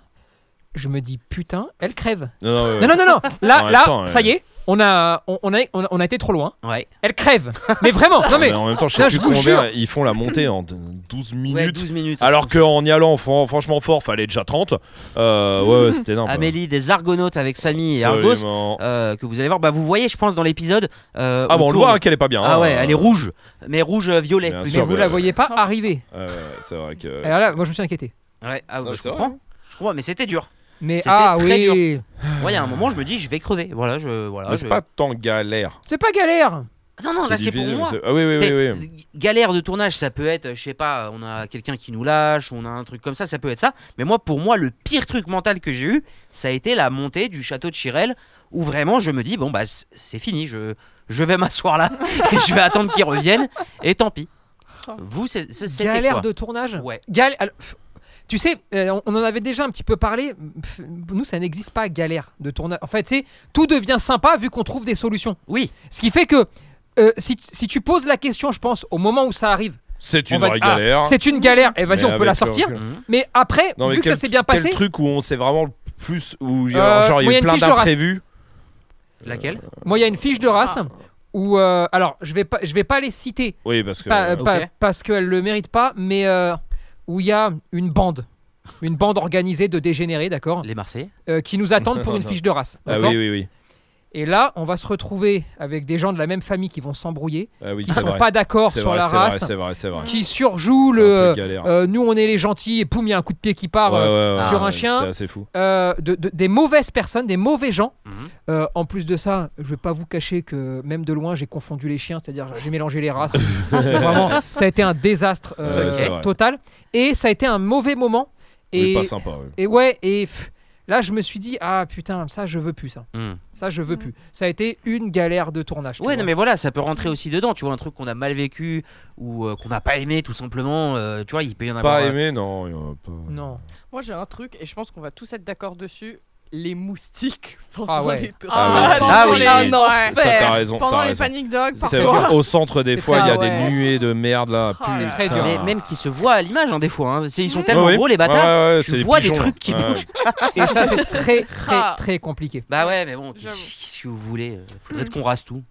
[SPEAKER 7] je me dis putain, elle crève.
[SPEAKER 2] Non, Euh, non, euh. oui, oui.
[SPEAKER 7] Non, non, non, non.
[SPEAKER 2] En
[SPEAKER 7] Là,
[SPEAKER 2] même
[SPEAKER 7] là,
[SPEAKER 2] temps,
[SPEAKER 7] ça
[SPEAKER 2] ouais.
[SPEAKER 7] y est, on a, on, on a, on a- on a été trop loin.
[SPEAKER 1] que. Ouais.
[SPEAKER 7] Elle crève. Mais vraiment, non mais.
[SPEAKER 2] Mais en même temps, je sais
[SPEAKER 7] Là,
[SPEAKER 2] plus
[SPEAKER 7] je vous
[SPEAKER 2] combien
[SPEAKER 7] jure.
[SPEAKER 2] ils font la montée en 12 minutes.
[SPEAKER 1] Ouais, 12 minutes.
[SPEAKER 2] Alors qu'en y allant, fran- franchement fort, fallait déjà 30. Euh, ouais, ouais, c'était énorme.
[SPEAKER 1] Amélie des Argonautes avec Samy et Argos.
[SPEAKER 2] Absolument.
[SPEAKER 1] euh, que vous allez voir, bah vous voyez, je pense dans l'épisode. euh,
[SPEAKER 2] Ah bon, on le
[SPEAKER 1] tourne.
[SPEAKER 2] voit hein, qu'elle est pas bien.
[SPEAKER 1] Ah
[SPEAKER 2] hein.
[SPEAKER 1] ouais, elle est rouge, mais rouge euh, violet.
[SPEAKER 2] Bien
[SPEAKER 7] Mais
[SPEAKER 2] sûr,
[SPEAKER 7] vous
[SPEAKER 2] mais-
[SPEAKER 7] la voyez pas arriver.
[SPEAKER 2] Ouais, ouais, c'est vrai que.
[SPEAKER 7] Alors là, moi je me suis inquiété.
[SPEAKER 1] Ouais, ah, bah,
[SPEAKER 2] Ah,
[SPEAKER 1] je
[SPEAKER 2] c'est vrai.
[SPEAKER 1] comprends. Je comprends, mais c'était dur.
[SPEAKER 7] Mais
[SPEAKER 1] C'était
[SPEAKER 7] ah
[SPEAKER 1] très dur.
[SPEAKER 7] oui,
[SPEAKER 1] Moi, il y a un moment, je me dis, je vais crever. Voilà, je. Voilà,
[SPEAKER 2] Mais c'est
[SPEAKER 1] je-
[SPEAKER 2] pas tant galère.
[SPEAKER 7] c'est pas galère.
[SPEAKER 1] Non, non, là, c'est pour
[SPEAKER 2] difficile,
[SPEAKER 1] moi.
[SPEAKER 2] mais c'est- Ah oui, oui, oui.
[SPEAKER 1] C'était-
[SPEAKER 2] oui.
[SPEAKER 1] Galère de tournage, ça peut être, je sais pas, on a quelqu'un qui nous lâche, on a un truc comme ça, ça peut être ça. Mais moi, pour moi, le pire truc mental que j'ai eu, ça a été la montée du château de Chirel, où vraiment je me dis, bon, bah c- c'est fini, je, je vais m'asseoir là, et je vais attendre qu'ils reviennent, et tant pis. Vous, c'est- c'est- c'était
[SPEAKER 7] Galère
[SPEAKER 1] quoi
[SPEAKER 7] de tournage.
[SPEAKER 1] Ouais.
[SPEAKER 7] Gal- alors, pff, tu sais, euh, on- on en avait déjà un petit peu parlé. Pff, Nous, ça n'existe pas galère de tournage. En fait, tu sais, tout devient sympa vu qu'on trouve des solutions.
[SPEAKER 1] Oui,
[SPEAKER 7] Ce qui fait que euh, si, t- si tu poses la question, je pense, au moment où ça arrive,
[SPEAKER 2] C'est
[SPEAKER 7] on
[SPEAKER 2] une
[SPEAKER 7] va-
[SPEAKER 2] vraie
[SPEAKER 7] ah,
[SPEAKER 2] galère.
[SPEAKER 7] c'est une galère.
[SPEAKER 2] mais
[SPEAKER 7] Et vas-y, on peut
[SPEAKER 2] avec
[SPEAKER 7] la
[SPEAKER 2] le
[SPEAKER 7] sortir.
[SPEAKER 2] recul.
[SPEAKER 1] Mhm.
[SPEAKER 7] Mais après,
[SPEAKER 2] Non, mais
[SPEAKER 7] vu que
[SPEAKER 2] quel-
[SPEAKER 7] ça s'est bien
[SPEAKER 2] quel
[SPEAKER 7] passé,
[SPEAKER 2] truc où on s'est vraiment le plus. Où il y
[SPEAKER 7] Euh,
[SPEAKER 2] a- genre, il y a eu
[SPEAKER 7] moyenne
[SPEAKER 2] plein
[SPEAKER 7] fiche de race.
[SPEAKER 2] d'imprévus.
[SPEAKER 1] laquelle
[SPEAKER 2] euh,
[SPEAKER 7] moi, il y a une fiche de race
[SPEAKER 1] Ah.
[SPEAKER 7] où, euh, alors, je vais pas, je vais pas les citer
[SPEAKER 2] Oui, parce que. Ah euh,
[SPEAKER 7] pas, euh,
[SPEAKER 1] ok.
[SPEAKER 7] pas- parce qu'elle le mérite pas, mais euh, où il y a une bande, une bande organisée de dégénérés, d'accord,
[SPEAKER 1] Les Marseillais
[SPEAKER 7] euh, qui nous attendent pour une fiche de race.
[SPEAKER 2] Ah
[SPEAKER 7] d'accord
[SPEAKER 2] oui, oui, oui.
[SPEAKER 7] Et là, on va se retrouver avec des gens de la même famille qui vont s'embrouiller,
[SPEAKER 2] Ah oui,
[SPEAKER 7] qui
[SPEAKER 2] c'est
[SPEAKER 7] sont
[SPEAKER 2] vrai.
[SPEAKER 7] pas d'accord
[SPEAKER 2] C'est
[SPEAKER 7] sur
[SPEAKER 2] vrai,
[SPEAKER 7] la
[SPEAKER 2] c'est vrai,
[SPEAKER 7] race,
[SPEAKER 2] C'est vrai, c'est vrai.
[SPEAKER 7] qui surjouent
[SPEAKER 2] C'était un peu
[SPEAKER 7] le.
[SPEAKER 2] galère.
[SPEAKER 7] euh, nous, on est les gentils, et poum, il y a un coup de pied qui part.
[SPEAKER 2] Ouais,
[SPEAKER 7] euh,
[SPEAKER 2] ouais, ouais,
[SPEAKER 7] sur un
[SPEAKER 2] ouais,
[SPEAKER 7] chien.
[SPEAKER 2] C'était assez fou.
[SPEAKER 7] euh, de- de- des mauvaises personnes, des mauvais gens.
[SPEAKER 1] Mhm.
[SPEAKER 7] Euh, en plus de ça, je vais pas vous cacher que même de loin, j'ai confondu les chiens, c'est-à-dire j'ai mélangé les races. Vraiment, ça a été un désastre euh,
[SPEAKER 2] Ouais, c'est vrai.
[SPEAKER 7] total. Et ça a été un mauvais moment.
[SPEAKER 2] Mais
[SPEAKER 7] Et,
[SPEAKER 2] pas sympa. oui.
[SPEAKER 7] et ouais, et pff, là, je me suis dit, ah putain, ça, je veux plus ça.
[SPEAKER 1] Mhm.
[SPEAKER 7] Ça, je veux
[SPEAKER 6] Hmm.
[SPEAKER 7] plus. Ça a été une galère de tournage. tu
[SPEAKER 1] Ouais,
[SPEAKER 7] vois.
[SPEAKER 1] non, mais voilà, ça peut rentrer aussi dedans, tu vois, un truc qu'on a mal vécu, ou euh, qu'on n'a pas aimé, tout simplement. euh, tu vois, il peut y en avoir.
[SPEAKER 2] Pas
[SPEAKER 1] euh,
[SPEAKER 2] aimé, non. il y en a pas-
[SPEAKER 7] Non.
[SPEAKER 8] Moi j'ai un truc et je pense qu'on va tous être d'accord dessus. Les moustiques pendant
[SPEAKER 7] Ah ouais.
[SPEAKER 8] les tours.
[SPEAKER 2] Ah oui,
[SPEAKER 1] Ah oui.
[SPEAKER 2] Ah non,
[SPEAKER 8] Ouais.
[SPEAKER 2] Ça, t'as raison.
[SPEAKER 6] Pendant
[SPEAKER 2] t'as
[SPEAKER 6] les
[SPEAKER 2] raison.
[SPEAKER 6] panic dogs,
[SPEAKER 2] C'est
[SPEAKER 6] parfois.
[SPEAKER 2] vrai, au centre des
[SPEAKER 7] C'est
[SPEAKER 2] fois,
[SPEAKER 7] très-
[SPEAKER 2] il y a
[SPEAKER 6] ah ouais.
[SPEAKER 2] des nuées de merde là.
[SPEAKER 6] Ah là
[SPEAKER 2] putain.
[SPEAKER 7] là. C'est très dur.
[SPEAKER 1] mais même qui se voient à l'image, hein, des fois. hein. C'est- Ils sont tellement
[SPEAKER 2] Ouais, ouais.
[SPEAKER 1] gros, les bâtards.
[SPEAKER 2] Ouais, ouais, ouais,
[SPEAKER 1] tu
[SPEAKER 2] c'est des
[SPEAKER 1] vois des
[SPEAKER 2] pigeons,
[SPEAKER 1] trucs qui
[SPEAKER 2] ouais.
[SPEAKER 1] bougent.
[SPEAKER 7] Et ça, c'est très, très,
[SPEAKER 6] Ah.
[SPEAKER 7] très compliqué.
[SPEAKER 1] Bah ouais, mais bon, qu'est-ce
[SPEAKER 6] J'avoue.
[SPEAKER 1] qu'est-ce que vous voulez euh, Faudrait qu'on rase tout.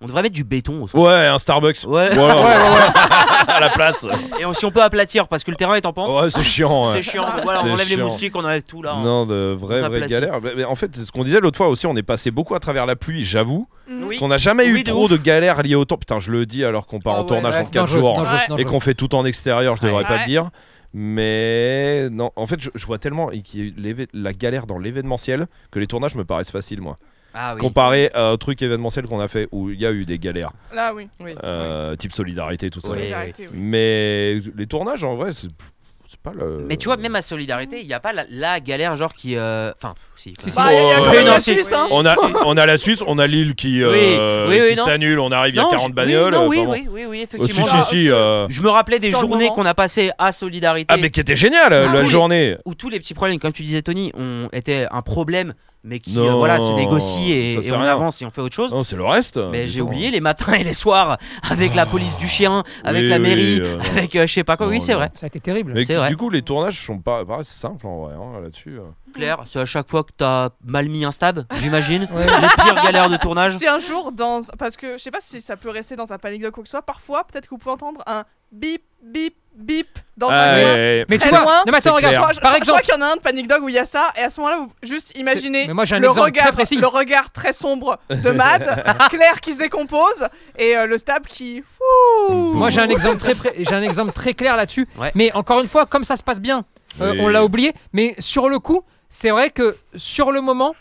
[SPEAKER 1] On devrait mettre du béton au sol.
[SPEAKER 2] Ouais, un Starbucks.
[SPEAKER 1] Ouais.
[SPEAKER 2] Voilà, à la place.
[SPEAKER 1] Et on- si on peut aplatir, parce que le terrain est en pente,
[SPEAKER 2] Ouais, c'est chiant. ouais.
[SPEAKER 1] c'est chiant. donc voilà,
[SPEAKER 2] C'est
[SPEAKER 1] on enlève les
[SPEAKER 2] chiant.
[SPEAKER 1] moustiques, on enlève tout là. on-
[SPEAKER 2] Non, de vraies,
[SPEAKER 1] on
[SPEAKER 2] vraies
[SPEAKER 1] aplatit.
[SPEAKER 2] galères. Mais- mais en fait, c'est ce qu'on disait l'autre fois aussi. On est passé beaucoup à travers la pluie, j'avoue.
[SPEAKER 1] Oui.
[SPEAKER 2] Qu'on n'a jamais
[SPEAKER 1] Oui,
[SPEAKER 2] eu
[SPEAKER 1] de
[SPEAKER 2] trop
[SPEAKER 1] ouf.
[SPEAKER 2] de galères liées au temps. Putain, je le dis alors qu'on part
[SPEAKER 8] Ah
[SPEAKER 2] en
[SPEAKER 8] ouais,
[SPEAKER 2] tournage
[SPEAKER 8] ouais,
[SPEAKER 2] en
[SPEAKER 7] c'est
[SPEAKER 2] 4
[SPEAKER 7] dangereux,
[SPEAKER 2] jours.
[SPEAKER 7] dangereux, c'est
[SPEAKER 2] et
[SPEAKER 7] dangereux.
[SPEAKER 2] qu'on fait tout en extérieur, je devrais
[SPEAKER 6] Ouais.
[SPEAKER 2] pas le dire. Mais non, en fait, je, je vois tellement et qu'il y a eu l'éve- la galère dans l'événementiel que les tournages me paraissent faciles, moi.
[SPEAKER 1] Ah oui.
[SPEAKER 2] Comparé à un truc événementiel qu'on a fait où il y a eu des galères,
[SPEAKER 6] Là, oui.
[SPEAKER 8] Oui.
[SPEAKER 2] euh, type solidarité, tout ça.
[SPEAKER 1] Oui.
[SPEAKER 6] Solidarité, oui.
[SPEAKER 2] Mais les tournages, en vrai, c'est c'est pas le.
[SPEAKER 1] Mais tu vois, même à Solidarité, il n'y a pas la, la galère, genre qui. euh, Enfin, si. quand
[SPEAKER 7] Si,
[SPEAKER 1] même.
[SPEAKER 7] si.
[SPEAKER 6] Bah, il y a
[SPEAKER 2] Ouais,
[SPEAKER 6] quand même
[SPEAKER 2] non,
[SPEAKER 6] la
[SPEAKER 1] si.
[SPEAKER 6] Suisse, hein.
[SPEAKER 2] On a, on a la Suisse, on a Lille qui, euh,
[SPEAKER 1] Oui, oui, oui,
[SPEAKER 2] qui
[SPEAKER 1] non.
[SPEAKER 2] s'annule, on arrive, il y a
[SPEAKER 1] Non,
[SPEAKER 2] 40
[SPEAKER 1] je-
[SPEAKER 2] bagnoles.
[SPEAKER 1] Oui, non,
[SPEAKER 2] euh,
[SPEAKER 1] oui,
[SPEAKER 2] enfin bon.
[SPEAKER 1] oui, oui, oui,
[SPEAKER 2] Oh, si,
[SPEAKER 1] effectivement.
[SPEAKER 2] si, si. euh,
[SPEAKER 1] Je me rappelais des
[SPEAKER 6] Sur le
[SPEAKER 1] journées
[SPEAKER 6] moment.
[SPEAKER 1] qu'on a passées à Solidarité.
[SPEAKER 2] Ah, mais qui était génial
[SPEAKER 1] Ah,
[SPEAKER 2] la
[SPEAKER 1] oui.
[SPEAKER 2] journée.
[SPEAKER 1] Où tous les petits problèmes, comme tu disais Tony, ont été un problème, mais qui
[SPEAKER 2] Non,
[SPEAKER 1] euh, voilà, se négocie
[SPEAKER 2] ça
[SPEAKER 1] et, et
[SPEAKER 2] sert
[SPEAKER 1] on
[SPEAKER 2] à rien.
[SPEAKER 1] avance et on fait autre chose.
[SPEAKER 2] Non, c'est le reste.
[SPEAKER 1] Mais j'ai
[SPEAKER 2] Putain.
[SPEAKER 1] oublié les matins et les soirs avec la police du chien, avec
[SPEAKER 2] hein. Oui,
[SPEAKER 1] la
[SPEAKER 2] oui,
[SPEAKER 1] mairie,
[SPEAKER 2] euh,
[SPEAKER 1] avec euh, je sais pas quoi. oui,
[SPEAKER 2] Non,
[SPEAKER 1] c'est
[SPEAKER 2] non.
[SPEAKER 1] vrai.
[SPEAKER 7] Ça a été terrible.
[SPEAKER 2] Mais
[SPEAKER 1] c'est
[SPEAKER 2] du
[SPEAKER 1] vrai.
[SPEAKER 2] coup, les tournages sont pas, pas simples en vrai hein, là-dessus.
[SPEAKER 1] Claire, c'est à chaque fois que t'as mal mis un stab, j'imagine.
[SPEAKER 7] Ouais.
[SPEAKER 1] Les pires galères de tournage.
[SPEAKER 6] Si un jour, dans. Parce que je sais pas si ça peut rester dans un panic dog ou quoi que ce soit, parfois, peut-être que vous pouvez entendre un bip, bip, bip dans
[SPEAKER 2] Ah,
[SPEAKER 6] un coin.
[SPEAKER 2] ouais, ouais.
[SPEAKER 7] Mais tu
[SPEAKER 6] Très
[SPEAKER 7] vois,
[SPEAKER 6] loin,
[SPEAKER 7] non, mais attends,
[SPEAKER 2] c'est
[SPEAKER 7] regarde,
[SPEAKER 2] clair.
[SPEAKER 6] Moi, je,
[SPEAKER 7] par
[SPEAKER 6] je
[SPEAKER 7] exemple,
[SPEAKER 6] crois qu'il y en a un de Panic Dog où il y a ça, et à ce moment-là, vous juste imaginez
[SPEAKER 7] mais moi, j'ai un
[SPEAKER 6] le
[SPEAKER 7] exemple
[SPEAKER 6] regard,
[SPEAKER 7] très précis.
[SPEAKER 6] le regard très sombre de Mad, Claire qui se décompose, et euh, le stab qui. Fouh
[SPEAKER 7] Moi j'ai un exemple très pré- j'ai un exemple très clair là-dessus.
[SPEAKER 1] Ouais.
[SPEAKER 7] Mais encore une fois, comme ça se passe bien, euh,
[SPEAKER 2] Oui.
[SPEAKER 7] on l'a oublié. Mais sur le coup, c'est vrai que sur le moment,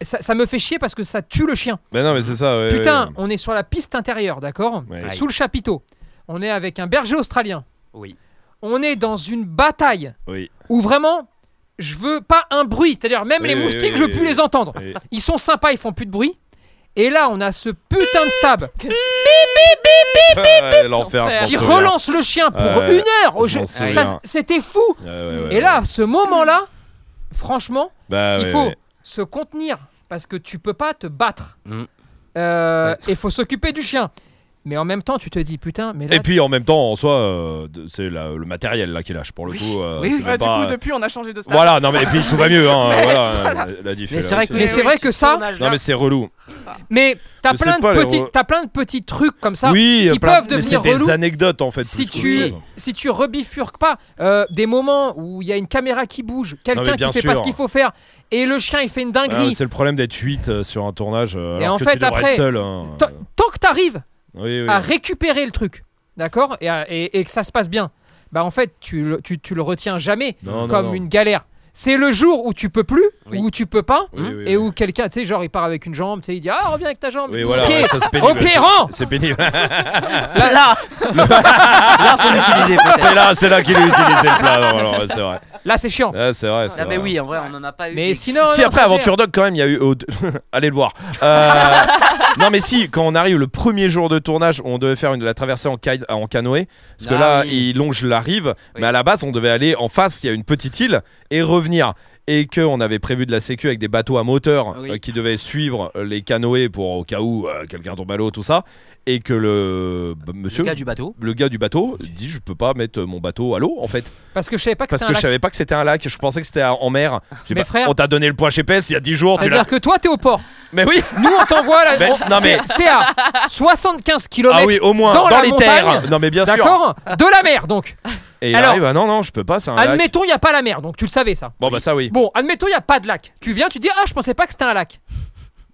[SPEAKER 7] ça, ça me fait chier parce que ça tue le chien.
[SPEAKER 2] Mais bah non, mais c'est ça. ouais,
[SPEAKER 7] Putain,
[SPEAKER 2] ouais.
[SPEAKER 7] on est sur la piste intérieure, d'accord
[SPEAKER 2] Ouais.
[SPEAKER 7] Sous le chapiteau, on est avec un berger australien.
[SPEAKER 1] Oui.
[SPEAKER 7] On est dans une bataille
[SPEAKER 2] Oui.
[SPEAKER 7] où vraiment, je veux pas un bruit. C'est-à-dire même
[SPEAKER 2] Oui,
[SPEAKER 7] les
[SPEAKER 2] oui,
[SPEAKER 7] moustiques,
[SPEAKER 2] oui,
[SPEAKER 7] je veux
[SPEAKER 2] oui,
[SPEAKER 7] plus
[SPEAKER 2] oui.
[SPEAKER 7] les entendre.
[SPEAKER 2] Oui.
[SPEAKER 7] Ils sont sympas, ils font plus de bruit. Et là, on a ce putain de stab
[SPEAKER 2] Ouais, L'enfer. je m'en
[SPEAKER 7] qui
[SPEAKER 2] souviens.
[SPEAKER 7] relance le chien pour
[SPEAKER 2] Ouais,
[SPEAKER 7] une heure. au
[SPEAKER 2] je
[SPEAKER 7] jeu.
[SPEAKER 2] m'en
[SPEAKER 7] Ça,
[SPEAKER 2] souviens.
[SPEAKER 7] C'était fou.
[SPEAKER 2] Ouais, ouais, ouais,
[SPEAKER 7] Et là, ce moment-là, franchement,
[SPEAKER 2] Bah,
[SPEAKER 7] il
[SPEAKER 2] ouais,
[SPEAKER 7] faut
[SPEAKER 2] ouais.
[SPEAKER 7] se contenir parce que tu peux pas te battre.
[SPEAKER 1] Mm.
[SPEAKER 7] Euh, Et faut s'occuper du chien. Mais en même temps, tu te dis putain, mais là,
[SPEAKER 2] Et puis en même temps, en soi, euh, de- c'est la- le matériel là qui lâche pour le
[SPEAKER 1] Oui.
[SPEAKER 2] coup. euh,
[SPEAKER 1] Oui,
[SPEAKER 2] c'est
[SPEAKER 1] oui.
[SPEAKER 2] même
[SPEAKER 6] Ouais,
[SPEAKER 7] Bah,
[SPEAKER 6] du
[SPEAKER 2] pas,
[SPEAKER 6] coup,
[SPEAKER 2] euh,
[SPEAKER 6] depuis, on a changé de star.
[SPEAKER 2] Voilà, non mais et puis tout va mieux, hein,
[SPEAKER 6] Mais
[SPEAKER 2] voilà, la diff
[SPEAKER 1] Mais
[SPEAKER 2] est
[SPEAKER 1] c'est
[SPEAKER 2] là
[SPEAKER 1] vrai
[SPEAKER 2] aussi.
[SPEAKER 1] que-
[SPEAKER 7] mais c'est vrai que ça,
[SPEAKER 2] Non mais c'est relou.
[SPEAKER 7] mais t'as
[SPEAKER 2] Je sais
[SPEAKER 7] plein, de
[SPEAKER 2] pas, les
[SPEAKER 7] petits-
[SPEAKER 2] re-
[SPEAKER 7] t'as plein de petits trucs comme ça
[SPEAKER 2] oui,
[SPEAKER 7] qui
[SPEAKER 2] plein-
[SPEAKER 7] peuvent
[SPEAKER 2] mais
[SPEAKER 7] devenir
[SPEAKER 2] c'est
[SPEAKER 7] relous
[SPEAKER 2] des anecdotes en fait.
[SPEAKER 7] si
[SPEAKER 2] plus
[SPEAKER 7] tu,
[SPEAKER 2] qu'autre chose.
[SPEAKER 7] si tu rebifurques pas euh, des moments où il y a une caméra qui bouge,
[SPEAKER 2] Non,
[SPEAKER 7] quelqu'un
[SPEAKER 2] mais
[SPEAKER 7] qui
[SPEAKER 2] bien
[SPEAKER 7] fait pas
[SPEAKER 2] sûr.
[SPEAKER 7] ce qu'il faut faire et le chien il fait une
[SPEAKER 2] Ah, mais
[SPEAKER 7] dinguerie.
[SPEAKER 2] c'est le problème d'être 8 euh, sur un tournage euh,
[SPEAKER 7] Et
[SPEAKER 2] alors
[SPEAKER 7] en
[SPEAKER 2] que
[SPEAKER 7] fait,
[SPEAKER 2] tu devrais
[SPEAKER 7] après,
[SPEAKER 2] être seul. hein.
[SPEAKER 7] Tant tant que t'arrives
[SPEAKER 2] Oui, oui.
[SPEAKER 7] à récupérer le truc, d'accord, et, à- et- et que ça se passe bien, bah en fait tu le, tu, tu le retiens jamais
[SPEAKER 2] Non, non,
[SPEAKER 7] comme
[SPEAKER 2] non.
[SPEAKER 7] une galère. C'est le jour où tu peux plus,
[SPEAKER 1] Oui.
[SPEAKER 7] où tu peux pas,
[SPEAKER 2] Oui, oui,
[SPEAKER 7] et
[SPEAKER 2] oui.
[SPEAKER 7] où quelqu'un, tu sais, genre il part avec une jambe, tu sais, il dit ah reviens avec ta jambe.
[SPEAKER 2] Oui, voilà,
[SPEAKER 7] Ok,
[SPEAKER 2] ouais, ça c'est pénible.
[SPEAKER 7] Ok,
[SPEAKER 2] C'est-
[SPEAKER 7] rends
[SPEAKER 2] C'est pénible. Ah,
[SPEAKER 1] Là, là, là, faut l'utiliser peut-être.
[SPEAKER 2] c'est là, c'est là qu'il a utilisé le plat. non, alors, ouais, c'est vrai.
[SPEAKER 7] Là c'est chiant.
[SPEAKER 2] Ah, c'est vrai. c'est
[SPEAKER 1] Ah, mais
[SPEAKER 2] vrai.
[SPEAKER 1] oui, en vrai, on en a pas eu.
[SPEAKER 7] Mais
[SPEAKER 1] des-
[SPEAKER 7] sinon,
[SPEAKER 2] Si
[SPEAKER 7] non,
[SPEAKER 2] après
[SPEAKER 7] ça
[SPEAKER 2] Aventure Dog quand même il y a eu au- allez le voir. Euh, non mais si quand on arrive le premier jour de tournage on devait faire une, la traversée en, caïd- en canoë parce que
[SPEAKER 1] Ah
[SPEAKER 2] là
[SPEAKER 1] oui.
[SPEAKER 2] ils longent la rive
[SPEAKER 1] Oui.
[SPEAKER 2] mais à la base on devait aller en face il y a une petite île et revenir et que on avait prévu de la sécu avec des bateaux à moteur
[SPEAKER 1] Ah Oui.
[SPEAKER 2] euh, qui devaient suivre euh, les canoës pour au cas où euh, quelqu'un tombe à l'eau tout ça et que le bah,
[SPEAKER 1] le
[SPEAKER 2] monsieur
[SPEAKER 1] gars du bateau.
[SPEAKER 2] le gars du bateau dit je peux pas mettre mon bateau à l'eau en fait
[SPEAKER 7] Parce que je savais pas que
[SPEAKER 2] parce
[SPEAKER 7] c'était
[SPEAKER 2] que
[SPEAKER 7] un
[SPEAKER 2] je
[SPEAKER 7] lac.
[SPEAKER 2] savais pas que c'était un lac je pensais que c'était en mer Je dis,
[SPEAKER 7] Mais
[SPEAKER 2] bah,
[SPEAKER 7] frère-
[SPEAKER 2] on t'a donné le point GPS il y a 10 jours tu l'as
[SPEAKER 7] C'est-à-dire que toi t'es au port.
[SPEAKER 2] mais oui
[SPEAKER 7] Nous on t'envoie la.
[SPEAKER 2] Mais-
[SPEAKER 7] on-
[SPEAKER 2] non, mais-
[SPEAKER 7] c'est- C'est à 75 km
[SPEAKER 2] Ah oui, au moins,
[SPEAKER 7] dans
[SPEAKER 2] dans,
[SPEAKER 7] la
[SPEAKER 2] les
[SPEAKER 7] montagne,
[SPEAKER 2] terres Non mais bien sûr
[SPEAKER 7] D'accord De la mer donc.
[SPEAKER 2] Et il
[SPEAKER 7] Alors-
[SPEAKER 2] arrive, ah non, non, je peux pas, c'est un lac.
[SPEAKER 7] Admettons, il n'y a pas la mer donc tu le savais ça.
[SPEAKER 2] Bon bah ça oui.
[SPEAKER 7] Bon, admettons, il n'y a pas de lac. Tu viens, tu dis Ah, je pensais pas que c'était un lac.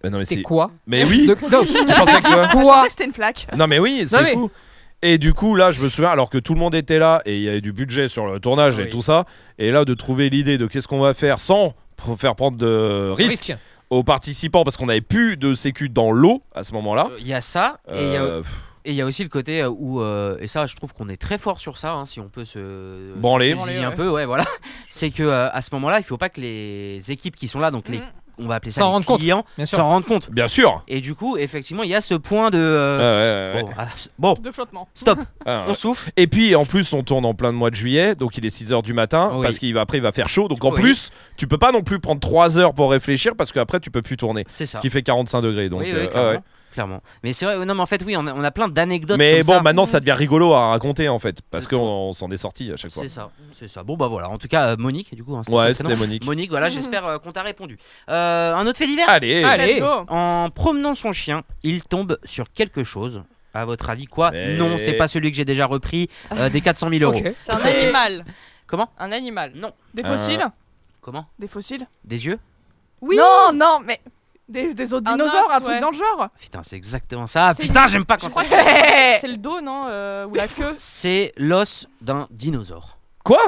[SPEAKER 2] Mais, non, mais,
[SPEAKER 7] C'était
[SPEAKER 2] c'est-
[SPEAKER 7] quoi
[SPEAKER 2] mais oui
[SPEAKER 7] De- donc,
[SPEAKER 2] Je pensais que ça-
[SPEAKER 6] Je
[SPEAKER 7] Quoi
[SPEAKER 6] pensais que c'était une flaque.
[SPEAKER 2] Non mais oui, c'est
[SPEAKER 7] mais-
[SPEAKER 2] fou et du coup, là, je me souviens, alors que tout le monde était là et il y avait du budget sur le tournage
[SPEAKER 7] Ah
[SPEAKER 2] et
[SPEAKER 1] Oui.
[SPEAKER 2] tout ça, et là, de trouver l'idée de qu'est-ce qu'on va faire sans pr- faire prendre de risques
[SPEAKER 7] risque.
[SPEAKER 2] aux participants, parce qu'on avait plus de sécu dans l'eau à ce
[SPEAKER 7] Hein
[SPEAKER 2] moment-là.
[SPEAKER 1] Il y a ça, et il y a-
[SPEAKER 2] Euh, pff,
[SPEAKER 1] et il y, a aussi le côté euh, où, euh, et ça je trouve qu'on est très fort sur ça, hein, si on peut se
[SPEAKER 2] Branler.
[SPEAKER 1] se bousiller un
[SPEAKER 6] Branler,
[SPEAKER 1] peu, ouais, voilà. C'est que euh, à ce moment-là, il faut pas que les équipes qui sont là, donc les,
[SPEAKER 6] Mhm.
[SPEAKER 1] on va appeler
[SPEAKER 7] S'en
[SPEAKER 1] ça les
[SPEAKER 7] rendent compte,
[SPEAKER 1] clients,
[SPEAKER 7] bien sûr.
[SPEAKER 1] s'en rendent compte.
[SPEAKER 2] bien sûr
[SPEAKER 1] Et du coup, effectivement, il y a ce point de. euh,
[SPEAKER 2] Ouais, ouais, ouais.
[SPEAKER 1] bon, ah, c- bon,
[SPEAKER 6] De flottement.
[SPEAKER 1] stop,
[SPEAKER 2] Ah,
[SPEAKER 1] on souffle.
[SPEAKER 2] Et puis en plus on tourne en plein de mois de juillet, donc il est 6h du matin,
[SPEAKER 1] Oui.
[SPEAKER 2] parce qu'après il va faire chaud, donc en
[SPEAKER 1] Oui.
[SPEAKER 2] plus tu peux pas non plus prendre 3 heures pour réfléchir, parce qu'après tu peux plus tourner,
[SPEAKER 1] C'est
[SPEAKER 2] ce
[SPEAKER 1] ça.
[SPEAKER 2] qui fait 45 degrés. Donc,
[SPEAKER 1] oui, oui,
[SPEAKER 2] euh,
[SPEAKER 1] clairement,
[SPEAKER 2] ouais.
[SPEAKER 1] clairement. Mais c'est vrai, non, mais en fait, oui, on a, on a plein d'anecdotes.
[SPEAKER 2] Mais
[SPEAKER 1] comme
[SPEAKER 2] bon bah,
[SPEAKER 1] ça.
[SPEAKER 2] maintenant ça devient rigolo à raconter en fait, parce
[SPEAKER 1] Euh,
[SPEAKER 2] qu'on on s'en est sorti à chaque fois.
[SPEAKER 1] C'est ça, c'est ça. Bon, bah voilà, en tout cas, euh, Monique, du coup, hein,
[SPEAKER 2] Ouais,
[SPEAKER 1] son
[SPEAKER 2] c'était
[SPEAKER 1] prénom.
[SPEAKER 2] Monique.
[SPEAKER 1] Monique, voilà, j'espère euh, qu'on t'a répondu. Euh, un autre fait divers
[SPEAKER 2] Allez,
[SPEAKER 7] Allez.
[SPEAKER 6] Let's go.
[SPEAKER 1] En promenant son chien, il tombe sur quelque chose. À votre avis, quoi
[SPEAKER 2] Mais-
[SPEAKER 1] Non, c'est pas celui que j'ai déjà repris euh, des 400 000 euros.
[SPEAKER 7] Ok.
[SPEAKER 8] C'est un animal.
[SPEAKER 1] Comment
[SPEAKER 8] Un animal.
[SPEAKER 1] Non.
[SPEAKER 6] Des
[SPEAKER 2] Euh,
[SPEAKER 6] fossiles
[SPEAKER 1] Comment
[SPEAKER 6] Des fossiles
[SPEAKER 1] Des yeux
[SPEAKER 6] Oui Non, non, mais. Des, des autres
[SPEAKER 8] Un
[SPEAKER 6] dinosaures,
[SPEAKER 8] os,
[SPEAKER 6] un truc
[SPEAKER 8] ouais.
[SPEAKER 6] dans le genre
[SPEAKER 1] Putain, c'est exactement ça.
[SPEAKER 8] C'est-
[SPEAKER 1] Putain, j'aime pas
[SPEAKER 8] Je
[SPEAKER 1] quand Eh.
[SPEAKER 8] crois
[SPEAKER 1] ça.
[SPEAKER 8] que c'est le dos, non euh, Ou la queue
[SPEAKER 1] C'est l'os d'un dinosaure.
[SPEAKER 2] Quoi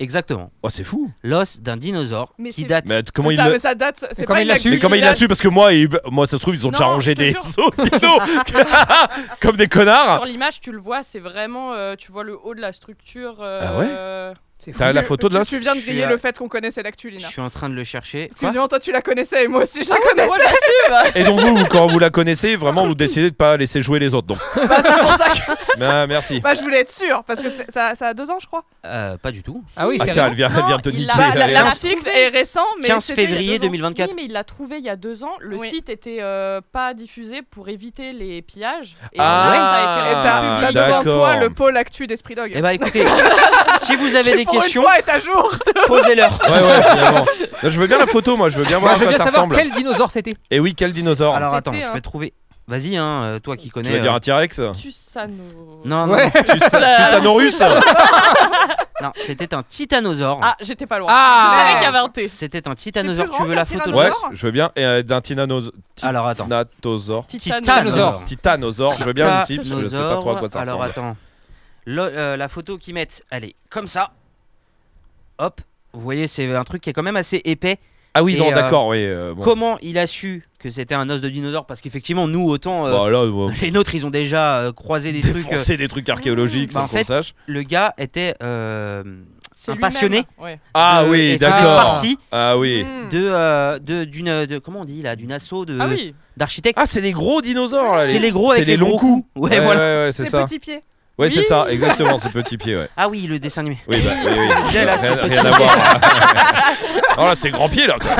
[SPEAKER 1] Exactement.
[SPEAKER 2] Oh c'est fou
[SPEAKER 1] L'os d'un dinosaure
[SPEAKER 8] Mais
[SPEAKER 1] qui
[SPEAKER 8] c'est-
[SPEAKER 1] date.
[SPEAKER 2] Mais att- comment
[SPEAKER 6] Mais
[SPEAKER 2] il
[SPEAKER 6] ça,
[SPEAKER 2] le...
[SPEAKER 6] mais ça date, c'est
[SPEAKER 7] comment
[SPEAKER 6] pas
[SPEAKER 7] il l'a
[SPEAKER 6] une
[SPEAKER 7] su
[SPEAKER 2] Mais
[SPEAKER 6] actu-
[SPEAKER 2] comment il a su Parce que moi, il- moi ça se trouve ils ont déjà
[SPEAKER 8] Non,
[SPEAKER 2] rangé
[SPEAKER 8] je te
[SPEAKER 2] des
[SPEAKER 8] jure.
[SPEAKER 2] os dinos. Comme des
[SPEAKER 1] Ah.
[SPEAKER 2] connards
[SPEAKER 8] Sur l'image, tu le vois, c'est vraiment. euh, tu vois le haut de la structure. euh,
[SPEAKER 2] Ah ouais
[SPEAKER 8] euh,
[SPEAKER 7] C'est fou.
[SPEAKER 2] T'as
[SPEAKER 6] Tu-
[SPEAKER 2] la photo de
[SPEAKER 6] tu-
[SPEAKER 2] l'os
[SPEAKER 6] Tu viens de
[SPEAKER 1] Je suis
[SPEAKER 6] griller
[SPEAKER 1] à-
[SPEAKER 6] le fait qu'on connaissait l'actu,
[SPEAKER 1] Je
[SPEAKER 6] Lina.
[SPEAKER 1] suis en train de le chercher. Quoi
[SPEAKER 6] Excusez-moi, toi tu la connaissais et moi aussi je
[SPEAKER 1] Ah
[SPEAKER 6] la connaissais.
[SPEAKER 8] moi, je la
[SPEAKER 2] Et donc vous, quand vous la connaissez, vraiment vous décidez de pas laisser jouer les autres. Donc,
[SPEAKER 6] Bah, c'est pour ça que
[SPEAKER 2] Bah, merci.
[SPEAKER 6] bah, je voulais être sûre parce que c'est- ça, ça a deux ans, je crois.
[SPEAKER 1] Euh, Pas du tout.
[SPEAKER 7] Ah oui,
[SPEAKER 2] Ah
[SPEAKER 7] c'est
[SPEAKER 2] tiens, elle vient, elle vient de te
[SPEAKER 8] il
[SPEAKER 2] niquer.
[SPEAKER 8] l'a-
[SPEAKER 6] Bah, la-
[SPEAKER 2] elle-
[SPEAKER 6] L'article est récent, mais
[SPEAKER 1] 15
[SPEAKER 6] c'était il y a
[SPEAKER 1] février
[SPEAKER 6] deux ans.
[SPEAKER 1] 2024.
[SPEAKER 8] Oui, mais il l'a trouvé il y a deux ans. Le
[SPEAKER 6] Oui.
[SPEAKER 8] site était euh, pas diffusé pour éviter les pillages. Et
[SPEAKER 2] Ah.
[SPEAKER 8] là,
[SPEAKER 6] Et
[SPEAKER 8] ça a été
[SPEAKER 2] Ah,
[SPEAKER 6] t'as t'as
[SPEAKER 8] republié.
[SPEAKER 6] devant
[SPEAKER 2] d'accord.
[SPEAKER 6] toi le pôle actu d'Esprit Dog.
[SPEAKER 1] Eh bah écoutez, si vous avez
[SPEAKER 6] Qui,
[SPEAKER 1] des
[SPEAKER 6] pour
[SPEAKER 1] questions,
[SPEAKER 6] Une fois est à jour.
[SPEAKER 1] posez-leur.
[SPEAKER 2] Ouais, ouais, finalement. Non, Je veux bien la photo, moi, je veux bien voir
[SPEAKER 7] Moi,
[SPEAKER 2] à
[SPEAKER 7] Bah, je veux
[SPEAKER 2] quoi
[SPEAKER 7] bien
[SPEAKER 2] ça
[SPEAKER 7] savoir
[SPEAKER 2] ressemble.
[SPEAKER 7] quel dinosaure c'était.
[SPEAKER 2] Et oui, quel dinosaure
[SPEAKER 1] Alors
[SPEAKER 8] C'était
[SPEAKER 1] attends, je
[SPEAKER 8] un-
[SPEAKER 1] vais trouver. Vas-y, hein, euh, toi qui
[SPEAKER 2] Tu
[SPEAKER 1] connais.
[SPEAKER 2] veux dire
[SPEAKER 1] euh,
[SPEAKER 2] un T-Rex
[SPEAKER 8] Tu ça nous.
[SPEAKER 1] Non, non,
[SPEAKER 7] Ouais.
[SPEAKER 1] non,
[SPEAKER 2] Tu Tussanorusse
[SPEAKER 1] non, c'était un titanosaure.
[SPEAKER 8] Ah, j'étais pas loin.
[SPEAKER 7] Ah.
[SPEAKER 8] je savais qu'il y avait un T.
[SPEAKER 1] C'était un titanosaure.
[SPEAKER 6] plus
[SPEAKER 1] Tu veux
[SPEAKER 6] grand
[SPEAKER 1] la
[SPEAKER 6] qu'un
[SPEAKER 1] photo
[SPEAKER 2] Ouais,
[SPEAKER 6] Dinosaure
[SPEAKER 2] je veux bien. Et euh, d'un tinanos-
[SPEAKER 1] Alors attends.
[SPEAKER 2] tinatosaure.
[SPEAKER 7] Titanosaure.
[SPEAKER 2] Titanosaure, je veux bien le type, parce que je sais pas trop à quoi ça
[SPEAKER 1] Alors
[SPEAKER 2] ressemble.
[SPEAKER 1] attends. Le- euh, la photo qu'ils mettent, elle est comme ça. Hop. Vous voyez, c'est un truc qui est quand même assez épais.
[SPEAKER 2] Ah oui,
[SPEAKER 1] Et,
[SPEAKER 2] non,
[SPEAKER 1] euh,
[SPEAKER 2] d'accord, oui. euh, bon.
[SPEAKER 1] Comment il a su que c'était un os de dinosaure Parce qu'effectivement, nous, autant euh,
[SPEAKER 2] Bah là, bon,
[SPEAKER 1] les nôtres, ils ont déjà euh, croisé des trucs. euh,
[SPEAKER 2] défoncer des trucs archéologiques
[SPEAKER 1] Bah, en
[SPEAKER 2] sans qu'on
[SPEAKER 1] fait-
[SPEAKER 2] sache.
[SPEAKER 1] le gars était euh,
[SPEAKER 8] C'est
[SPEAKER 1] un
[SPEAKER 8] lui-même.
[SPEAKER 1] passionné.
[SPEAKER 8] Ouais.
[SPEAKER 2] Ah
[SPEAKER 1] de- et
[SPEAKER 2] oui,
[SPEAKER 1] faisait
[SPEAKER 2] d'accord.
[SPEAKER 1] partie
[SPEAKER 2] Ah oui.
[SPEAKER 6] Hmm.
[SPEAKER 1] de, euh, de- d'une de- comment on dit là d'une assaut de
[SPEAKER 8] Ah oui.
[SPEAKER 1] d'architectes.
[SPEAKER 2] Ah, c'est les gros dinosaures, là.
[SPEAKER 1] c'est les gros avec
[SPEAKER 2] C'est les
[SPEAKER 1] gros
[SPEAKER 2] longs coups.
[SPEAKER 1] Ouais, voilà.
[SPEAKER 2] ouais, ouais, c'est
[SPEAKER 6] C'est
[SPEAKER 2] ça.
[SPEAKER 6] petit pied.
[SPEAKER 2] Ouais, c'est
[SPEAKER 8] Oui.
[SPEAKER 2] ça, exactement, ces petits pieds, ouais.
[SPEAKER 1] Ah oui, le dessin animé.
[SPEAKER 2] Oui, bah, oui, oui.
[SPEAKER 1] J'ai la
[SPEAKER 2] rien,
[SPEAKER 1] soupe
[SPEAKER 2] rien
[SPEAKER 1] de
[SPEAKER 2] à voir. hein. Oh Ah là, c'est grand pied, là. quoi.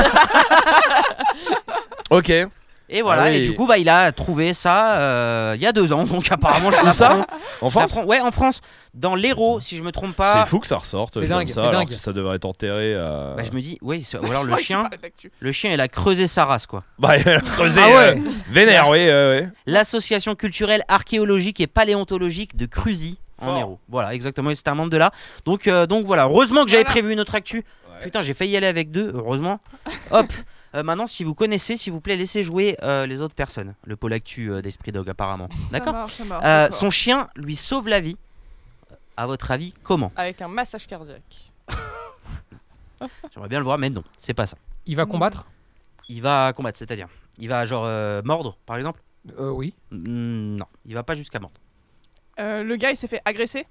[SPEAKER 2] ok.
[SPEAKER 1] Et Et voilà,
[SPEAKER 2] Ah oui.
[SPEAKER 1] et du coup, bah, il a trouvé ça euh, il y a deux ans, donc apparemment, je l'apprends. Je
[SPEAKER 2] En France
[SPEAKER 1] l'apprends- Ouais, en France, dans l'Hérault, si je me trompe pas.
[SPEAKER 2] C'est fou que ça ressorte.
[SPEAKER 7] C'est
[SPEAKER 2] comme
[SPEAKER 7] dingue,
[SPEAKER 2] ça,
[SPEAKER 7] c'est
[SPEAKER 2] alors
[SPEAKER 7] dingue.
[SPEAKER 2] que ça devrait être enterré. euh, à-
[SPEAKER 1] Bah, je me dis, oui, c'est- ou alors
[SPEAKER 6] Je
[SPEAKER 1] le
[SPEAKER 6] crois que
[SPEAKER 1] chien,
[SPEAKER 6] tu parlais d'actu.
[SPEAKER 1] le chien, il a creusé sa race, quoi.
[SPEAKER 2] Bah, elle a creusé.
[SPEAKER 7] Ah ouais.
[SPEAKER 2] euh, vénère, oui, ouais, ouais.
[SPEAKER 1] L'association culturelle archéologique et paléontologique de Cruzy en
[SPEAKER 2] Fort.
[SPEAKER 1] Hérault. Voilà, exactement, et c'était un membre de là. Donc, euh, donc voilà, heureusement que j'avais
[SPEAKER 6] Voilà.
[SPEAKER 1] prévu une autre actu.
[SPEAKER 2] Ouais.
[SPEAKER 1] Putain, j'ai failli y aller avec deux, heureusement. Hop Euh, Maintenant, si vous connaissez, s'il vous plaît, laissez jouer euh, les autres personnes. Le pôle actu euh, d'Esprit Dog, apparemment.
[SPEAKER 6] Ça
[SPEAKER 1] D'accord
[SPEAKER 6] marche, ça marche,
[SPEAKER 1] Euh,
[SPEAKER 6] Ah, d'accord.
[SPEAKER 1] Son chien lui sauve la vie. À votre avis, comment
[SPEAKER 8] Avec un massage cardiaque.
[SPEAKER 1] J'aimerais bien le voir, mais non, c'est pas ça.
[SPEAKER 7] Il va combattre
[SPEAKER 1] Il va combattre, c'est-à-dire Il va genre euh, mordre, par exemple
[SPEAKER 7] Euh, Oui.
[SPEAKER 1] Mm, Non, il va pas jusqu'à mordre.
[SPEAKER 6] Euh, le gars, il s'est fait agresser.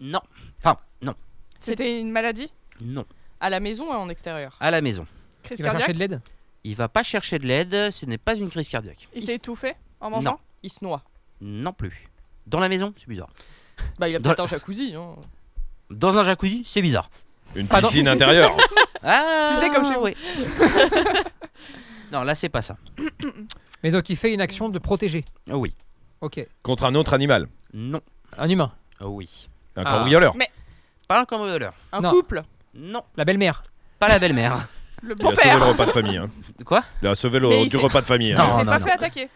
[SPEAKER 1] Non. Enfin, non,
[SPEAKER 6] C'était une maladie
[SPEAKER 1] non.
[SPEAKER 8] À la maison ou en extérieur
[SPEAKER 1] À la maison.
[SPEAKER 6] Crise
[SPEAKER 7] Il va chercher
[SPEAKER 6] cardiaque
[SPEAKER 7] de l'aide
[SPEAKER 1] Il va pas chercher de l'aide, ce n'est pas une crise cardiaque.
[SPEAKER 6] Il s'est étouffé en mangeant
[SPEAKER 8] Il se noie.
[SPEAKER 1] Non plus. Dans la maison, c'est bizarre.
[SPEAKER 8] Bah, il a
[SPEAKER 1] Dans-
[SPEAKER 8] peut-être un jacuzzi. Hein.
[SPEAKER 1] Dans un jacuzzi, c'est bizarre.
[SPEAKER 2] Une
[SPEAKER 7] Pardon.
[SPEAKER 2] piscine intérieure.
[SPEAKER 1] Ah,
[SPEAKER 6] Tu sais, comme chez vous.
[SPEAKER 1] oui. non, là, c'est pas ça.
[SPEAKER 7] Mais donc il fait une action de protéger.
[SPEAKER 1] Oh oui.
[SPEAKER 7] Ok.
[SPEAKER 2] Contre un autre animal.
[SPEAKER 1] Non.
[SPEAKER 7] Un humain.
[SPEAKER 1] Oh oui.
[SPEAKER 2] Un
[SPEAKER 7] Ah.
[SPEAKER 2] cambrioleur.
[SPEAKER 1] Pas un cambrioleur.
[SPEAKER 8] Un
[SPEAKER 7] Non.
[SPEAKER 8] couple
[SPEAKER 1] Non.
[SPEAKER 7] La belle-mère.
[SPEAKER 1] Pas la belle-mère.
[SPEAKER 6] Le
[SPEAKER 2] Il a sauvé le
[SPEAKER 6] beau-père.
[SPEAKER 2] repas de famille. hein.
[SPEAKER 1] Quoi
[SPEAKER 2] Il a sauvé le-
[SPEAKER 6] Mais il
[SPEAKER 2] du
[SPEAKER 6] s'est-
[SPEAKER 2] repas de famille. hein.
[SPEAKER 6] Il
[SPEAKER 1] Non,
[SPEAKER 6] s'est
[SPEAKER 1] non,
[SPEAKER 6] pas
[SPEAKER 1] non.
[SPEAKER 6] fait attaquer.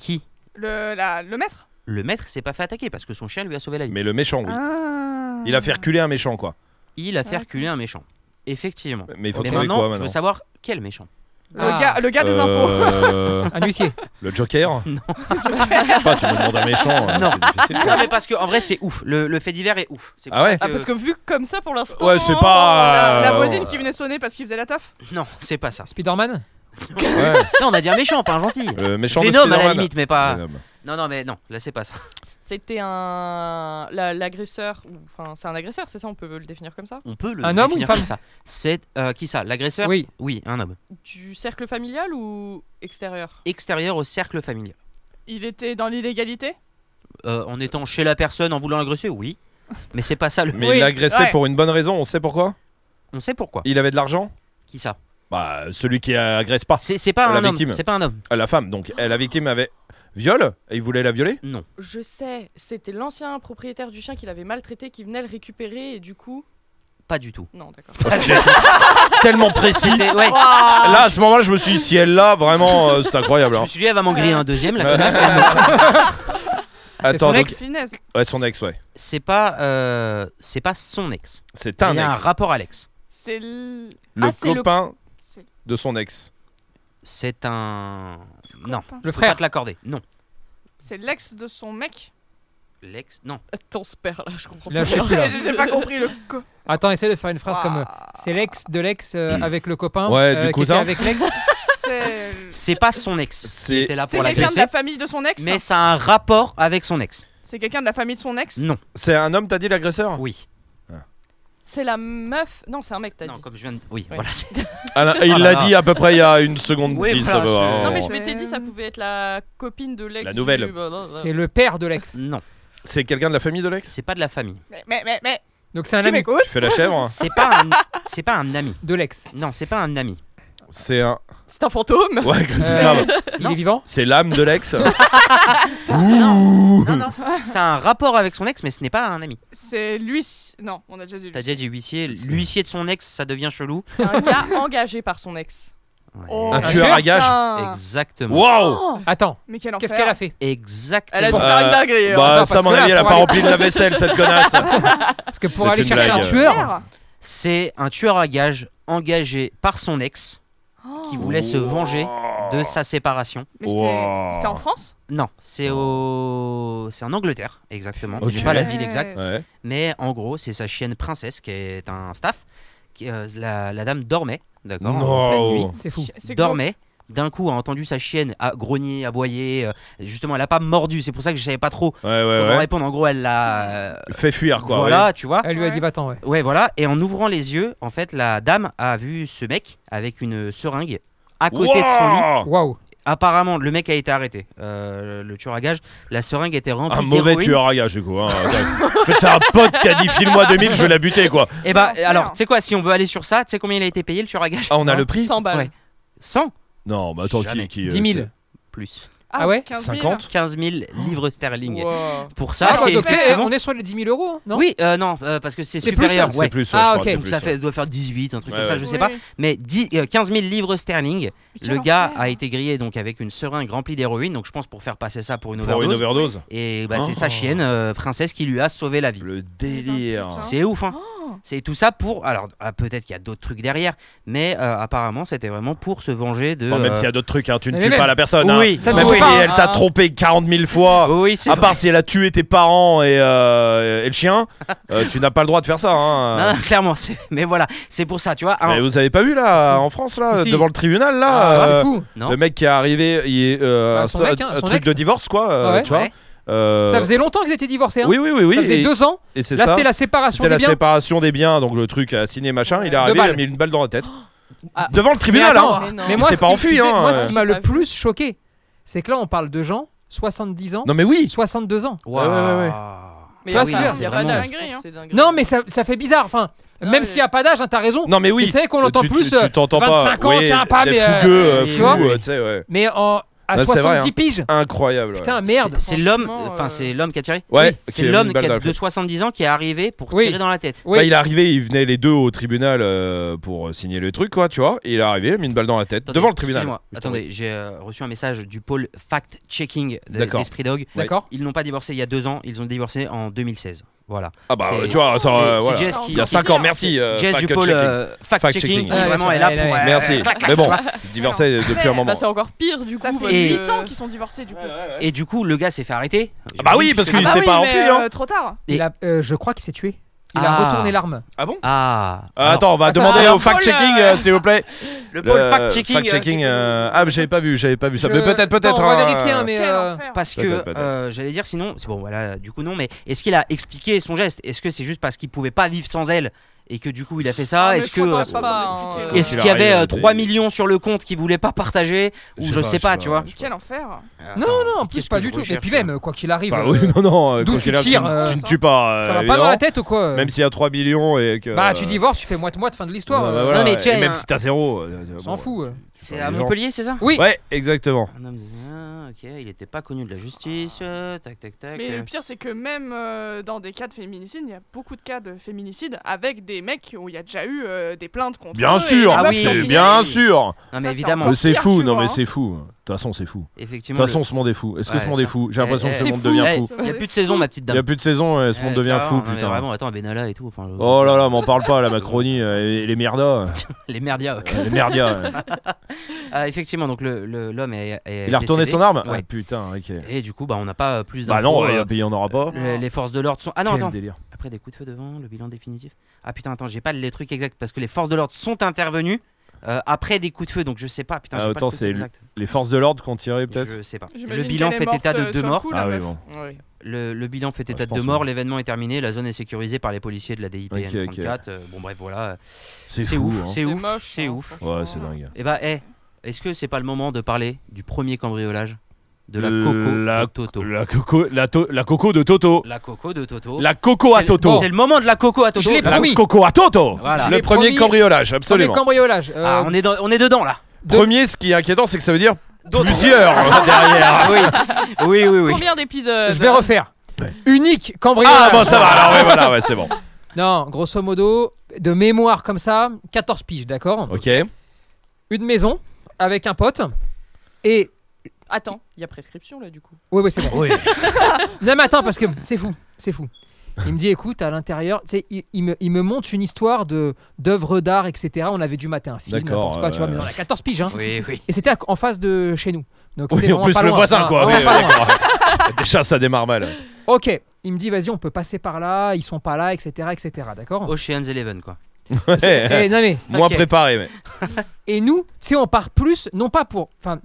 [SPEAKER 1] Qui
[SPEAKER 6] Le, la- le maître
[SPEAKER 1] Le maître s'est pas fait attaquer parce que son chien lui a sauvé la vie.
[SPEAKER 2] Mais le méchant, oui.
[SPEAKER 6] Ah.
[SPEAKER 2] Il a fait reculer un méchant, quoi.
[SPEAKER 1] Il a fait
[SPEAKER 6] Ouais.
[SPEAKER 1] reculer un méchant. Effectivement.
[SPEAKER 2] Mais il faut
[SPEAKER 1] Mais
[SPEAKER 2] trouver
[SPEAKER 1] maintenant,
[SPEAKER 2] quoi
[SPEAKER 1] je
[SPEAKER 2] maintenant
[SPEAKER 1] veux savoir quel méchant.
[SPEAKER 6] Le,
[SPEAKER 7] Ah.
[SPEAKER 6] gars, le gars des impôts.
[SPEAKER 2] Euh,
[SPEAKER 7] Un huissier.
[SPEAKER 2] Le Joker
[SPEAKER 1] Non.
[SPEAKER 2] Pas, tu me demandes un méchant. euh,
[SPEAKER 1] Non.
[SPEAKER 2] c'est difficile, quoi.
[SPEAKER 1] Ah, non, mais parce que en vrai, c'est ouf. Le, le fait divers est ouf. C'est
[SPEAKER 2] Ah
[SPEAKER 1] pour
[SPEAKER 2] ouais
[SPEAKER 1] ça que-
[SPEAKER 8] Ah, parce que vu comme ça pour l'instant.
[SPEAKER 2] Ouais, c'est pas.
[SPEAKER 6] Oh, la, la
[SPEAKER 2] euh,
[SPEAKER 6] voisine qui venait sonner parce qu'il faisait la taf.
[SPEAKER 1] Non, c'est pas ça.
[SPEAKER 7] Spider-Man
[SPEAKER 2] ouais,
[SPEAKER 1] Non, on a dit un méchant, pas un gentil.
[SPEAKER 2] Le méchant de
[SPEAKER 1] Venom à la
[SPEAKER 2] Spider-Man.
[SPEAKER 1] limite, Ah. mais pas.
[SPEAKER 2] Venom.
[SPEAKER 1] Non, non, mais non, là c'est pas ça.
[SPEAKER 8] C'était un. la- L'agresseur. ou- Enfin, c'est un agresseur, c'est ça, on peut le définir comme ça
[SPEAKER 1] On peut le.
[SPEAKER 7] Un homme ou
[SPEAKER 1] définir
[SPEAKER 7] une femme
[SPEAKER 1] comme ça. C'est euh, qui ça L'agresseur
[SPEAKER 7] Oui.
[SPEAKER 1] Oui, un homme.
[SPEAKER 8] Du cercle familial ou extérieur
[SPEAKER 1] Extérieur au cercle familial.
[SPEAKER 6] Il était dans l'illégalité.
[SPEAKER 1] Euh, en étant chez la personne, en voulant l'agresser, oui. Mais c'est pas ça le.
[SPEAKER 2] Mais
[SPEAKER 6] Oui,
[SPEAKER 2] il l'a agressé
[SPEAKER 6] ouais.
[SPEAKER 2] pour une bonne raison, on sait pourquoi
[SPEAKER 1] On sait pourquoi.
[SPEAKER 2] Il avait de l'argent
[SPEAKER 1] Qui ça
[SPEAKER 2] Bah, celui qui agresse pas.
[SPEAKER 1] C'est c'est pas un
[SPEAKER 2] La
[SPEAKER 1] homme.
[SPEAKER 2] victime.
[SPEAKER 1] C'est pas un homme.
[SPEAKER 2] La femme, donc. euh, La victime avait. Viol Et il voulait la violer
[SPEAKER 8] Je sais, c'était l'ancien propriétaire du chien qui l'avait maltraité qui venait le récupérer et du coup.
[SPEAKER 1] Pas du tout.
[SPEAKER 8] Non, d'accord.
[SPEAKER 2] Oh, c'était Tellement précis
[SPEAKER 1] C'était- ouais.
[SPEAKER 2] Là, à ce moment-là, je me suis dit, si elle l'a, vraiment, euh, c'est incroyable.
[SPEAKER 1] Je
[SPEAKER 2] hein.
[SPEAKER 1] me suis dit, elle va m'en griller un deuxième. La connasse.
[SPEAKER 7] C'est
[SPEAKER 2] Attends,
[SPEAKER 7] son
[SPEAKER 2] donc-
[SPEAKER 7] ex
[SPEAKER 6] Finesse.
[SPEAKER 2] Ouais, son ex, ouais.
[SPEAKER 1] C'est pas, euh, c'est pas son ex.
[SPEAKER 2] C'est
[SPEAKER 1] Il
[SPEAKER 2] un
[SPEAKER 1] y a un
[SPEAKER 2] ex.
[SPEAKER 1] rapport à l'ex.
[SPEAKER 6] C'est l-
[SPEAKER 2] Le
[SPEAKER 6] Ah, c'est le-
[SPEAKER 2] copain
[SPEAKER 6] c'est
[SPEAKER 2] de son ex.
[SPEAKER 1] C'est un. Non.
[SPEAKER 6] copain.
[SPEAKER 7] Le
[SPEAKER 1] Je peux pas
[SPEAKER 7] frère.
[SPEAKER 1] te l'accorder. Non.
[SPEAKER 6] C'est l'ex de son mec.
[SPEAKER 1] L'ex. Non.
[SPEAKER 8] Attends, se perd là, je comprends
[SPEAKER 7] Là,
[SPEAKER 8] pas.
[SPEAKER 7] Ah, je sais plus, là.
[SPEAKER 6] J'ai j'ai pas compris le. co-
[SPEAKER 7] Attends, essaie de faire une phrase comme. euh,
[SPEAKER 6] Ah.
[SPEAKER 7] C'est l'ex de l'ex euh, avec le copain.
[SPEAKER 2] Ouais, du
[SPEAKER 7] euh, qui
[SPEAKER 2] cousin.
[SPEAKER 7] était Avec l'ex.
[SPEAKER 6] C'est
[SPEAKER 1] C'est pas son ex. Il
[SPEAKER 2] C'est
[SPEAKER 1] était là
[SPEAKER 6] c'est
[SPEAKER 1] pour la
[SPEAKER 6] quelqu'un de la famille de son ex. hein.
[SPEAKER 1] Mais ça a un rapport avec son ex.
[SPEAKER 6] C'est quelqu'un de la famille de son ex.
[SPEAKER 2] Mm.
[SPEAKER 1] Non.
[SPEAKER 2] c'est un homme, t'as dit l'agresseur
[SPEAKER 1] Oui.
[SPEAKER 8] C'est la meuf. Non, c'est un mec, t'as dit.
[SPEAKER 1] Non, comme je viens de. Oui,
[SPEAKER 8] Ouais.
[SPEAKER 1] voilà. c'est-
[SPEAKER 2] Ah, là, Il
[SPEAKER 1] Ah
[SPEAKER 2] l'a
[SPEAKER 1] là.
[SPEAKER 2] dit à peu près il y a une seconde
[SPEAKER 1] Oui,
[SPEAKER 2] dix.
[SPEAKER 1] voilà,
[SPEAKER 2] ça va,
[SPEAKER 1] c'est-
[SPEAKER 8] Non,
[SPEAKER 2] hein.
[SPEAKER 8] mais je m'étais dit, ça pouvait être Oh. la copine de l'ex.
[SPEAKER 2] La nouvelle.
[SPEAKER 8] du- bah, non,
[SPEAKER 7] C'est
[SPEAKER 8] non.
[SPEAKER 7] le père de l'ex.
[SPEAKER 1] Non.
[SPEAKER 2] C'est quelqu'un de la famille de l'ex
[SPEAKER 1] C'est pas de la famille.
[SPEAKER 6] Mais mais mais, mais
[SPEAKER 7] Donc c'est un
[SPEAKER 6] tu
[SPEAKER 7] ami
[SPEAKER 2] Tu
[SPEAKER 6] m'écoutes
[SPEAKER 2] fais la chèvre hein
[SPEAKER 1] C'est pas un. C'est pas un ami.
[SPEAKER 7] de l'ex.
[SPEAKER 1] Non, c'est pas un ami.
[SPEAKER 2] C'est un.
[SPEAKER 8] C'est un fantôme
[SPEAKER 2] Ouais, grave.
[SPEAKER 7] Euh, Il
[SPEAKER 1] Non.
[SPEAKER 7] est vivant
[SPEAKER 2] C'est l'âme de l'ex
[SPEAKER 1] Non, non. Ça a un rapport avec son ex, mais ce n'est pas un ami.
[SPEAKER 6] C'est lui. si- Non, on a déjà dit. lui.
[SPEAKER 1] T'as déjà dit huissier. L'huissier de son ex, ça devient chelou.
[SPEAKER 8] C'est un gars engagé par son ex.
[SPEAKER 1] Ouais.
[SPEAKER 6] Oh,
[SPEAKER 2] Un tueur à gage
[SPEAKER 6] putain.
[SPEAKER 1] Exactement.
[SPEAKER 2] Waouh
[SPEAKER 7] Attends,
[SPEAKER 6] Mais quel enfer.
[SPEAKER 7] qu'est-ce qu'elle a fait
[SPEAKER 1] Exactement.
[SPEAKER 8] Elle a dû
[SPEAKER 2] Euh,
[SPEAKER 8] faire une dinguerie. hein.
[SPEAKER 2] Bah,
[SPEAKER 7] parce
[SPEAKER 2] ça, à mon
[SPEAKER 7] que là,
[SPEAKER 2] avis, elle a
[SPEAKER 7] pour
[SPEAKER 2] pas
[SPEAKER 7] aller-
[SPEAKER 2] rempli de la vaisselle, cette connasse
[SPEAKER 7] Parce que pour
[SPEAKER 2] C'est
[SPEAKER 7] aller
[SPEAKER 2] une
[SPEAKER 7] chercher
[SPEAKER 2] blague.
[SPEAKER 7] un tueur,
[SPEAKER 6] Frère.
[SPEAKER 1] C'est un tueur à gages engagé par son ex
[SPEAKER 6] Oh.
[SPEAKER 1] qui voulait se venger de
[SPEAKER 2] Oh.
[SPEAKER 1] sa séparation.
[SPEAKER 6] Mais c'était
[SPEAKER 2] Wow.
[SPEAKER 6] c'était en France
[SPEAKER 1] Non, c'est au, c'est en Angleterre exactement.
[SPEAKER 2] Oh. Ok.
[SPEAKER 1] J'ai pas la ville exacte,
[SPEAKER 2] Ouais.
[SPEAKER 1] mais en gros c'est sa chienne princesse qui est un staff. Qui, euh, la, la dame dormait, d'accord, en pleine nuit.
[SPEAKER 2] Non
[SPEAKER 7] c'est fou.
[SPEAKER 6] C'est
[SPEAKER 1] dormait. D'un coup, a entendu sa chienne à grogner, aboyer. euh, justement, elle a pas mordu. C'est pour ça que je savais pas trop
[SPEAKER 2] Ouais, ouais,
[SPEAKER 1] comment
[SPEAKER 2] ouais.
[SPEAKER 1] répondre. En gros, elle l'a. euh,
[SPEAKER 2] Fais fuir, quoi.
[SPEAKER 1] voilà, tu vois.
[SPEAKER 7] Elle lui a dit va-t'en, ouais.
[SPEAKER 1] Ouais, voilà. Et en ouvrant les yeux, en fait, la dame a vu ce mec avec une seringue à
[SPEAKER 2] ouais.
[SPEAKER 1] côté de son lit.
[SPEAKER 2] Wouah
[SPEAKER 7] Waouh.
[SPEAKER 1] Apparemment, le mec a été arrêté. Euh, le tueur à gage, la seringue était remplie
[SPEAKER 2] Un mauvais
[SPEAKER 1] d'héroïne.
[SPEAKER 2] tueur à gage, du coup. Hein. en fait, c'est un pote qui a dit file-moi 2000, je vais la buter, quoi.
[SPEAKER 1] Et bah,
[SPEAKER 6] L'enfer.
[SPEAKER 1] alors, tu sais quoi, si on veut aller sur ça, tu sais combien il a été payé le tueur à gage
[SPEAKER 2] Ah, on a
[SPEAKER 1] Hein
[SPEAKER 2] le prix
[SPEAKER 8] 100 balles.
[SPEAKER 1] Ouais. 100
[SPEAKER 2] Non, mais attends,
[SPEAKER 1] Jamais.
[SPEAKER 2] qui, qui euh,
[SPEAKER 7] 10 000.
[SPEAKER 1] plus.
[SPEAKER 7] Ah ouais
[SPEAKER 6] 15 000.
[SPEAKER 2] 50
[SPEAKER 1] 15 000 livres sterling.
[SPEAKER 8] Wow.
[SPEAKER 1] Pour ça,
[SPEAKER 7] Ah, bah,
[SPEAKER 1] et
[SPEAKER 7] donc, eh,
[SPEAKER 1] effectivement-
[SPEAKER 7] on est sur les 10 000 euros, non
[SPEAKER 1] Oui, euh, non, euh, parce que c'est
[SPEAKER 7] C'est
[SPEAKER 1] supérieur.
[SPEAKER 7] plus,
[SPEAKER 1] ouais.
[SPEAKER 2] C'est plus, ouais,
[SPEAKER 7] Ah,
[SPEAKER 2] je
[SPEAKER 7] ok.
[SPEAKER 2] crois, c'est
[SPEAKER 1] Donc
[SPEAKER 2] plus,
[SPEAKER 1] ça
[SPEAKER 2] ouais.
[SPEAKER 1] fait, doit faire 18, un truc
[SPEAKER 2] Ouais,
[SPEAKER 1] comme ça,
[SPEAKER 2] ouais.
[SPEAKER 1] je sais
[SPEAKER 7] Eh
[SPEAKER 6] Oui.
[SPEAKER 7] ben.
[SPEAKER 1] pas. Mais 10, euh, 15 000 livres sterling,
[SPEAKER 6] Mais
[SPEAKER 1] le
[SPEAKER 6] quel
[SPEAKER 1] gars
[SPEAKER 6] enfer.
[SPEAKER 1] a été grillé donc avec une seringue remplie d'héroïne, donc je pense pour faire passer ça pour une
[SPEAKER 2] Pour
[SPEAKER 1] overdose.
[SPEAKER 2] une overdose.
[SPEAKER 1] Et bah, c'est
[SPEAKER 2] Oh.
[SPEAKER 1] sa chienne, euh, princesse, qui lui a sauvé la vie.
[SPEAKER 2] Le délire.
[SPEAKER 8] Oh.
[SPEAKER 6] Putain.
[SPEAKER 1] C'est ouf, hein. C'est tout ça pour. Alors ah, peut-être qu'il y a d'autres trucs derrière, mais euh, apparemment c'était vraiment pour se venger de.
[SPEAKER 2] Enfin, même
[SPEAKER 1] euh,
[SPEAKER 2] s'il y a d'autres trucs, hein, tu ne
[SPEAKER 7] Mais
[SPEAKER 2] tues
[SPEAKER 7] même-
[SPEAKER 2] pas la personne. hein.
[SPEAKER 1] Oui,
[SPEAKER 7] ça ne
[SPEAKER 2] Même
[SPEAKER 7] se
[SPEAKER 2] si
[SPEAKER 7] voit pas,
[SPEAKER 2] elle t'a
[SPEAKER 8] hein.
[SPEAKER 2] trompé 40 000 fois.
[SPEAKER 1] Ah oui, c'est
[SPEAKER 2] À
[SPEAKER 1] vrai.
[SPEAKER 2] part si elle a tué tes parents et, euh, et le chien, euh, tu n'as pas le droit de faire ça. hein.
[SPEAKER 1] Non, non, clairement, c'est- mais voilà, c'est pour ça, tu vois.
[SPEAKER 2] Mais
[SPEAKER 1] hein.
[SPEAKER 2] vous avez pas vu là en France là
[SPEAKER 7] Si, si.
[SPEAKER 2] devant le tribunal là
[SPEAKER 7] Ah,
[SPEAKER 2] euh,
[SPEAKER 7] c'est fou.
[SPEAKER 1] Non.
[SPEAKER 2] le mec qui est arrivé il est, euh,
[SPEAKER 7] Bah,
[SPEAKER 2] un,
[SPEAKER 7] son
[SPEAKER 2] sto-
[SPEAKER 7] mec, hein,
[SPEAKER 2] un
[SPEAKER 7] son
[SPEAKER 2] truc
[SPEAKER 7] ex.
[SPEAKER 2] de divorce quoi euh,
[SPEAKER 7] Ah ouais.
[SPEAKER 2] tu vois
[SPEAKER 1] Ouais.
[SPEAKER 2] Euh,
[SPEAKER 7] Ça faisait longtemps qu'ils étaient divorcés. Hein
[SPEAKER 2] oui oui oui oui
[SPEAKER 7] ça faisait
[SPEAKER 2] et,
[SPEAKER 7] deux ans.
[SPEAKER 2] et c'est
[SPEAKER 7] Là,
[SPEAKER 2] ça
[SPEAKER 7] c'était la séparation
[SPEAKER 2] c'était
[SPEAKER 7] des
[SPEAKER 2] la
[SPEAKER 7] biens.
[SPEAKER 2] séparation des biens donc le truc assassiné machin il est arrivé il a
[SPEAKER 7] balles.
[SPEAKER 2] mis une balle dans la tête
[SPEAKER 8] Ah.
[SPEAKER 2] devant le
[SPEAKER 7] Mais
[SPEAKER 2] tribunal
[SPEAKER 7] attends,
[SPEAKER 2] hein.
[SPEAKER 8] Mais non.
[SPEAKER 7] mais
[SPEAKER 8] Il
[SPEAKER 7] moi,
[SPEAKER 2] s'est
[SPEAKER 7] ce
[SPEAKER 2] pas
[SPEAKER 7] qui-
[SPEAKER 2] enfui,
[SPEAKER 7] tu sais,
[SPEAKER 2] hein,
[SPEAKER 7] moi,
[SPEAKER 2] euh.
[SPEAKER 7] ce qui m'a
[SPEAKER 8] J'ai
[SPEAKER 7] le
[SPEAKER 8] pas
[SPEAKER 7] plus choqué, c'est que là, on parle de gens 70 ans,
[SPEAKER 2] non mais oui
[SPEAKER 7] 62 ans.
[SPEAKER 1] Waouh.
[SPEAKER 2] Ouais, ouais, ouais, ouais.
[SPEAKER 8] Mais
[SPEAKER 7] Tu vois
[SPEAKER 8] oui,
[SPEAKER 7] ce
[SPEAKER 8] non,
[SPEAKER 7] que je veux
[SPEAKER 8] c'est
[SPEAKER 7] dire
[SPEAKER 8] pas
[SPEAKER 1] C'est
[SPEAKER 8] d'âge,
[SPEAKER 6] dinguerie,
[SPEAKER 8] je
[SPEAKER 6] hein.
[SPEAKER 8] pense que c'est dinguerie.
[SPEAKER 7] Non, mais ça, ça fait bizarre. Enfin,
[SPEAKER 6] Non,
[SPEAKER 7] même
[SPEAKER 6] mais-
[SPEAKER 7] s'il n'y a pas d'âge, hein, t'as raison.
[SPEAKER 2] non mais oui
[SPEAKER 7] Mais c'est vrai qu'on l'entend
[SPEAKER 2] Tu- tu-
[SPEAKER 7] plus.
[SPEAKER 2] tu
[SPEAKER 7] euh,
[SPEAKER 2] t'entends pas
[SPEAKER 7] 25 ans,
[SPEAKER 2] oui,
[SPEAKER 7] tiens, pas,
[SPEAKER 2] des
[SPEAKER 7] mais, euh,
[SPEAKER 2] fougueux euh,
[SPEAKER 1] tu
[SPEAKER 2] fous,
[SPEAKER 7] vois
[SPEAKER 2] euh, tu sais ouais
[SPEAKER 7] Mais en, à
[SPEAKER 2] Ouais, c'est vrai,
[SPEAKER 7] 70
[SPEAKER 2] hein.
[SPEAKER 7] piges.
[SPEAKER 2] incroyable ouais.
[SPEAKER 7] Putain, merde.
[SPEAKER 1] C'est l'homme,
[SPEAKER 8] Ah, Franchement,
[SPEAKER 1] enfin
[SPEAKER 8] euh,
[SPEAKER 1] c'est l'homme qui a tiré.
[SPEAKER 2] Ouais,
[SPEAKER 1] Oui,
[SPEAKER 2] qui
[SPEAKER 1] c'est
[SPEAKER 2] a mis
[SPEAKER 1] l'homme
[SPEAKER 2] une balle
[SPEAKER 1] qui
[SPEAKER 2] dans
[SPEAKER 1] a-
[SPEAKER 2] la
[SPEAKER 1] de
[SPEAKER 2] tête.
[SPEAKER 1] 70 ans qui est arrivé pour
[SPEAKER 7] Oui.
[SPEAKER 1] tirer dans la tête.
[SPEAKER 7] Oui.
[SPEAKER 2] Bah, il est arrivé, il venait les deux au tribunal euh, pour signer le truc, quoi, tu vois. Et il est arrivé, il a mis une balle dans la tête,
[SPEAKER 1] Attendez,
[SPEAKER 2] devant le tribunal.
[SPEAKER 1] excusez-moi,
[SPEAKER 2] Putain,
[SPEAKER 1] Attendez, j'ai euh, reçu un message du pôle fact-checking de-
[SPEAKER 2] D'accord.
[SPEAKER 1] d'Esprit Dog.
[SPEAKER 7] D'accord
[SPEAKER 1] Ils n'ont pas divorcé il y a deux ans, ils ont divorcé en 2016. Voilà.
[SPEAKER 2] Ah bah,
[SPEAKER 1] C'est-
[SPEAKER 2] tu vois, ça,
[SPEAKER 1] C'est-
[SPEAKER 2] euh,
[SPEAKER 1] c'est
[SPEAKER 2] voilà.
[SPEAKER 1] Jess qui-
[SPEAKER 2] Il y a 5 ans, merci. euh,
[SPEAKER 1] Jess du
[SPEAKER 2] fact-checking.
[SPEAKER 1] pôle euh, fact-checking
[SPEAKER 2] Fact-checking.
[SPEAKER 1] qui
[SPEAKER 7] Ouais,
[SPEAKER 1] vraiment
[SPEAKER 7] ouais,
[SPEAKER 1] est là
[SPEAKER 7] ouais,
[SPEAKER 1] pour.
[SPEAKER 7] ouais.
[SPEAKER 1] euh,
[SPEAKER 2] Merci. Mais bon, divorcé depuis un
[SPEAKER 6] Ouais,
[SPEAKER 2] moment.
[SPEAKER 8] Bah, c'est encore pire du coup.
[SPEAKER 6] Ça
[SPEAKER 8] parce
[SPEAKER 6] fait
[SPEAKER 1] Et-
[SPEAKER 6] 8 ans qu'ils sont divorcés, du coup.
[SPEAKER 1] Et du coup, le gars s'est fait arrêter.
[SPEAKER 2] Ah bah oui, parce
[SPEAKER 6] Ah
[SPEAKER 2] qu'il
[SPEAKER 6] bah
[SPEAKER 2] s'est
[SPEAKER 6] oui,
[SPEAKER 2] pas
[SPEAKER 6] mais,
[SPEAKER 2] enfui,
[SPEAKER 6] euh,
[SPEAKER 2] hein.
[SPEAKER 6] Trop tard.
[SPEAKER 1] Et-
[SPEAKER 7] Il a, euh, je crois qu'il s'est tué. Il
[SPEAKER 1] Ah.
[SPEAKER 7] a retourné l'arme.
[SPEAKER 2] Ah bon
[SPEAKER 1] Ah. Alors,
[SPEAKER 2] Attends, on va
[SPEAKER 7] Attends,
[SPEAKER 2] demander
[SPEAKER 7] alors,
[SPEAKER 2] au fact-checking,
[SPEAKER 8] Paul, euh,
[SPEAKER 2] euh, s'il vous plaît.
[SPEAKER 1] le pôle
[SPEAKER 2] Le
[SPEAKER 1] fact-checking.
[SPEAKER 2] fact-checking,
[SPEAKER 1] euh,
[SPEAKER 2] euh, Ah, mais j'avais pas vu, j'avais pas vu ça.
[SPEAKER 7] Je-
[SPEAKER 2] Mais peut-être, peut-être.
[SPEAKER 7] Non, On va
[SPEAKER 2] hein,
[SPEAKER 7] vérifier, hein,
[SPEAKER 2] euh,
[SPEAKER 7] mais.
[SPEAKER 6] Quel
[SPEAKER 7] euh,
[SPEAKER 6] enfer.
[SPEAKER 1] Parce que
[SPEAKER 2] Peut-être, peut-être.
[SPEAKER 1] euh, j'allais dire sinon, c'est bon voilà, du coup non, mais est-ce qu'il a expliqué son geste Est-ce que c'est juste parce qu'il pouvait pas vivre sans elle et que du coup il a
[SPEAKER 2] Ah,
[SPEAKER 1] fait ça
[SPEAKER 7] Ah,
[SPEAKER 6] mais
[SPEAKER 1] Est-ce
[SPEAKER 6] je
[SPEAKER 1] que
[SPEAKER 6] crois
[SPEAKER 1] euh,
[SPEAKER 6] pas, pas besoin
[SPEAKER 8] euh,
[SPEAKER 2] Est-ce
[SPEAKER 6] d'expliquer.
[SPEAKER 1] est-ce
[SPEAKER 2] qu'il
[SPEAKER 1] qu'il y avait
[SPEAKER 2] arrive,
[SPEAKER 1] euh,
[SPEAKER 2] euh,
[SPEAKER 1] 3
[SPEAKER 2] des-
[SPEAKER 1] millions sur le compte qu'il voulait pas partager ou je sais pas, tu vois
[SPEAKER 6] Quel enfer.
[SPEAKER 7] Non, non, en plus,
[SPEAKER 1] qu'est-ce
[SPEAKER 7] pas
[SPEAKER 1] que
[SPEAKER 7] du
[SPEAKER 1] je
[SPEAKER 7] tout. Et
[SPEAKER 1] recherche,
[SPEAKER 7] puis
[SPEAKER 1] là
[SPEAKER 7] même, quoi qu'il arrive,
[SPEAKER 2] Enfin,
[SPEAKER 7] euh,
[SPEAKER 2] oui, non, non. euh,
[SPEAKER 7] D'où
[SPEAKER 2] quoi
[SPEAKER 7] tu
[SPEAKER 2] qu'il arrive,
[SPEAKER 7] tires,
[SPEAKER 2] tu-
[SPEAKER 7] euh,
[SPEAKER 2] Tu ne tues pas.
[SPEAKER 7] ça
[SPEAKER 2] euh,
[SPEAKER 7] va pas dans la
[SPEAKER 2] évidemment.
[SPEAKER 7] tête ou quoi
[SPEAKER 2] Même s'il y a 3 millions et que.
[SPEAKER 7] Bah, tu
[SPEAKER 2] euh,
[SPEAKER 7] divorces, tu fais moite-moite, fin de l'histoire.
[SPEAKER 2] bah,
[SPEAKER 7] euh,
[SPEAKER 2] voilà,
[SPEAKER 1] Non, mais
[SPEAKER 2] et
[SPEAKER 1] tiens,
[SPEAKER 2] Même
[SPEAKER 1] un-
[SPEAKER 2] si t'as zéro. euh,
[SPEAKER 7] On
[SPEAKER 2] bon,
[SPEAKER 7] s'en fout. euh.
[SPEAKER 1] C'est
[SPEAKER 2] les
[SPEAKER 1] à
[SPEAKER 2] gens-
[SPEAKER 1] Montpellier, c'est ça
[SPEAKER 7] Oui.
[SPEAKER 2] Ouais, exactement.
[SPEAKER 1] Un homme de- ah, ok, il était pas connu de la justice, euh, tac tac tac.
[SPEAKER 6] Ah. Mais
[SPEAKER 1] euh.
[SPEAKER 6] le pire, c'est que même euh, dans des cas de féminicide, il y a beaucoup de cas de féminicide avec des mecs où il y a déjà eu euh, des plaintes contre
[SPEAKER 2] Bien
[SPEAKER 6] eux
[SPEAKER 2] sûr,
[SPEAKER 6] et les
[SPEAKER 1] Ah
[SPEAKER 6] meufs
[SPEAKER 1] oui,
[SPEAKER 6] sont
[SPEAKER 2] c'est
[SPEAKER 1] signalé.
[SPEAKER 2] bien
[SPEAKER 6] signalées.
[SPEAKER 2] sûr.
[SPEAKER 1] Non, mais
[SPEAKER 6] c'est
[SPEAKER 1] évidemment,
[SPEAKER 2] Mais
[SPEAKER 6] encore-
[SPEAKER 2] c'est
[SPEAKER 6] pire,
[SPEAKER 2] fou,
[SPEAKER 6] tu
[SPEAKER 2] non
[SPEAKER 6] vois,
[SPEAKER 2] mais
[SPEAKER 6] hein.
[SPEAKER 2] c'est fou. De toute façon, c'est fou. De
[SPEAKER 1] effectivement.
[SPEAKER 2] toute façon, ce monde est fou. Est-ce que
[SPEAKER 1] Ouais,
[SPEAKER 2] ce monde est
[SPEAKER 1] ça.
[SPEAKER 2] fou J'ai l'impression
[SPEAKER 1] Eh,
[SPEAKER 2] que ce
[SPEAKER 1] eh,
[SPEAKER 2] monde
[SPEAKER 6] c'est
[SPEAKER 2] devient
[SPEAKER 6] fou.
[SPEAKER 2] fou.
[SPEAKER 1] il y a plus de saison, ma petite
[SPEAKER 2] Il y a
[SPEAKER 1] dame.
[SPEAKER 2] plus de saison et ce monde
[SPEAKER 1] Eh,
[SPEAKER 2] devient
[SPEAKER 1] carrément,
[SPEAKER 2] fou,
[SPEAKER 1] non, mais
[SPEAKER 2] putain.
[SPEAKER 1] Vraiment, attends, Benalla et tout. enfin, je-
[SPEAKER 2] Oh là là, m'en parle pas, la Macronie, euh, et les merdas.
[SPEAKER 1] Les merdias. ouais.
[SPEAKER 2] euh, Les merdias. ouais.
[SPEAKER 1] Ah, effectivement, donc l'homme le, l'homme est, est
[SPEAKER 2] Il a retourné
[SPEAKER 1] décédé.
[SPEAKER 2] son arme
[SPEAKER 1] Ouais.
[SPEAKER 2] Ah, putain, ok.
[SPEAKER 1] Et du coup, bah, on n'a pas euh, plus d'infos.
[SPEAKER 2] Bah non,
[SPEAKER 1] euh,
[SPEAKER 2] euh, il y en aura pas.
[SPEAKER 1] le- les forces de l'ordre sont. Ah non,
[SPEAKER 2] Quel
[SPEAKER 1] attends.
[SPEAKER 2] délire.
[SPEAKER 1] Après des coups de feu devant, le bilan définitif. Ah putain, attends, j'ai pas les trucs exacts parce que les forces de l'ordre sont intervenues euh, après des coups de feu, donc je sais pas. Putain,
[SPEAKER 2] Ah,
[SPEAKER 1] j'ai
[SPEAKER 2] autant
[SPEAKER 1] pas le truc
[SPEAKER 2] c'est
[SPEAKER 1] exact.
[SPEAKER 2] Les forces de l'ordre qui ont tiré, peut-être
[SPEAKER 1] Je sais pas.
[SPEAKER 6] J'imagine
[SPEAKER 1] Le bilan
[SPEAKER 6] qu'elle est
[SPEAKER 1] fait
[SPEAKER 6] morte,
[SPEAKER 1] état
[SPEAKER 6] euh,
[SPEAKER 1] de deux
[SPEAKER 6] sur le
[SPEAKER 1] morts.
[SPEAKER 6] coup, la
[SPEAKER 2] Ah oui,
[SPEAKER 6] meuf.
[SPEAKER 2] bon.
[SPEAKER 8] Ouais.
[SPEAKER 1] Le, le bilan fait
[SPEAKER 2] Ouais,
[SPEAKER 1] état
[SPEAKER 2] Ah, je
[SPEAKER 1] de
[SPEAKER 2] pense,
[SPEAKER 1] deux morts,
[SPEAKER 2] ouais.
[SPEAKER 1] l'événement est terminé, la zone est sécurisée par les policiers de la DIPN
[SPEAKER 2] Ok, ok.
[SPEAKER 1] 34. euh, bon bref, voilà.
[SPEAKER 2] C'est
[SPEAKER 1] C'est
[SPEAKER 2] fou.
[SPEAKER 1] ouf,
[SPEAKER 2] hein.
[SPEAKER 1] c'est ouf,
[SPEAKER 8] moche,
[SPEAKER 1] c'est
[SPEAKER 8] hein,
[SPEAKER 1] ouf.
[SPEAKER 8] franchement.
[SPEAKER 2] Ouais, c'est dingue.
[SPEAKER 1] Et bah, eh, est-ce que c'est pas le moment de parler du premier cambriolage de la
[SPEAKER 2] Le-
[SPEAKER 1] coco
[SPEAKER 2] la-
[SPEAKER 1] de Toto
[SPEAKER 2] La coco, la, to- la coco de Toto.
[SPEAKER 1] La coco de Toto.
[SPEAKER 2] La coco à
[SPEAKER 1] C'est-
[SPEAKER 2] Toto.
[SPEAKER 1] C'est le moment de la coco à Toto. Ah,
[SPEAKER 7] Je l'ai
[SPEAKER 2] La
[SPEAKER 7] promis.
[SPEAKER 2] coco à Toto.
[SPEAKER 1] Voilà.
[SPEAKER 2] Le
[SPEAKER 7] Les
[SPEAKER 2] premier
[SPEAKER 7] premiers-
[SPEAKER 2] cambriolage,
[SPEAKER 7] Premier
[SPEAKER 2] absolument.
[SPEAKER 7] cambriolage. euh,
[SPEAKER 1] Ah, on est, dans- on est dedans là.
[SPEAKER 2] Premier, ce qui est inquiétant, c'est que ça veut dire plusieurs euh, derrière.
[SPEAKER 1] oui, oui, oui. oui.
[SPEAKER 8] Combien d'épisodes
[SPEAKER 7] Je vais refaire. Unique cambriolage.
[SPEAKER 2] Ah bon, ça va, alors ouais, voilà, ouais, c'est bon.
[SPEAKER 7] Non, grosso modo, de mémoire comme ça, 14 piges, d'accord
[SPEAKER 2] Ok.
[SPEAKER 7] Une maison avec un pote et.
[SPEAKER 8] Attends, il y a prescription là du coup.
[SPEAKER 7] Oui, oui, c'est bon. non, mais attends, parce que c'est fou, c'est fou. Il me dit, écoute, à l'intérieur, tu sais, il, il me, il me monte une histoire de d'œuvres d'art, etc. On avait dû mater un film,
[SPEAKER 2] D'accord,
[SPEAKER 7] n'importe quoi, tu vois,
[SPEAKER 2] euh,
[SPEAKER 7] mais on a 14 piges, hein.
[SPEAKER 1] Oui, oui.
[SPEAKER 7] Et c'était à- en face de chez nous. Donc,
[SPEAKER 2] Oui,
[SPEAKER 7] c'était
[SPEAKER 2] en
[SPEAKER 7] vraiment
[SPEAKER 2] plus
[SPEAKER 7] pas
[SPEAKER 2] le
[SPEAKER 7] loin.
[SPEAKER 2] voisin,
[SPEAKER 7] Ah,
[SPEAKER 2] quoi.
[SPEAKER 7] vraiment
[SPEAKER 2] Oui,
[SPEAKER 7] pas loin.
[SPEAKER 2] d'accord. Déjà, ça démarre mal.
[SPEAKER 7] Ok, il me dit, vas-y, on peut passer par là, ils sont pas là, etc., etc., d'accord
[SPEAKER 1] Ocean's Eleven quoi.
[SPEAKER 7] Et- non, mais-
[SPEAKER 2] Moins
[SPEAKER 1] Ok.
[SPEAKER 2] préparé, mais.
[SPEAKER 7] Et nous, tu sais, on part plus, non pas pour. Enfin,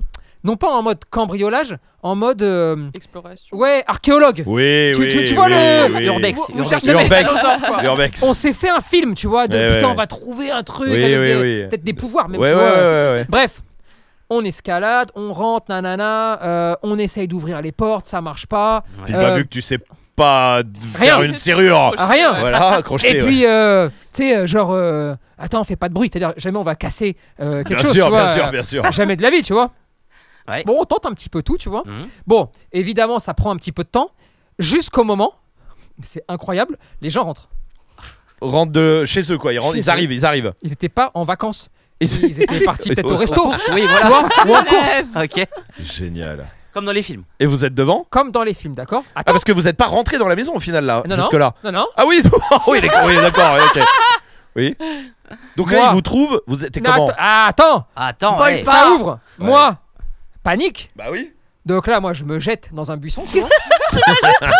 [SPEAKER 7] non pas en mode cambriolage, en mode. euh,
[SPEAKER 8] Exploration.
[SPEAKER 7] ouais, archéologue
[SPEAKER 2] Oui,
[SPEAKER 7] Tu-
[SPEAKER 2] oui.
[SPEAKER 7] tu- tu vois
[SPEAKER 2] oui,
[SPEAKER 7] le-
[SPEAKER 2] oui.
[SPEAKER 1] Urbex.
[SPEAKER 7] Vous- vous cherchez-
[SPEAKER 2] L'urbex.
[SPEAKER 6] Dinosaure, quoi.
[SPEAKER 2] L'urbex.
[SPEAKER 7] On s'est fait un film, tu vois, de
[SPEAKER 2] Ouais,
[SPEAKER 7] putain,
[SPEAKER 2] ouais.
[SPEAKER 7] on va trouver un truc,
[SPEAKER 2] Oui,
[SPEAKER 7] avec
[SPEAKER 2] oui,
[SPEAKER 7] des-
[SPEAKER 2] oui.
[SPEAKER 7] peut-être des pouvoirs,
[SPEAKER 2] Ouais,
[SPEAKER 7] même,
[SPEAKER 2] ouais, ouais,
[SPEAKER 7] tu vois.
[SPEAKER 2] ouais. ouais.
[SPEAKER 7] Bref, on escalade, on rentre, nanana, euh, on essaye d'ouvrir les portes, ça marche pas,
[SPEAKER 2] Puis,
[SPEAKER 7] Euh,
[SPEAKER 2] bah, vu que tu sais pas d-
[SPEAKER 7] rien.
[SPEAKER 2] faire une serrure.
[SPEAKER 7] Ah, rien
[SPEAKER 2] Voilà, accroché.
[SPEAKER 7] Et puis, euh, tu sais, euh, genre, euh, attends, on fait pas de bruit, c'est-à-dire jamais on va casser euh, quelque
[SPEAKER 2] bien
[SPEAKER 7] chose,
[SPEAKER 2] sûr,
[SPEAKER 7] tu vois,
[SPEAKER 2] bien sûr,
[SPEAKER 7] euh,
[SPEAKER 2] bien sûr.
[SPEAKER 7] Jamais de la vie, tu vois.
[SPEAKER 1] Ouais.
[SPEAKER 7] Bon, on tente un petit peu tout, tu vois.
[SPEAKER 1] Mhm.
[SPEAKER 7] Bon, évidemment, ça prend un petit peu de temps, jusqu'au moment, mais c'est incroyable, les gens rentrent.
[SPEAKER 2] Rentrent de chez eux, quoi. Ils, rentrent-
[SPEAKER 7] Chez
[SPEAKER 2] ils
[SPEAKER 7] eux.
[SPEAKER 2] arrivent, ils arrivent.
[SPEAKER 7] Ils n'étaient pas en vacances.
[SPEAKER 2] Ils-
[SPEAKER 7] Ils étaient partis peut-être au resto,
[SPEAKER 1] Oui,
[SPEAKER 7] tu
[SPEAKER 1] voilà.
[SPEAKER 7] vois, ou en course,
[SPEAKER 1] Ok.
[SPEAKER 2] Génial.
[SPEAKER 1] Comme dans les films.
[SPEAKER 2] Et vous êtes devant
[SPEAKER 7] comme dans les films, d'accord
[SPEAKER 2] Ah, parce que vous n'êtes pas rentré dans la maison au final, là,
[SPEAKER 7] Non, non.
[SPEAKER 2] jusque-là.
[SPEAKER 7] Non, non.
[SPEAKER 2] Ah oui, oui, d'accord, oui, d'accord, oui, ok. Oui. Donc là,
[SPEAKER 7] Moi.
[SPEAKER 2] ils vous trouvent, vous êtes. t'es
[SPEAKER 7] Non,
[SPEAKER 2] comment
[SPEAKER 7] atta- ah, attends,
[SPEAKER 1] Attends.
[SPEAKER 8] Spoil
[SPEAKER 1] hey.
[SPEAKER 8] pas.
[SPEAKER 7] ça ouvre. Moi, panique.
[SPEAKER 2] Bah oui.
[SPEAKER 7] Donc là, moi, je me jette dans un buisson, tu vois.
[SPEAKER 2] Ah
[SPEAKER 7] Ah,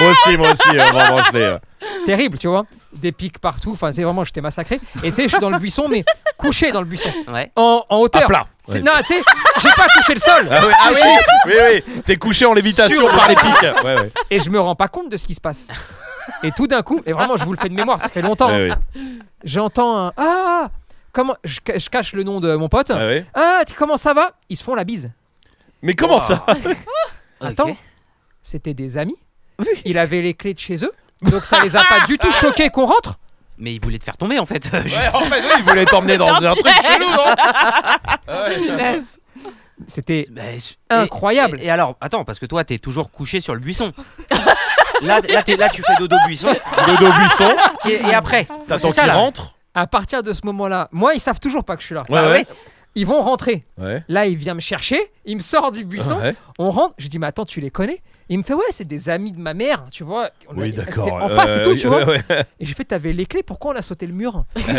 [SPEAKER 2] Moi aussi, moi aussi, euh, vraiment, je l'ai, euh.
[SPEAKER 7] Terrible, tu vois. Des pics partout. Enfin, c'est vraiment, j'étais massacré. Et tu sais, je suis dans le buisson, mais couché dans le buisson,
[SPEAKER 1] Ouais.
[SPEAKER 7] en, en
[SPEAKER 2] À
[SPEAKER 7] hauteur.
[SPEAKER 2] plat.
[SPEAKER 7] C'est-
[SPEAKER 2] Ouais.
[SPEAKER 7] Non, tu sais, j'ai pas touché le sol.
[SPEAKER 2] Ah oui, ah oui, oui, oui. T'es couché en lévitation par les pics. Ouais, ouais.
[SPEAKER 7] Et je me rends pas compte de ce qui se passe. Et tout d'un coup, et vraiment, je vous le fais de mémoire, ça fait longtemps.
[SPEAKER 2] Ouais, ouais.
[SPEAKER 7] J'entends un Ah Comment je, ca- je cache le nom de mon pote.
[SPEAKER 2] Ah ouais.
[SPEAKER 7] Ah, t- comment ça va Ils se font la bise.
[SPEAKER 2] Mais comment ça
[SPEAKER 1] Ok.
[SPEAKER 7] Attends, c'était des amis. Il avait les clés de chez eux. Donc ça les a pas du tout choqués qu'on rentre.
[SPEAKER 1] Mais il voulait te faire tomber en fait. Je-
[SPEAKER 2] Ouais, En fait, oui, ils voulaient t'emmener dans un truc chelou, non
[SPEAKER 8] Punaise.
[SPEAKER 7] C'était
[SPEAKER 1] Bah, je-
[SPEAKER 7] incroyable.
[SPEAKER 1] Et, et alors, attends, parce que toi, t'es toujours couché sur le buisson. là, là, t'es- là, tu fais dodo buisson.
[SPEAKER 2] Dodo buisson,
[SPEAKER 1] qui est- Et après,
[SPEAKER 2] t'attends
[SPEAKER 1] C'est ça,
[SPEAKER 2] qu'ils
[SPEAKER 1] là.
[SPEAKER 2] rentrent.
[SPEAKER 7] À partir de ce moment-là, moi, ils savent toujours pas que je suis là.
[SPEAKER 1] Ah
[SPEAKER 2] Ouais, ouais.
[SPEAKER 7] Ils vont rentrer.
[SPEAKER 2] Ouais.
[SPEAKER 7] Là, il vient me chercher. Il me sort du buisson.
[SPEAKER 2] Ouais.
[SPEAKER 7] On rentre. Je dis, mais attends, tu les connais Il me fait, ouais, c'est des amis de ma mère. Tu vois, on a-
[SPEAKER 2] Oui, d'accord.
[SPEAKER 7] c'était en
[SPEAKER 2] euh,
[SPEAKER 7] face et tout, tu vois.
[SPEAKER 2] ouais, ouais.
[SPEAKER 7] Et j'ai fait, t'avais les clés. Pourquoi on a sauté le mur euh, Et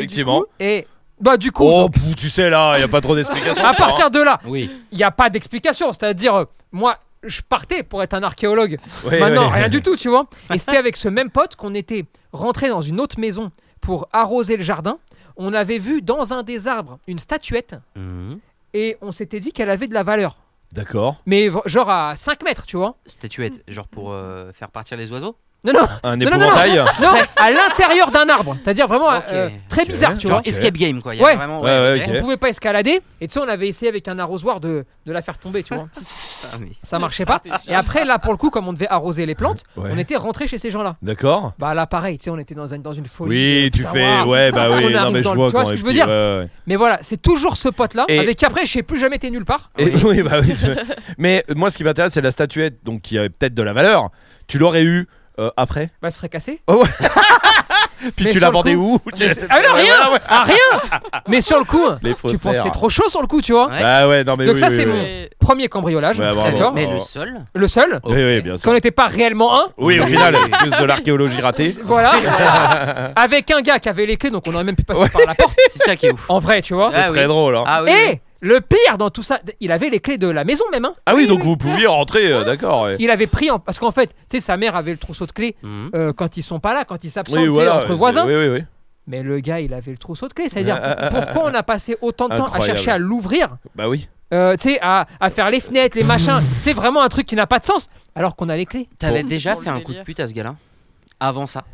[SPEAKER 7] du
[SPEAKER 2] Effectivement.
[SPEAKER 7] coup- Et bah, du coup.
[SPEAKER 2] Oh, pou, tu sais, là, y a pas trop d'explications.
[SPEAKER 7] à
[SPEAKER 2] je crois, hein.
[SPEAKER 7] partir de là,
[SPEAKER 1] oui.
[SPEAKER 7] il n'y a pas d'explication. C'est-à-dire, euh, moi, je partais pour être un archéologue.
[SPEAKER 2] hein. Ouais,
[SPEAKER 7] Maintenant,
[SPEAKER 2] ouais.
[SPEAKER 7] rien du tout, tu vois. Et c'était avec ce même pote qu'on était rentré dans une autre maison pour arroser le jardin. On avait vu dans un des arbres une statuette
[SPEAKER 1] Mhm.
[SPEAKER 7] et on s'était dit qu'elle avait de la valeur.
[SPEAKER 2] D'accord.
[SPEAKER 7] Mais v- genre à 5 mètres, tu vois.
[SPEAKER 1] Statuette, genre pour euh, faire partir les oiseaux.
[SPEAKER 7] Non, non,
[SPEAKER 2] Un
[SPEAKER 7] Non, non, non, non.
[SPEAKER 2] épouvantail.
[SPEAKER 7] non, à l'intérieur d'un arbre. C'est-à-dire vraiment
[SPEAKER 1] Ok.
[SPEAKER 7] euh, très
[SPEAKER 2] Ok.
[SPEAKER 7] bizarre, tu
[SPEAKER 1] Genre
[SPEAKER 7] vois.
[SPEAKER 2] Ok.
[SPEAKER 1] escape game, quoi. Il y a
[SPEAKER 7] Ouais.
[SPEAKER 1] vraiment-
[SPEAKER 2] Ouais, ouais,
[SPEAKER 1] ok.
[SPEAKER 2] ok.
[SPEAKER 7] On pouvait pas escalader et tu sais, on avait essayé avec un arrosoir de, de la faire tomber, tu vois.
[SPEAKER 1] Ah, mais-
[SPEAKER 7] Ça marchait pas. Et après, là, pour le coup, comme on devait arroser les plantes,
[SPEAKER 2] Ouais.
[SPEAKER 7] on était rentré chez ces gens-là.
[SPEAKER 2] D'accord.
[SPEAKER 7] Bah là, pareil, tu sais, on était dans, un- dans une folie.
[SPEAKER 2] Oui,
[SPEAKER 7] de-
[SPEAKER 2] tu
[SPEAKER 7] putain,
[SPEAKER 2] fais.
[SPEAKER 7] waouh.
[SPEAKER 2] Ouais, bah
[SPEAKER 7] On
[SPEAKER 2] oui, non,
[SPEAKER 7] arrive
[SPEAKER 2] mais je
[SPEAKER 7] dans le-
[SPEAKER 2] vois
[SPEAKER 7] tu vois
[SPEAKER 2] quand
[SPEAKER 7] ce
[SPEAKER 2] est
[SPEAKER 7] que je veux
[SPEAKER 2] petit,
[SPEAKER 7] dire
[SPEAKER 2] ouais, ouais.
[SPEAKER 7] Mais voilà, c'est toujours ce pote-là,
[SPEAKER 2] Et-
[SPEAKER 7] avec qui après, je sais plus jamais été nulle part.
[SPEAKER 2] Et-
[SPEAKER 1] Oui.
[SPEAKER 2] oui, bah oui. je- Mais moi, ce qui m'intéresse, c'est la statuette, donc qui avait peut-être de la valeur. Tu l'aurais eu euh, après.
[SPEAKER 7] Bah, ce serait cassé.
[SPEAKER 2] Puis
[SPEAKER 7] Mais
[SPEAKER 2] tu l'as
[SPEAKER 7] sur le
[SPEAKER 2] vendée où
[SPEAKER 7] Ah non, rien Ah, rien Mais sur le coup,
[SPEAKER 2] Les
[SPEAKER 7] tu
[SPEAKER 2] faussaires.
[SPEAKER 7] penses c'est trop chaud sur le coup, tu vois.
[SPEAKER 1] Ouais.
[SPEAKER 2] Ah ouais, non mais
[SPEAKER 7] Donc
[SPEAKER 2] oui,
[SPEAKER 7] ça,
[SPEAKER 2] oui,
[SPEAKER 7] c'est
[SPEAKER 2] oui,
[SPEAKER 7] mon-
[SPEAKER 2] oui.
[SPEAKER 8] Et-
[SPEAKER 7] Premier cambriolage,
[SPEAKER 2] Ouais, bravo.
[SPEAKER 7] d'accord
[SPEAKER 1] Mais
[SPEAKER 2] Oh.
[SPEAKER 1] le sol.
[SPEAKER 7] Le seul,
[SPEAKER 2] Oui, oui, bien
[SPEAKER 7] qu'on
[SPEAKER 2] sûr.
[SPEAKER 7] n'était pas réellement un.
[SPEAKER 2] Oui, au final, plus de l'archéologie ratée.
[SPEAKER 7] Voilà. avec un gars qui avait les clés, donc on aurait même pu passer par la porte.
[SPEAKER 1] C'est ça qui est ouf.
[SPEAKER 7] En vrai, tu vois.
[SPEAKER 1] Ah
[SPEAKER 2] C'est très
[SPEAKER 1] oui.
[SPEAKER 2] drôle. hein.
[SPEAKER 1] Ah oui. oui.
[SPEAKER 7] Et le pire dans tout ça, il avait les clés de la maison même. hein.
[SPEAKER 2] Ah oui, donc vous pouviez rentrer, euh, d'accord. ouais.
[SPEAKER 7] Il avait pris, en... parce qu'en fait, tu sais, sa mère avait le trousseau de clés
[SPEAKER 1] Mhm.
[SPEAKER 7] euh, quand ils sont pas là, quand ils s'absentent
[SPEAKER 2] Oui,
[SPEAKER 7] tu sais,
[SPEAKER 2] voilà.
[SPEAKER 7] entre
[SPEAKER 2] c'est-
[SPEAKER 7] voisins.
[SPEAKER 2] Oui, oui, oui.
[SPEAKER 7] Mais le gars, il avait le trousseau de clés. C'est-à-dire,
[SPEAKER 2] Ah, ah, ah,
[SPEAKER 7] pourquoi on a passé autant de temps à
[SPEAKER 2] Incroyable.
[SPEAKER 7] chercher à l'ouvrir
[SPEAKER 2] Bah oui.
[SPEAKER 7] euh, tu sais, à, à faire les fenêtres, les machins, c'est vraiment un truc qui n'a pas de sens, alors qu'on a les clés.
[SPEAKER 1] T'avais
[SPEAKER 8] Bon.
[SPEAKER 1] déjà
[SPEAKER 8] Pour
[SPEAKER 1] fait
[SPEAKER 8] le
[SPEAKER 1] un coup de
[SPEAKER 8] délire.
[SPEAKER 1] pute à ce gars-là Avant ça.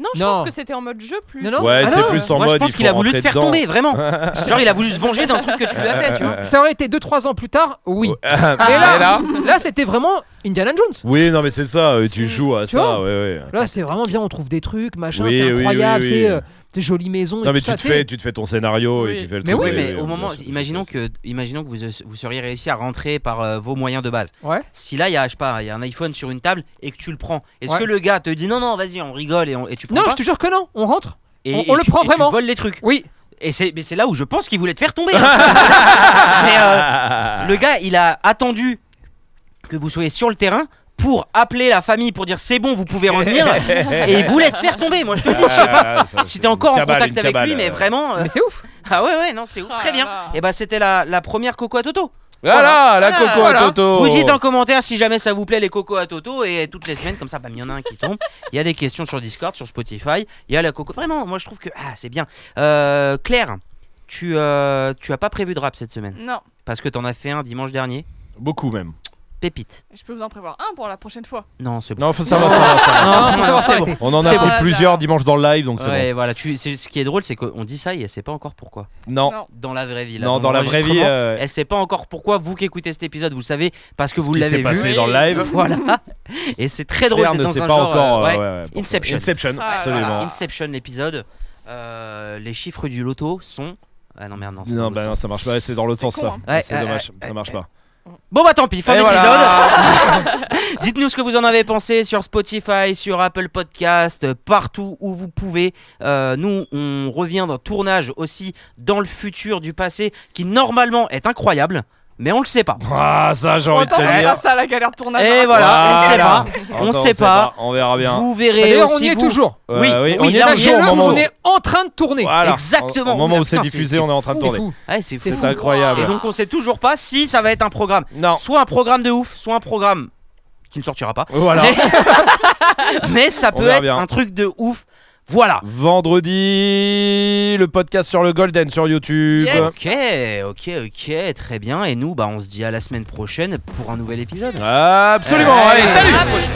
[SPEAKER 8] Non, je
[SPEAKER 7] Non.
[SPEAKER 8] pense que c'était en mode jeu plus.
[SPEAKER 7] Non, non.
[SPEAKER 2] Ouais,
[SPEAKER 7] Ah
[SPEAKER 2] c'est
[SPEAKER 7] non.
[SPEAKER 2] plus en
[SPEAKER 1] Moi,
[SPEAKER 2] mode.
[SPEAKER 1] je pense
[SPEAKER 2] il
[SPEAKER 1] qu'il
[SPEAKER 2] faut
[SPEAKER 1] a voulu te
[SPEAKER 2] rentrer
[SPEAKER 1] faire
[SPEAKER 2] dedans.
[SPEAKER 1] tomber, vraiment. Genre, il a voulu se venger d'un truc que tu lui as fait, tu vois.
[SPEAKER 7] Ça aurait été 2-3 ans plus tard, oui.
[SPEAKER 2] Ah,
[SPEAKER 7] Mais là,
[SPEAKER 2] mais là
[SPEAKER 7] là, c'était vraiment Indiana Jones.
[SPEAKER 2] Oui, non, mais c'est ça. euh, Tu joues à
[SPEAKER 7] Tu vois
[SPEAKER 2] ça. Ouais, ouais.
[SPEAKER 7] Là, c'est vraiment bien, on trouve des trucs, machin,
[SPEAKER 2] Oui,
[SPEAKER 7] c'est
[SPEAKER 2] oui,
[SPEAKER 7] incroyable,
[SPEAKER 2] oui, oui.
[SPEAKER 7] c'est euh, des jolies maisons. et
[SPEAKER 2] Non, mais
[SPEAKER 7] tout
[SPEAKER 2] tu
[SPEAKER 7] ça,
[SPEAKER 2] te
[SPEAKER 7] tu sais.
[SPEAKER 2] fais, tu te fais ton scénario et
[SPEAKER 8] Oui.
[SPEAKER 2] tu fais le
[SPEAKER 7] Mais
[SPEAKER 2] truc.
[SPEAKER 1] Oui,
[SPEAKER 7] oui,
[SPEAKER 1] mais
[SPEAKER 2] oui,
[SPEAKER 1] au
[SPEAKER 2] oui,
[SPEAKER 1] moment,
[SPEAKER 2] bien sûr.
[SPEAKER 1] imaginons que, imaginons que vous, euh, vous seriez réussi à rentrer par euh, vos moyens de base.
[SPEAKER 7] Ouais.
[SPEAKER 1] Si là, il y a, je sais pas, il y a un iPhone sur une table et que tu le prends, est-ce
[SPEAKER 7] Ouais.
[SPEAKER 1] que le gars te dit non, non, vas-y, on rigole et, on- et tu prends
[SPEAKER 7] Non,
[SPEAKER 1] pas
[SPEAKER 7] je te jure que non, on rentre.
[SPEAKER 1] et,
[SPEAKER 7] on-
[SPEAKER 1] et
[SPEAKER 7] on le
[SPEAKER 1] tu-
[SPEAKER 7] prend
[SPEAKER 1] et tu
[SPEAKER 7] vraiment.
[SPEAKER 1] voles les trucs.
[SPEAKER 7] Oui,
[SPEAKER 1] Et c'est, mais c'est là où je pense qu'il voulait te faire tomber. hein. Mais, euh, le gars, il a attendu que vous soyez sur le terrain pour appeler la famille pour dire c'est bon, vous pouvez revenir. et il voulait te faire tomber. Moi, je te dis, je sais pas
[SPEAKER 2] Ah, ça,
[SPEAKER 1] si
[SPEAKER 2] c'est
[SPEAKER 1] t'es encore en
[SPEAKER 2] une cabale,
[SPEAKER 1] contact
[SPEAKER 2] une
[SPEAKER 1] avec
[SPEAKER 2] cabale,
[SPEAKER 1] lui, mais
[SPEAKER 2] euh.
[SPEAKER 1] vraiment. euh,
[SPEAKER 7] mais c'est ouf.
[SPEAKER 1] Ah ouais, ouais, non, c'est ouf.
[SPEAKER 8] Ah
[SPEAKER 1] Très
[SPEAKER 8] là
[SPEAKER 1] bien.
[SPEAKER 8] là.
[SPEAKER 1] Et bah, c'était la, la première Coco à Toto.
[SPEAKER 2] Voilà, Ah la
[SPEAKER 1] Voilà.
[SPEAKER 2] coco
[SPEAKER 7] Voilà.
[SPEAKER 2] Toto.
[SPEAKER 1] Vous dites en commentaire si jamais ça vous plaît les cocos à Toto et toutes les semaines comme ça, bah, il y en a un qui tombe. Il y a des questions sur Discord, sur Spotify. Il y a la coco. Vraiment, moi je trouve que ah c'est bien. Euh, Claire, tu euh, tu as pas prévu de rap cette semaine
[SPEAKER 6] Non,
[SPEAKER 1] parce que t'en as fait un dimanche dernier.
[SPEAKER 2] Beaucoup même.
[SPEAKER 1] Pépite.
[SPEAKER 6] je peux vous en prévoir un pour la prochaine fois.
[SPEAKER 1] Non, c'est bon.
[SPEAKER 2] Non, faut- ça va, ça va, ça va.
[SPEAKER 7] Non, faut savoir
[SPEAKER 1] c'est
[SPEAKER 7] s'arrêter.
[SPEAKER 2] On en a
[SPEAKER 6] C'est
[SPEAKER 2] pris
[SPEAKER 6] bon.
[SPEAKER 2] plusieurs dimanche dans le live, donc c'est
[SPEAKER 1] Ouais,
[SPEAKER 2] bon.
[SPEAKER 1] voilà. Tu, c'est- ce qui est drôle, c'est qu'on dit ça et elle sait pas encore pourquoi.
[SPEAKER 2] Non,
[SPEAKER 6] Non.
[SPEAKER 1] Dans la vraie vie. là,
[SPEAKER 2] non, dans la vraie vie,
[SPEAKER 1] l'enregistrement,
[SPEAKER 2] euh,
[SPEAKER 1] Elle sait pas encore pourquoi. Vous qui écoutez cet épisode, vous le savez parce que vous
[SPEAKER 2] qui
[SPEAKER 1] l'avez
[SPEAKER 2] s'est
[SPEAKER 1] vu.
[SPEAKER 2] passé
[SPEAKER 6] vu.
[SPEAKER 2] dans le live.
[SPEAKER 1] Voilà. Et c'est très drôle.
[SPEAKER 2] Claire
[SPEAKER 1] d'être
[SPEAKER 2] ne
[SPEAKER 1] dans
[SPEAKER 2] sait
[SPEAKER 1] un
[SPEAKER 2] pas
[SPEAKER 1] genre,
[SPEAKER 2] encore.
[SPEAKER 1] euh,
[SPEAKER 2] euh,
[SPEAKER 1] ouais.
[SPEAKER 2] ouais, ouais, pour-
[SPEAKER 1] Inception.
[SPEAKER 2] Inception,
[SPEAKER 6] Ah,
[SPEAKER 2] absolument.
[SPEAKER 1] Voilà, Inception l'épisode. Euh, les chiffres du loto sont Ah non, merde, non. c'est dans
[SPEAKER 2] Non,
[SPEAKER 1] l'autre
[SPEAKER 2] bah non,
[SPEAKER 1] sens.
[SPEAKER 2] ça marche pas. C'est dans l'autre sens,
[SPEAKER 6] con,
[SPEAKER 2] ça.
[SPEAKER 6] hein.
[SPEAKER 1] Ouais,
[SPEAKER 2] c'est
[SPEAKER 1] ouais,
[SPEAKER 2] dommage,
[SPEAKER 1] ouais,
[SPEAKER 2] ça marche pas.
[SPEAKER 1] Bon bah tant pis, fin
[SPEAKER 2] Et
[SPEAKER 1] d'épisode.
[SPEAKER 2] voilà.
[SPEAKER 1] Dites-nous ce que vous en avez pensé sur Spotify, sur Apple Podcast, euh, partout où vous pouvez. Euh, nous, on revient d'un tournage aussi dans le futur du passé qui normalement est incroyable, mais on le sait pas.
[SPEAKER 2] Ah, ça, j'ai
[SPEAKER 6] On
[SPEAKER 2] envie de
[SPEAKER 6] entend
[SPEAKER 2] te
[SPEAKER 6] c'est
[SPEAKER 2] dire.
[SPEAKER 6] ça, ça, la galère de tournage.
[SPEAKER 1] Et voilà, on sait pas. On
[SPEAKER 2] Attends,
[SPEAKER 1] sait pas.
[SPEAKER 2] On verra bien.
[SPEAKER 1] Vous verrez
[SPEAKER 7] Bah, D'ailleurs, on
[SPEAKER 1] aussi
[SPEAKER 7] y est
[SPEAKER 1] vous-
[SPEAKER 7] toujours.
[SPEAKER 2] Euh,
[SPEAKER 1] Oui, oui,
[SPEAKER 2] on y est
[SPEAKER 1] ça,
[SPEAKER 2] toujours
[SPEAKER 1] j'ai
[SPEAKER 2] au
[SPEAKER 1] le
[SPEAKER 2] moment où
[SPEAKER 7] on est en train de tourner.
[SPEAKER 2] Voilà.
[SPEAKER 1] Exactement.
[SPEAKER 2] Au moment où
[SPEAKER 1] Putain,
[SPEAKER 2] c'est
[SPEAKER 1] c'est-
[SPEAKER 2] diffusé,
[SPEAKER 1] c'est
[SPEAKER 2] on est en train de
[SPEAKER 7] C'est
[SPEAKER 2] tourner.
[SPEAKER 7] fou.
[SPEAKER 1] Ouais, c'est
[SPEAKER 7] C'est
[SPEAKER 1] fou.
[SPEAKER 2] C'est incroyable.
[SPEAKER 1] Et donc on sait toujours pas si ça va être un programme.
[SPEAKER 2] Ah bah. Non.
[SPEAKER 1] Soit un programme de ouf, soit un programme qui ne sortira pas.
[SPEAKER 2] Voilà.
[SPEAKER 1] Mais- Mais ça
[SPEAKER 2] On
[SPEAKER 1] peut
[SPEAKER 2] verra
[SPEAKER 1] être
[SPEAKER 2] bien.
[SPEAKER 1] un truc de ouf. Voilà.
[SPEAKER 2] Vendredi, le podcast sur le Golden sur YouTube.
[SPEAKER 6] Yes.
[SPEAKER 1] Ok, ok, ok, très bien. Et nous, bah, on se dit à la semaine prochaine pour un nouvel épisode.
[SPEAKER 2] Absolument.
[SPEAKER 1] Ouais.
[SPEAKER 2] Allez, salut.
[SPEAKER 6] Ah, moi, je-